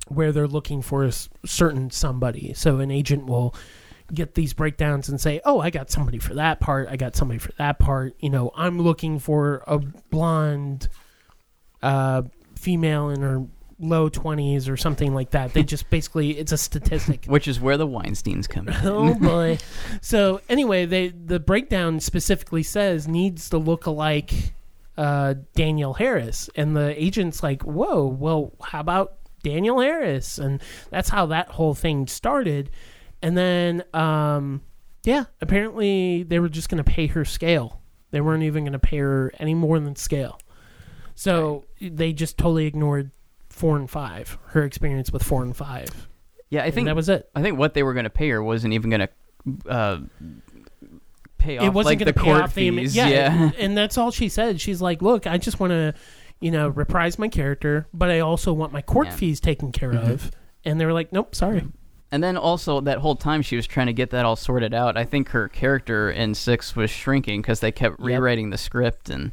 A: where they're looking for a s- certain somebody. So an agent will get these breakdowns and say, "Oh, I got somebody for that part. I got somebody for that part." You know, I'm looking for a blonde uh, female in her low 20s or something like that. They just basically it's a statistic.
C: Which is where the Weinsteins come in.
A: Oh boy. so anyway, they the breakdown specifically says needs to look like uh, Daniel Harris, and the agent's like, "Whoa, well, how about Daniel Harris?" And that's how that whole thing started. And then, um, yeah, apparently they were just going to pay her scale. They weren't even going to pay her any more than scale. So they just totally ignored four and five. Her experience with four and five.
C: Yeah, I
A: And
C: think
A: that was it.
C: I think what they were going to pay her wasn't even going to uh, pay off
A: it wasn't
C: like, the
A: going to pay
C: court
A: off the
C: fees.
A: yeah,
C: yeah.
A: and that's all she said. She's like, "Look, I just want to, you know, reprise my character, but I also want my court
C: Yeah.
A: fees taken care
B: Mm-hmm.
A: of." And they were like, "Nope, sorry."
C: And then also that whole time she was trying to get that all sorted out. I think her character in six was shrinking because they kept rewriting the script and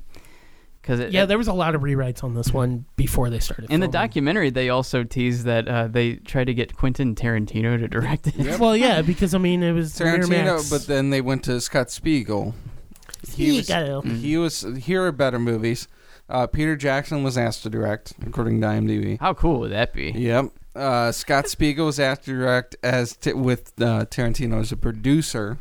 C: because it,
A: Yeah, there was a lot of rewrites on this one before they started.
C: Uh, in the
A: filming.
C: documentary they also teased that uh, they tried to get Quentin Tarantino to direct it.
A: Well, yeah, because I mean, it was
B: Tarantino,
A: Miramax.
B: but then they went to Scott Spiegel.
A: You
B: He was,
A: gotta-
B: he was here are better movies. Uh, Peter Jackson was asked to direct, according to IMDb.
C: How cool would that be?
B: Yep. Uh, Scott Spiegel was asked to direct as t- with uh, Tarantino as a producer.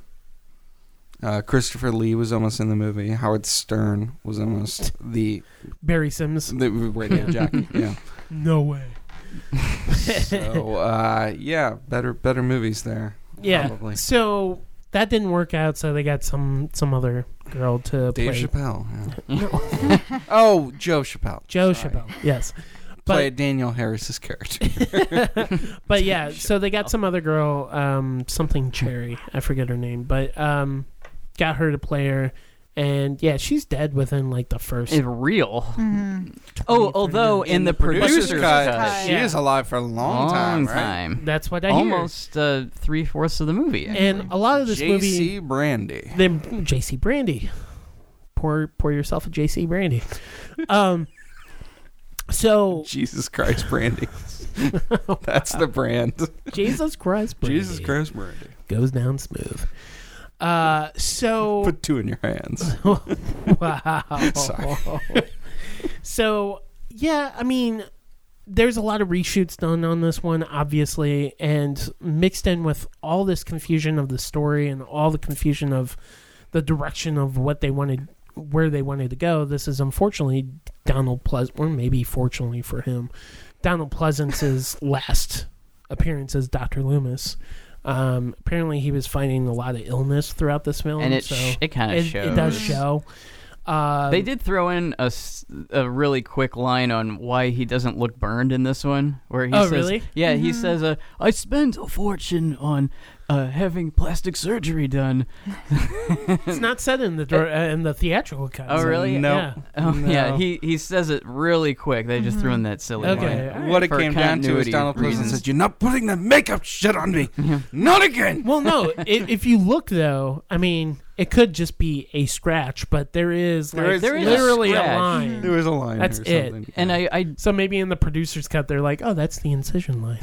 B: Uh, Christopher Lee was almost in the movie. Howard Stern was almost the
A: Barry Sims.
B: the radio jockey. Yeah.
F: No way.
B: So uh, yeah, better better movies there.
A: Yeah,
B: Probably.
A: so that didn't work out. So they got some some other girl to
B: Dave
A: play
B: Chappelle. yeah. oh, Joe Chappelle.
A: Joe
B: Sorry.
A: Chappelle. Yes, but
B: Played Daniel Harris's character.
A: but yeah, so they got some other girl, um, something Cherry, I forget her name, but um, got her to play her, and yeah, she's dead within like the first.
C: It's real.
D: Mhm.
C: Oh, although in, the, producer's, cut,
D: cut.
B: she
A: Yeah.
B: is alive for a long,
C: long
B: time,
C: time,
B: right?
A: that's what I
C: almost uh, three fourths of the movie.
A: hear.
C: actually.
A: And a lot of this movie,
B: J.C. Brandy.
A: then JC Brandy, pour pour yourself a JC Brandy. Um, so
B: Jesus Christ Brandy. That's the brand.
A: Jesus Christ, Brandy
B: Jesus Christ Brandy.
A: goes down smooth. Uh, so
B: Put two in your hands.
A: wow.
B: Sorry.
A: so yeah, I mean, there's a lot of reshoots done on this one, obviously, and mixed in with all this confusion of the story and all the confusion of the direction of what they wanted, where they wanted to go. This is unfortunately Donald Pleasant, or maybe fortunately for him, Donald Pleasance's last appearance as Doctor Loomis. Um, apparently, he was fighting a lot of illness throughout this film,
C: and it
A: so
C: sh- it kind of
A: it,
C: shows.
A: it does show. Um,
C: They did throw in a, s- a really quick line on why he doesn't look burned in this one, where he
A: Oh,
C: says,
A: really?
C: "Yeah, he says, uh, I spent a fortune on uh, having plastic surgery done."
A: It's not said in the dir- uh, in the theatrical cut.
C: Oh,
A: so-
C: really?
B: No.
A: Yeah.
C: Oh, yeah,
B: No.
C: he he says it really quick. They just threw in that silly
A: Mm-hmm. Okay.
C: line.
A: all right.
B: What it
C: For
B: came down to is
C: continuity
B: Donald Pleasant
C: reasons.
B: said, You're not putting that makeup shit on me. Not again.
A: Well, no. i if you look though, I mean, it could just be a scratch, but there is
B: There
A: like
B: is- There is
C: a
A: literally a,
C: scratch. Mm-hmm.
A: line.
B: There was a line.
A: That's
B: there or
A: it.
B: something.
C: And I, I
A: So maybe in the producer's cut, they're like, "Oh, that's the incision line."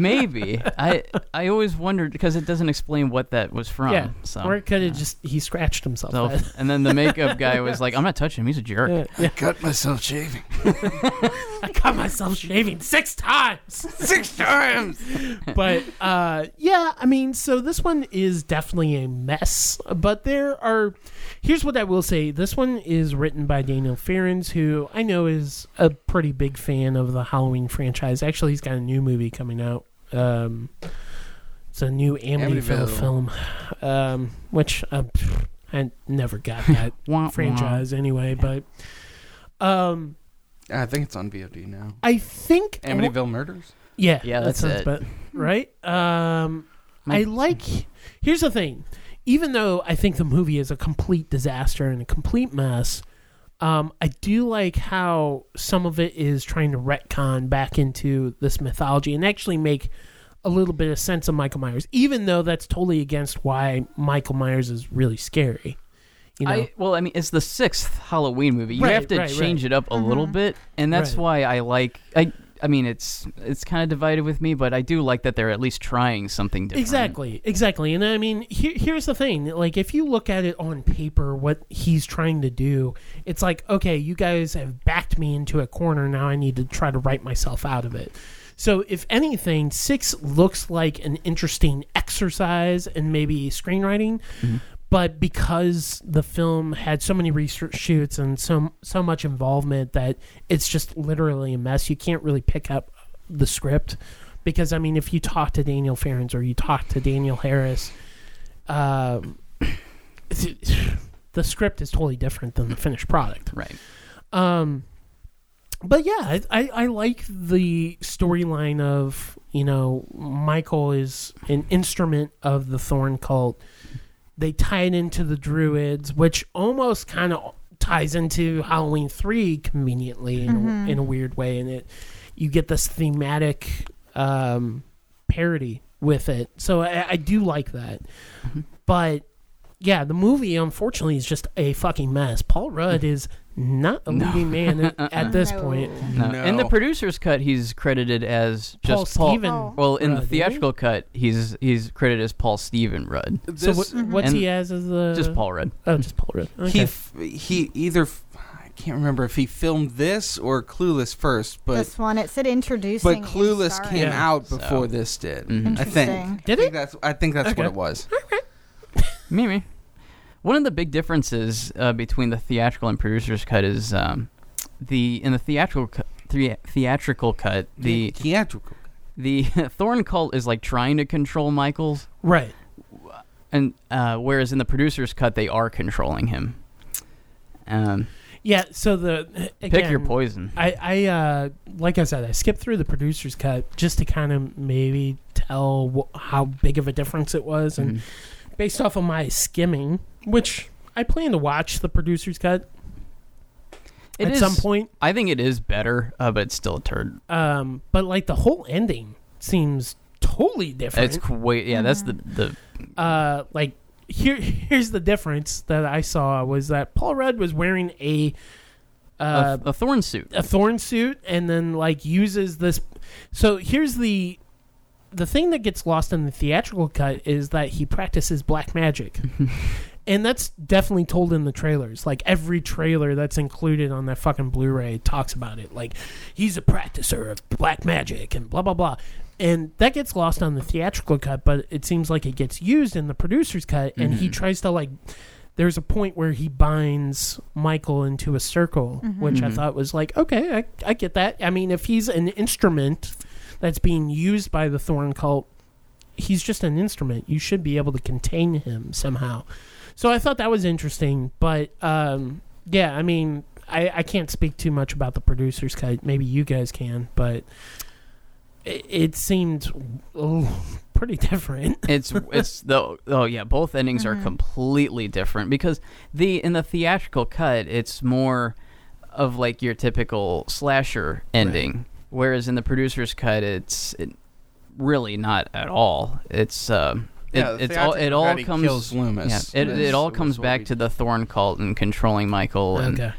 C: maybe I I always wondered because it doesn't explain what that was from.
A: yeah.
C: So.
A: or it could have just he scratched himself.
C: So- and then the makeup guy was like, "I'm not touching him. He's a jerk."
A: Yeah, yeah.
B: cut myself shaving
A: I caught myself shaving six times.
B: six times.
A: but uh, yeah, I mean, so this one is definitely a mess. But there are, here's what I will say: this one is written by Daniel Ferrens, who I know is a pretty big fan of the Halloween franchise. Actually, he's got a new movie coming out. Um, it's a new Amityville,
B: Amityville.
A: film, um, which uh, pff, I never got that
C: Wah, wah.
A: franchise anyway. But um,
B: I think it's on VOD now.
A: I think
B: Amityville Murders?
A: yeah,
C: Yeah,
A: that
C: that's
A: sounds
C: it.
A: bet- right? Um,
C: My-
A: I like. Here's the thing. Even though I think the movie is a complete disaster and a complete mess, um, I do like how some of it is trying to retcon back into this mythology and actually make a little bit of sense of Michael Myers, even though that's totally against why Michael Myers is really scary. You know,
C: I, well, I mean, it's the sixth Halloween movie. You
A: Right,
C: have to
A: right, Mm-hmm.
C: change
A: right.
C: it up a little bit, and that's
A: Right.
C: why I like. I I mean, it's it's kind of divided with me, but I do like that they're at least trying something different.
A: Exactly, exactly. And I mean, here, here's the thing: like, if you look at it on paper, what he's trying to do, it's like, okay, you guys have backed me into a corner. Now I need to try to write myself out of it. So, if anything, six looks like an interesting exercise and maybe screenwriting. But because the film had so many research shoots and so so much involvement that it's just literally a mess. You can't really pick up the script because I mean, if you talk to Daniel Ferrens or you talk to Daniel Harris, um, the script is totally different than the finished product.
C: Right.
A: Um, but yeah, I, I, I like the storyline of you know Michael is an instrument of the Thorn cult. They tie it into the Druids, which almost kind of ties into Halloween three conveniently in, a, in a weird way, and it you get this thematic um, parody with it. So I, I do like that, but yeah, the movie unfortunately is just a fucking mess. Paul Rudd is not a movie man at,
C: Uh-huh.
A: at this
D: No.
A: point.
C: No.
B: No.
C: In the producer's cut, he's credited as
A: Paul
C: just Paul.
A: Steven.
D: Oh.
C: Well, in
A: Rudd, isn't
C: the
A: he?
C: theatrical cut, he's he's credited as Paul Steven Rudd,
B: This,
A: So what, what's
C: And
A: he as as the
C: just Paul Rudd.
A: Oh, just Paul Rudd. Okay.
B: he f- he either f- I can't remember if he filmed this or Clueless first, but
D: this one, it said introducing.
B: but
D: and
B: Clueless
D: starring.
B: came
A: Yeah.
B: out before
C: So.
B: this did.
C: Mhm.
B: I
D: Interesting.
B: think.
A: Did
B: I
A: it?
B: think that's I think that's
A: Okay.
B: what it was.
C: Mimi. One of the big differences uh, between the theatrical and producer's cut is um, the in the theatrical cu- the, theatrical cut the
B: theatrical.
C: the Thorn cult is like trying to control Michael's
A: right.
C: and uh, whereas in the producer's cut they are controlling him. Um,
A: Yeah. So the
C: pick your
A: again,
C: poison.
A: I, I uh, like I said, I skipped through the producer's cut just to kind of maybe tell wh- how big of a difference it was, and
C: Mhm.
A: based off of my skimming, which I plan to watch the producer's cut
C: It
A: at
C: is-
A: some point.
C: I think it is better, uh, but it's still a turd.
A: Um, but like the whole ending seems totally different.
C: It's quite yeah. That's the the
A: uh, like here here's the difference that I saw was that Paul Rudd was wearing a uh,
C: a, a thorn suit.
A: a thorn suit and then like uses this so here's the the thing that gets lost in the theatrical cut is that he practices black magic and that's definitely told in the trailers like every trailer that's included on that fucking blu-ray talks about it like he's a practicer of black magic and blah blah blah and that gets lost on the theatrical cut but it seems like it gets used in the producer's cut and he tries to like there's a point where he binds Michael into a circle, which I thought was like, okay, I, I get that. I mean, if he's an instrument that's being used by the Thorn cult, he's just an instrument. You should be able to contain him somehow. So I thought that was interesting. But um, yeah, I mean, I, I can't speak too much about the producers cut. Maybe you guys can, but it, it seemed oh, pretty different.
C: It's it's the oh yeah. Both endings are completely different because the in the theatrical cut it's more of like your typical slasher ending, whereas in the producer's cut it's it, really not at all. It's um
B: Yeah,
C: it,
B: the
C: it's all it
B: theatrical
C: all
B: cut, he
C: comes
B: kills Loomis.
C: Yeah, it,
B: That's-
C: it all
B: that's
C: comes
B: what
C: back
B: we-
C: to the Thorn cult and controlling Michael and
A: Okay.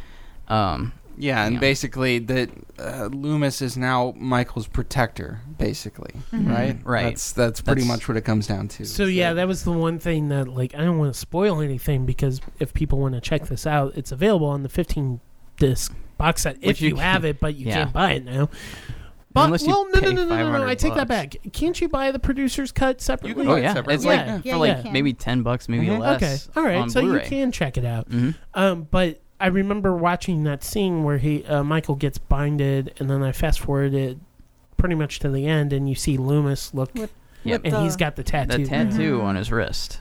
C: um
B: Yeah, and
C: Yeah.
B: basically that uh, Loomis is now Michael's protector, basically, right?
C: Right.
B: That's that's pretty
C: That's-
B: much what it comes down to.
A: So
B: is
A: yeah,
B: that-
A: that was the one thing that like I don't want to spoil anything because if people want to check this out, it's available on the 15 disc box set if
C: Which you
A: you,
C: can-
A: have it, but you
C: yeah.
A: can't buy it now. But
C: Unless you
A: well, no, no,
C: pay
A: no, no, no, no,
C: 500
A: I take that back.
C: bucks.
A: Can't you buy the producer's cut
B: you
A: separately?
B: can
C: Oh,
B: buy it
C: yeah,
B: separately.
C: it's
A: like-
B: yeah.
D: Yeah,
C: for
D: you
C: like
D: can.
C: maybe ten bucks, maybe
B: Mhm.
C: less.
A: Mm-hmm. Okay, all right,
C: on
A: so
C: Blu-ray.
A: you can check it out.
C: Mhm.
A: Um, but I remember watching that scene where he uh, Michael gets binded, and then I fast forwarded pretty much to the end, and you see Loomis look,
D: With-
C: Yep.
A: and he's got the
C: The
A: tattoo.
C: tattoo on his wrist.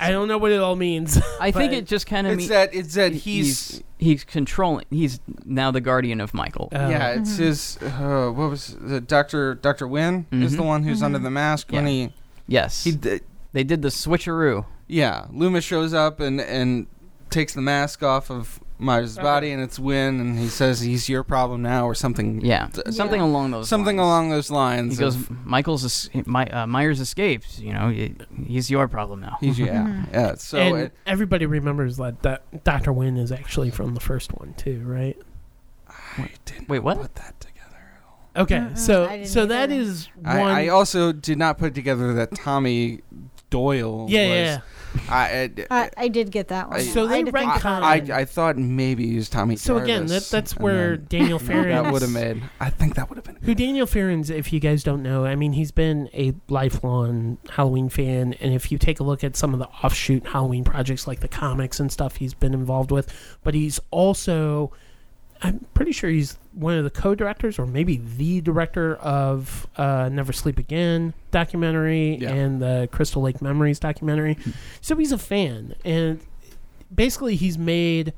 A: I don't know what it all means.
C: I think
A: But-
C: it just kind of
B: It's that it's that he's,
C: he's he's controlling. He's now the guardian of Michael.
A: Uh,
B: yeah, it's his uh, what was the Doctor Doctor Wynn is
C: Mhm.
B: the one who's under the mask when he
C: yes,
B: he d-
C: they did the switcheroo.
B: yeah Loomis shows up and and takes the mask off of Myers' body and it's Wynn and he says he's your problem now or something
C: Yeah,
B: th-
C: something along those
B: something
C: lines.
B: along those lines.
C: He goes,
B: of-
C: Michael's es- my, uh, Myers escaped. You know, y- he's your problem now.
B: he's yeah yeah. So
A: and
B: it,
A: everybody remembers that, that Dr. Wynne is actually from the first one, too, right?
C: Wait, what?
B: put that together.
A: Okay,
D: Mm-mm, I
A: so
D: didn't
A: so that
D: either.
A: is one.
B: I, I also did not put together that Tommy Doyle.
A: yeah,
B: was,
A: yeah.
B: I, I,
D: I, I did get that one.
B: I-
A: So
D: I
A: they
D: had to think
A: retconned-
D: about
B: I,
D: it.
B: I thought maybe he was Tommy.
A: So again, that,
B: Jarvis,
A: that's
B: and
A: where
B: then
A: Daniel
B: that would
A: Farron's
B: have made. I think that would have been.
A: Who Daniel Farron's, if you guys don't know, I mean, he's been a lifelong Halloween fan. And if you take a look at some of the offshoot Halloween projects like the comics and stuff he's been involved with, but he's also, I'm pretty sure he's one of the co directors or maybe the director of uh, Never Sleep Again documentary
B: Yeah.
A: and the Crystal Lake Memories documentary. So he's a fan. And basically, he's made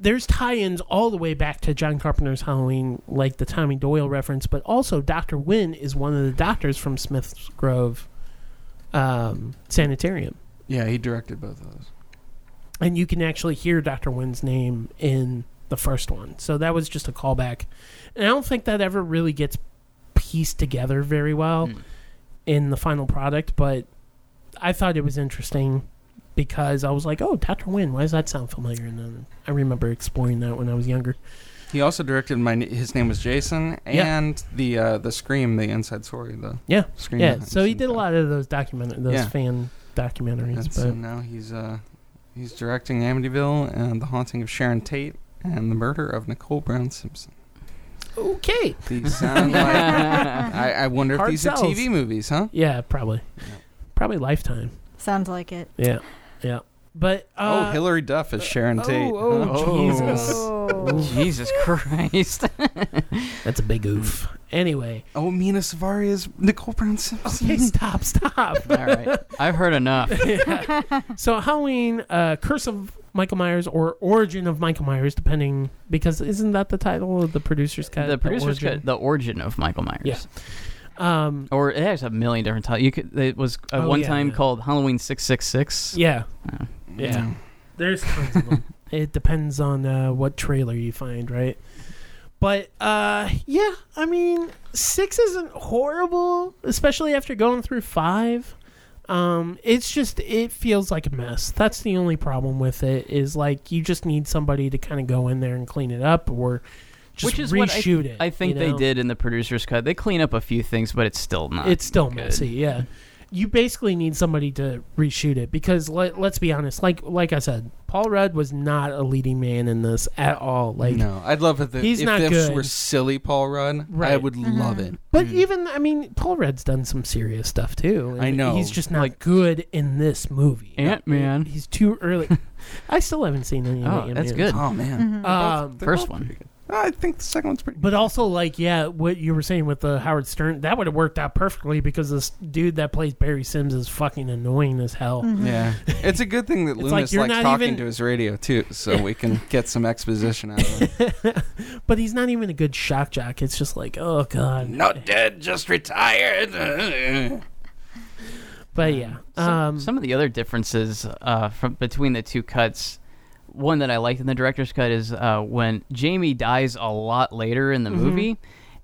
A: there's tie-ins all the way back to John Carpenter's Halloween, like the Tommy Doyle reference, but also Doctor Wynn is one of the doctors from Smith's Grove um, Sanitarium,
B: Yeah, he directed both of those.
A: and you can actually hear Doctor Wynn's name in the first one. So that was just a callback, and I don't think that ever really gets pieced together very well
C: Hmm.
A: in the final product. But I thought it was interesting because I was like, "Oh, Doctor Wynn, why does that sound familiar?" And then I remember exploring that when I was younger.
B: He also directed my. His name was Jason,
A: Yeah.
B: and the uh, the Scream, the Inside Story, the
A: Yeah.
B: Scream.
A: Yeah,
B: that
A: so he
B: Jason
A: did a lot of those document, those
B: Yeah.
A: fan documentaries.
B: And
A: but
B: so now he's uh, he's directing Amityville and the Haunting of Sharon Tate and the Murder of Nicole Brown Simpson.
A: okay,
B: These sound like. I, I wonder if
A: Hard
B: these
A: sells.
B: are TV movies, huh?
A: yeah, probably, probably Lifetime.
D: Sounds like it.
A: Yeah, yeah. But
B: oh,
A: uh,
B: Hillary Duff is Sharon
A: oh,
B: Tate.
A: oh, Jesus.
D: Oh.
C: Jesus Christ.
A: that's a big oof. Anyway,
B: Oh, Mina Savari is Nicole Brown Simpson.
A: okay, stop, stop.
C: All right. I've heard enough.
A: So Halloween, uh, Curse of Michael Myers or Origin of Michael Myers, depending, because isn't that the title of the producer's cut?
C: the producers
A: Origin?
C: cut the origin of Michael Myers.
A: Yeah. Um,
C: Or it has a million different titles. You could. It was at
A: Oh,
C: one
A: yeah,
C: time
A: yeah.
C: called Halloween six six six.
A: yeah,
B: Yeah.
A: yeah. There's tons of them. It depends on uh, what trailer you find, right? But uh, yeah, I mean, six isn't horrible, especially after going through five. Um, it's just it feels like a mess. That's the only problem with it is like you just need somebody to kind of go in there and clean it up or just
C: Which is what
A: reshoot it.
C: I think
A: you
C: they
A: know?
C: did in the producers cut. They clean up a few things, but it's still not.
A: It's still
C: good.
A: messy, yeah. You basically need somebody to reshoot it because let, let's be honest, like like I said, Paul Rudd was not a leading man in this at all. Like
B: no, I'd love if the,
A: He's
B: if
A: not
B: this
A: good.
B: were silly Paul Rudd. I
A: Right.
B: would love it.
A: But
C: Mhm.
A: even I mean, Paul Rudd's done some serious stuff too.
B: I
A: and
B: know.
A: he's just not good in this movie.
C: Ant Man.
A: He's too early. I still haven't seen any.
C: Oh,
A: of the
C: that's
A: Ant-Man.
C: good.
B: Oh man.
D: Mhm.
A: Um,
B: They're
C: First
B: both
C: one.
B: pretty good. I think the second one's pretty.
A: but also like yeah, what you were saying with the Howard Stern, that would have worked out perfectly because this dude that plays Barry Sims is fucking annoying as hell.
D: Mhm.
B: Yeah, it's a good thing that
A: It's like
B: Loomis
A: you're
B: likes
A: not
B: talking
A: even-
B: to his radio too, so we can get some exposition out of it.
A: but he's not even a good shock jock. It's just like oh god.
G: Not dead, just retired.
A: But yeah,
C: Some,
A: um,
C: some of the other differences uh, from between the two cuts. One that I liked in the director's cut is uh, when Jamie dies a lot later in the movie,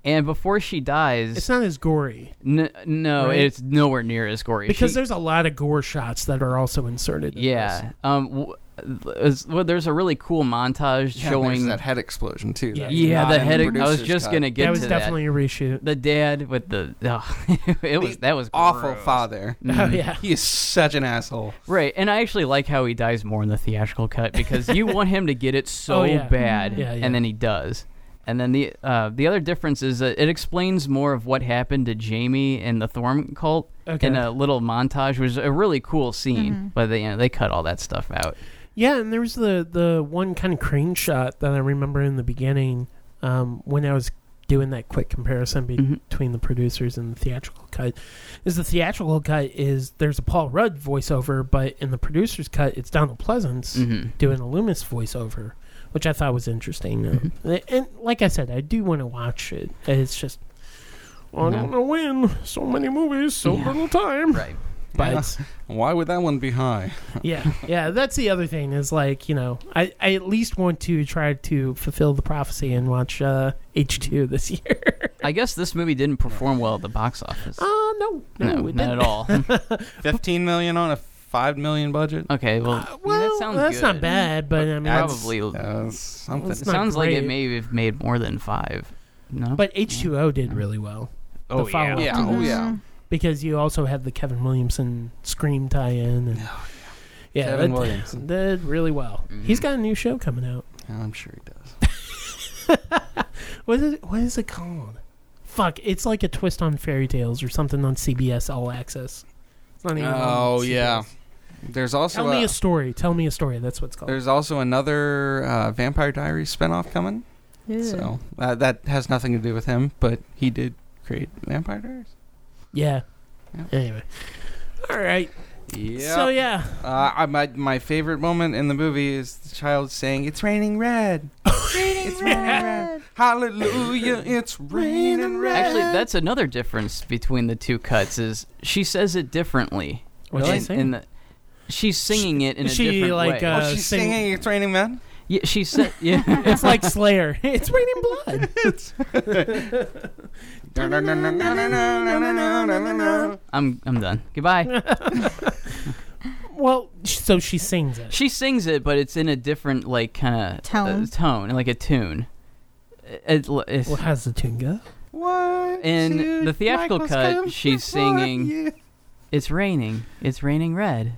C: and before she dies,
A: Mm-hmm. it's not as gory
C: n- no,
A: Right?
C: it's nowhere near as gory.
A: because
C: She-
A: there's a lot of gore shots that are also inserted. in this.
C: yeah, um, w- is- well, there's a really cool montage
B: Yeah,
C: showing
B: there's that head explosion too.
A: Yeah.
B: That's
C: yeah
B: not
C: the
B: in
C: head. I was
B: producer's
C: just
B: cut.
C: gonna get
A: that was
C: to
A: definitely a Oh, reshoot.
C: that. The dad with the oh, it was
B: The
C: that was Mm-hmm.
B: awful
C: gross.
B: father.
A: Oh yeah.
B: He is such an asshole.
C: Right, and I actually like how he dies more in the theatrical cut because you want him to get it so
A: Oh, yeah.
C: bad,
A: Yeah, yeah.
C: and then he does. And then the uh, the other difference is that it explains more of what happened to Jamie and the Thorn cult
A: Okay.
C: in a little montage, which is a really cool scene. But they you know, they cut all that stuff out.
A: Yeah, and there was the the one kind of crane shot that I remember in the beginning um, when I was doing that quick comparison be-
C: Mhm.
A: between the producers and the theatrical cut. Is the theatrical cut is there's a Paul Rudd voiceover, but in the producers cut it's Donald Pleasance
C: hmm
A: doing a Loomis voiceover, which I thought was interesting. Um, and like I said, I do want to watch it. It's just I
C: Yeah.
A: don't know when so many movies, so
C: Yeah.
A: little time.
C: Right.
A: But
B: Yeah.
A: it's-
B: Why would that one be high?
A: yeah, yeah. That's the other thing is like you know I, I at least want to try to fulfill the prophecy and watch uh, H two this year.
C: I guess this movie didn't perform well at the box office.
A: Uh, no, no,
C: no,
A: it
C: not
A: didn't.
C: at all.
B: Fifteen million on a five million budget.
C: okay, well,
A: Uh, well,
C: that sounds
A: that's
C: good.
A: not bad, but I mean,
C: Probably.
B: Uh, something.
A: It's
C: It
A: not
C: sounds like it
A: great.
C: may have made more than five. No.
A: But H2O did really well
C: oh
A: follow-up.
C: yeah.
B: Yeah.
D: Mm-hmm.
B: Oh yeah.
A: because you also had the Kevin Williamson Scream tie-in. And, yeah,
B: Oh, Kevin
A: that
B: Williamson. Mm-hmm.
A: did really well. He's got a new show coming out.
B: Yeah, I'm sure he does.
A: What is it, what is it called? Fuck, it's like a twist on fairy tales or something on CBS All Access. It's not even on
B: Oh
A: CBS.
B: yeah. There's also
A: Tell me
B: a,
A: a story. Tell me a story. That's what it's called.
B: there's also another uh, Vampire Diaries spinoff coming. So uh, that has nothing to do with him, but he did create Vampire Diaries.
A: Yeah.
B: Yeah.
A: Anyway. All right. So yeah.
B: Uh, I, my my favorite moment in the movie is the child saying, "It's raining red,
D: It's
B: red. hallelujah, it's raining red."
C: Actually, that's another difference between the two cuts. Is she says it differently?
A: What's
C: in,
A: she saying?
C: in the, she's singing it in
A: is
C: a
A: she,
C: different
A: like,
C: way.
A: uh,
B: oh, she's
A: sing-
B: singing, "It's raining red."
C: yeah, she said, "Yeah,
A: it's like Slayer. It's raining blood.
C: I'm, I'm done. Goodbye."
A: well, sh- so she sings it.
C: she sings it, but it's in a different, like, kind of
D: Tone.
C: tone, like a tune. It- it's-
A: Well, how's the tune go?
B: What?
C: In
B: Should
C: the theatrical
B: Michael
C: cut,
B: Scott
C: she's
B: support
C: singing-
B: you?
C: it's raining. It's raining red.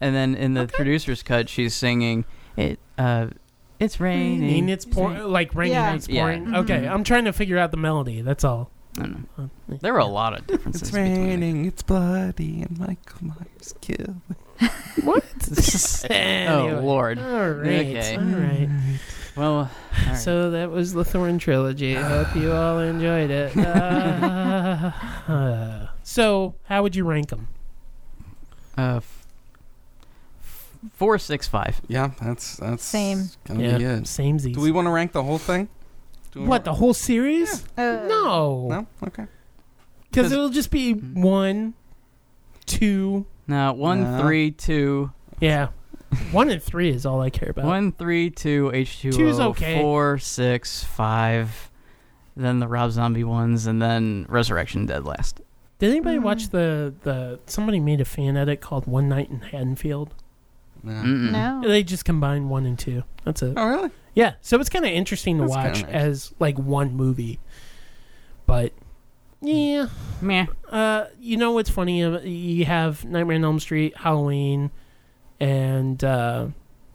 C: And then in the producer's cut, she's singing it. Uh, it's raining.
A: And it's pour- like raining
D: Yeah.
A: and it's
C: Yeah.
A: pouring. Okay,
C: Mhm.
A: I'm trying to figure out the melody. That's all.
C: I don't know. There were a lot of differences.
B: It's
C: between the-
B: raining, it's bloody, and Michael Myers killed.
A: Anyway.
C: Oh Lord.
A: All right.
C: Okay. Mm-hmm.
A: All right.
C: Well, all right.
A: So that was the Thorn trilogy. Hope you all enjoyed it. Uh, so, how would you rank them?
C: uh, f- f- four, six, five.
B: Yeah, that's that's
D: Same.
B: Gonna be it.
A: Same
B: Oh, Do we want to rank the whole thing? Do we
A: What the
B: wa-
A: whole series? No,
D: Uh,
B: No. Mm-hmm. Okay.
A: because
C: 'Cause-
A: it'll just be
C: Mm.
A: one, two.
C: No, one,
B: No.
C: three, two,
A: Yeah, one and three is all I care about.
C: one, three, two, H2O,
A: Two's okay.
C: four, six, five. Then the Rob Zombie ones, and then Resurrection Dead last.
A: Did anybody
D: Mhm.
A: watch the the? Somebody made a fan edit called "One Night in Haddonfield."
B: No.
C: Mm-mm.
B: Mm.
D: No.
A: They just combined one and two. That's it.
B: Oh really?
A: Yeah, so it's kind of interesting to
B: That's kinda
A: watch
B: nice.
A: as like one movie, but yeah.
C: Meh.
A: Uh, you know what's funny? Uh, You have Nightmare on Elm Street, Halloween, and uh,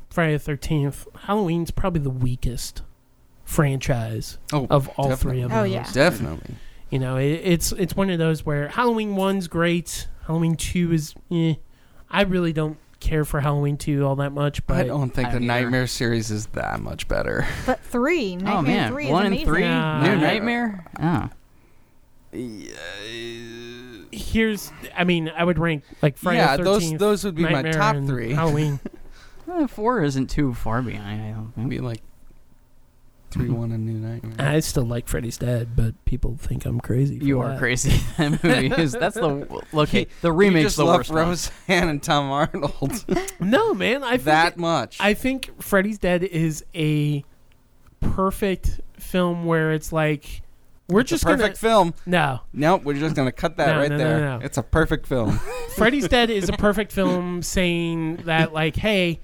A: Friday the Thirteenth. Halloween's probably the weakest franchise
B: Oh,
A: of all three of them.
D: Oh, yeah.
B: Definitely.
A: You know, it, it's it's one of those where Halloween one's great, Halloween two is. Eh. I really don't care for Halloween two all that much,
B: I
A: but
B: don't think
C: I
B: the
C: don't either.
B: Nightmare series is that much better.
D: But three. Nightmare
C: Oh man,
D: Three
C: one
D: is
C: and
D: amazing.
C: three,
A: Yeah.
C: new
A: Yeah.
C: Nightmare. Oh,
A: here's. I mean, I would rank like Friday
B: yeah,
A: the
B: those
A: Thirteenth.
B: those would be my top three.
A: Halloween.
C: Eh, four isn't too far behind. I don't think.
B: Maybe like three one a new nightmare.
A: I still like Freddy's Dead, but people think I'm crazy. For
C: You are
A: that.
C: crazy. That movie is. That's the okay. The
B: You
C: remake's
B: just
C: the
B: love
C: worst. one.
B: Roseanne and Tom Arnold
A: No, man, I think
B: that much.
A: I think Freddy's Dead is a perfect film where it's like we're
B: It's
A: just
B: a perfect
A: gonna
B: film.
A: no.
B: Nope, we're just gonna cut that
A: No,
B: right
A: no, no,
B: there.
A: no.
B: It's a perfect film.
A: Freddy's Dead is a perfect film saying that like, hey,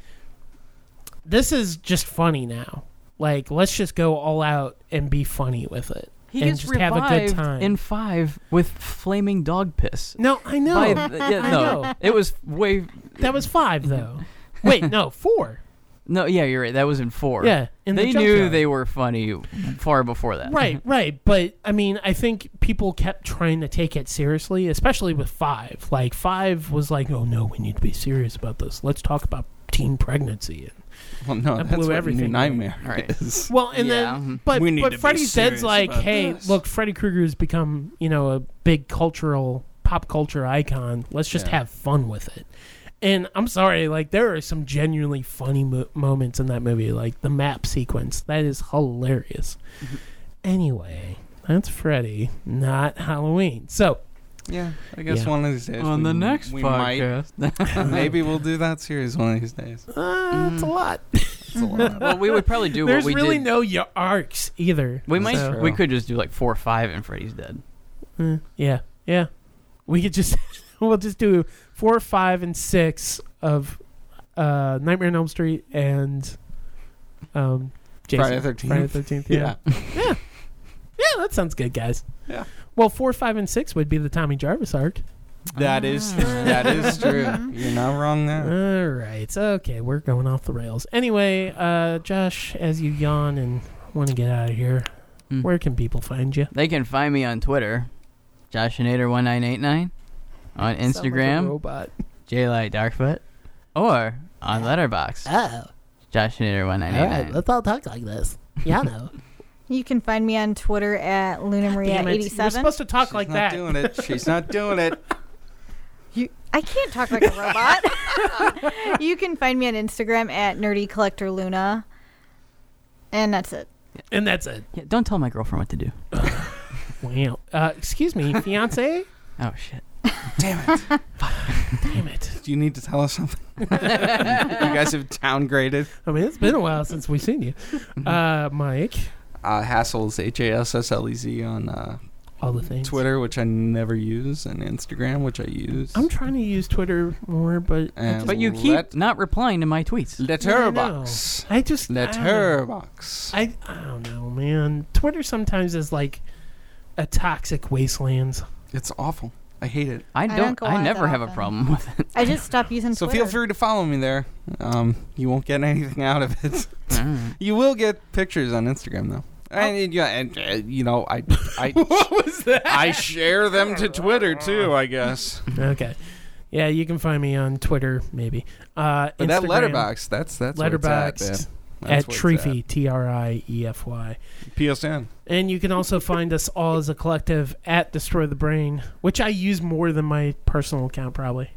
A: this is just funny now. Like, let's just go all out and be funny with it.
C: He
A: and
C: gets
A: just have a
C: revived
A: good time.
C: in five with flaming dog piss.
A: No, I know.
C: By- yeah,
A: I
C: no,
A: know.
C: it was way.
A: That was five though. Wait, no, four.
C: No, yeah, you're right. That was in four.
A: Yeah. In
C: they
A: the
C: knew
A: junkyard.
C: they were funny far before that.
A: Right, right. But I mean, I think people kept trying to take it seriously, especially with five. Like five was like, oh no, we need to be serious about this. Let's talk about teen pregnancy.
B: well, no,
A: That
B: that's
A: blew
B: what
A: everything.
B: new nightmare
C: All right.
B: is.
A: Well, and
C: yeah.
A: then
C: mhm.
A: but
G: We need
A: but
G: to be
A: Freddy's Dead's
G: serious
A: like,
G: about
A: hey,
G: this."
A: look, Freddy Krueger's become you know a big cultural pop culture icon. Let's just
B: Yeah.
A: have fun with it. And I'm sorry, like there are some genuinely funny mo- moments in that movie, like the map sequence. That is hilarious.
C: Mm-hmm.
A: Anyway, that's Freddy, not Halloween. So
B: Yeah, I guess
A: Yeah.
B: one of these days. we, we might. Maybe we'll do that series one of these days.
A: uh, it's a lot.
B: It's a lot.
C: well, we would probably Mm. do
A: There's
C: what we
A: really
C: did.
A: no y- arcs either.
C: we might.
A: So,
C: We could just do like four or five, and Freddy's dead.
A: uh, yeah, yeah. We could just we'll just do four, five, and six of uh, Nightmare on Elm Street and um, Jason.
B: Friday the 13th.
A: Friday the Thirteenth. Yeah.
B: yeah.
A: Yeah, that sounds good, guys.
B: Yeah.
A: Well, four, five, and six would be the Tommy Jarvis arc.
B: That is that is true. You're not wrong there.
A: All right. Okay, we're going off the rails. Anyway, uh, Josh, as you yawn and want to get out of here,
B: Hmm.
C: Mm.
A: where can people find you?
C: They can find me on Twitter, Joshinator1989, on Instagram,
A: robot.
C: JLightDarkfoot, or on Letterbox,
A: Oh,
C: Joshinator1989.
A: Let's all talk like this. Yeah, no.
D: You can find me on Twitter at Luna Maria eighty
A: We're
D: seven.
A: supposed to talk
B: She's
A: like
B: not
A: that.
B: doing it. She's not doing it.
D: You, I can't talk like a robot. you can find me on Instagram at Nerdy Collector Luna, and that's it.
A: and that's it.
C: Yeah, don't tell my girlfriend what to do.
A: Wow. Uh, excuse me, fiance.
C: Oh, shit.
B: Damn it.
A: Damn it.
B: Do you need to tell us something? you guys have downgraded.
A: I mean, it's been a while since we've seen you, uh, Mike.
B: Uh, Hassel's H A S S L E Z on uh,
A: All the things.
B: Twitter, which I never use, and Instagram, which I use.
A: I'm trying to use Twitter more, but I
B: And
A: just,
C: But you keep
B: Let-
C: not replying to my tweets.
B: Letterbox.
A: I just I don't know.
B: Letterbox.
A: I, I don't know, man. Twitter sometimes is like a toxic wasteland.
B: It's awful. I hate it.
C: I
D: don't
C: don't.
D: go
C: I,
D: on
C: never
D: that
C: have a
D: often.
C: problem with it.
D: I just stopped using
B: So
D: Twitter.
B: feel free to follow me there. Um, you won't get anything out of it.
C: Alright.
B: You will get pictures on Instagram though. And, yeah, and uh, you know, I, I,
A: Oh. what was that?
B: I share them to Twitter too. I guess.
A: Okay. Yeah, you can find me on Twitter, maybe. Uh,
B: But that
A: Instagram,
B: letterbox, that's that's where it's
A: Letterboxd
B: at, man.
A: at
B: That's where it's
A: Treefy, T R I E F Y.
B: at. PSN.
A: And you can also find us all as a collective at Destroy the Brain, which I use more than my personal account, probably.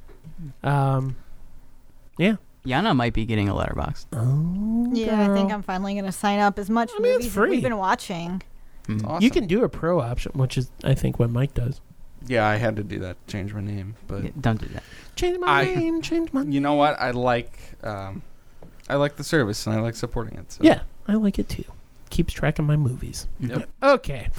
A: Um,
C: Yana might be getting a letterbox.
A: oh,
D: Yeah, I think
A: girl.
D: I'm finally gonna sign up. As much
A: I mean, it's
D: movies as
A: free.
D: we've been watching.
B: Awesome.
A: You can do a pro option, which is, I think, what Mike does.
B: Yeah, I had to do that. Change my name, but
C: Yeah, don't do that.
A: Change my
B: I-
A: name, change my
B: you know what? I like. Um, I like the service and I like supporting it. So.
A: Yeah, I like it too. Keeps track of my movies.
B: Yep.
A: Okay.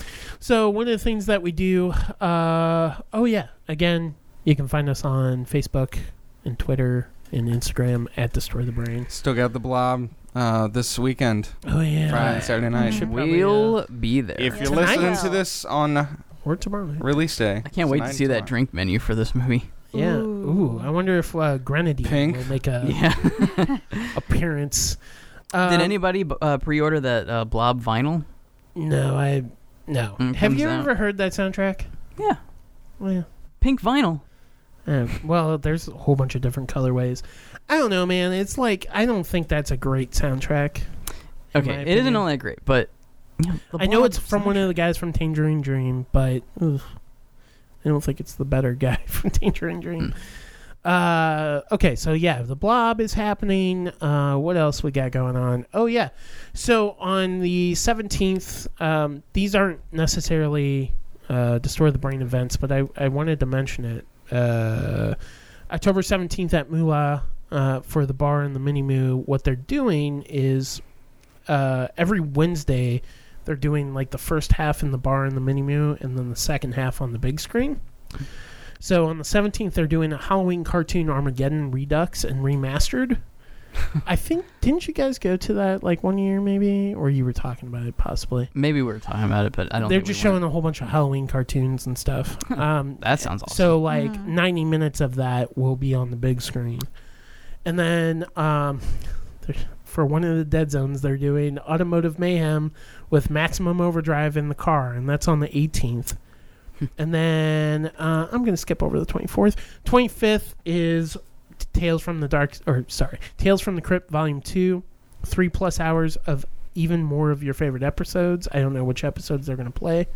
A: So one of the things that we do, uh, oh yeah, again, you can find us on Facebook and Twitter and Instagram at Destroy the Brain.
B: Still got the blob uh, this weekend,
A: Oh yeah,
B: Friday and Saturday night.
A: should probably, uh,
C: We'll be there.
B: If you're
A: Tonight?
B: listening to this on
A: or tomorrow. night.
B: release day,
C: I can't wait to see that drink menu for this movie.
A: Yeah. Ooh.
D: Ooh.
A: I wonder if uh, Grenadine
B: Pink.
A: will make a
C: yeah.
A: appearance. Um,
C: Did anybody b- uh, pre-order that uh, Blob vinyl?
A: No, I no.
C: Mm,
A: Have
C: comes
A: you
C: out.
A: ever heard that soundtrack?
C: Yeah.
A: Well, yeah.
C: Pink vinyl.
A: Uh, well, there's a whole bunch of different colorways. I don't know, man. It's like I don't think that's a great soundtrack. in
C: Okay,
A: my
C: it isn't
A: opinion.
C: all that great, but you know, the
A: I know
C: Blob
A: it's from
C: soundtrack-
A: one of the guys from Tangerine Dream, but oof, I don't think it's the better guy from Tangerine Dream. Uh, okay, so yeah, the Blob is happening. Uh, what else we got going on? Oh yeah, so on the seventeenth, um, these aren't necessarily uh, destroy the brain events, but I I wanted to mention it. Uh, October seventeenth at Moolah. Uh, for the bar and the mini moo, what they're doing is uh, every Wednesday they're doing like the first half in the bar in the mini moo and then the second half on the big screen. So on the 17th they're doing a Halloween cartoon Armageddon Redux and remastered. I think didn't you guys go to that like one year maybe or you were talking about it possibly.
C: Maybe we were talking about it, but I don't.
A: They're
C: think we
A: just
C: were.
A: showing a whole bunch of Halloween cartoons and stuff. um
C: That sounds awesome.
A: so like
D: Mhm.
A: 90 minutes of that will be on the big screen. And then um, there's- for one of the dead zones, they're doing Automotive Mayhem with Maximum Overdrive in the car, and that's on the 18th. and then uh, I'm going to skip over the 24th. 25th is T- Tales from the Dark, or sorry, Tales from the Crypt Volume 2, three plus hours of even more of your favorite episodes. I don't know which episodes they're going to play.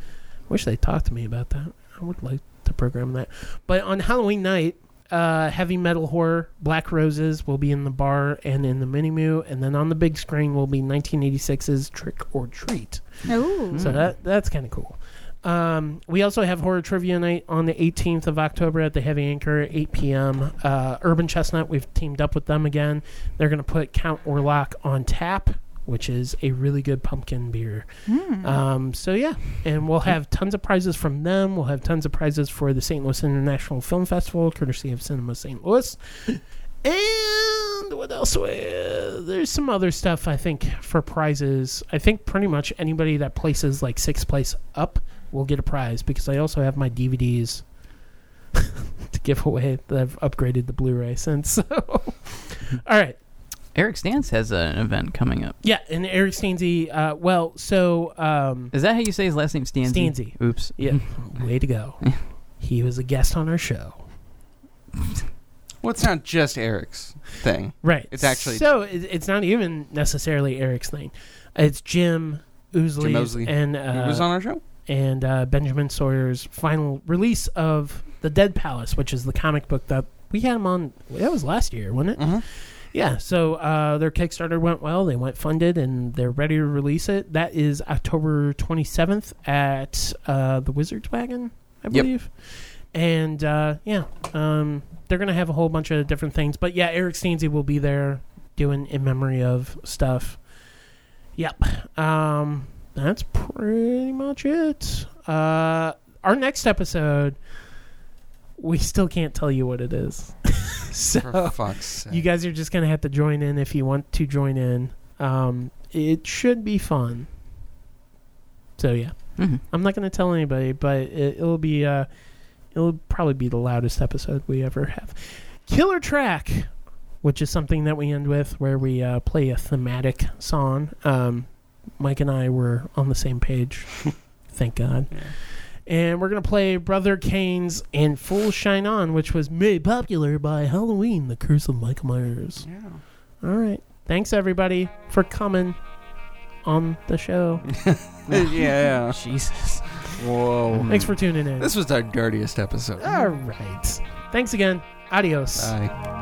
A: Wish they talked to me about that. I would like to program that. But on Halloween night, uh, heavy metal horror Black Roses will be in the bar and in the mini moo, and then on the big screen will be 1986's Trick or Treat.
D: Ooh.
A: So that that's kind of cool. Um, we also have horror trivia night on the 18th of October at the Heavy Anchor, 8 p.m. Uh, Urban Chestnut, we've teamed up with them again. They're going to put Count Orlock on tap, which is a really good pumpkin beer. Um, so yeah, and we'll have tons of prizes from them. We'll have tons of prizes for the St. Louis International Film Festival, courtesy of Cinema St. Louis. And wonder what else. we- There's some other stuff I think for prizes. I think pretty much anybody that places like sixth place up will get a prize because I also have my DVDs to give away that I've upgraded the Blu-ray since. So, all right.
C: Eric Stance has an event coming up.
A: Yeah, and Eric Stainsy. Uh, well, so um,
C: Is that how you say his last name? Stanzi.
A: Stanzi.
C: Oops.
A: yeah, way to go. He was a guest on our show.
B: Well, it's not just Eric's thing.
A: Right.
B: It's actually-
A: so it, it's not even necessarily Eric's thing. It's Jim
B: Jim
A: Ousley
B: Ousley.
A: and
B: He
A: uh,
B: was on our show.
A: and uh, Benjamin Sawyer's final release of the Dead Palace, which is the comic book that we had him on. That was last year, wasn't it?
B: Mhm.
A: Yeah. So uh, their Kickstarter went well. They went funded, and they're ready to release it. That is October 27th at uh, the Wizard's Wagon, I
B: Yep.
A: believe. And uh, yeah, um, they're gonna have a whole bunch of different things. But yeah, Eric Stainsy will be there doing in memory of stuff. Yep. Um, that's pretty much it. Uh, our next episode, we still can't tell you what it is.
B: For
A: so
B: fuck's sake.
A: you guys are just gonna have to join in if you want to join in. Um, it should be fun. So yeah,
C: Mhm.
A: I'm not gonna tell anybody, but it, it'll be uh, it'll probably be the loudest episode we ever have. Killer track, which is something that we end with, where we uh, play a thematic song. Um, Mike and I were on the same page, thank God. And we're gonna play Brother Kane's "And Full Shine On," which was made popular by Halloween: The Curse of Michael Myers.
B: Yeah.
A: All right, thanks everybody for coming on the show.
B: yeah.
C: Jesus.
B: Whoa.
A: Thanks for tuning in.
B: This was our dirtiest episode.
A: All right, thanks again. Adios.
B: Bye.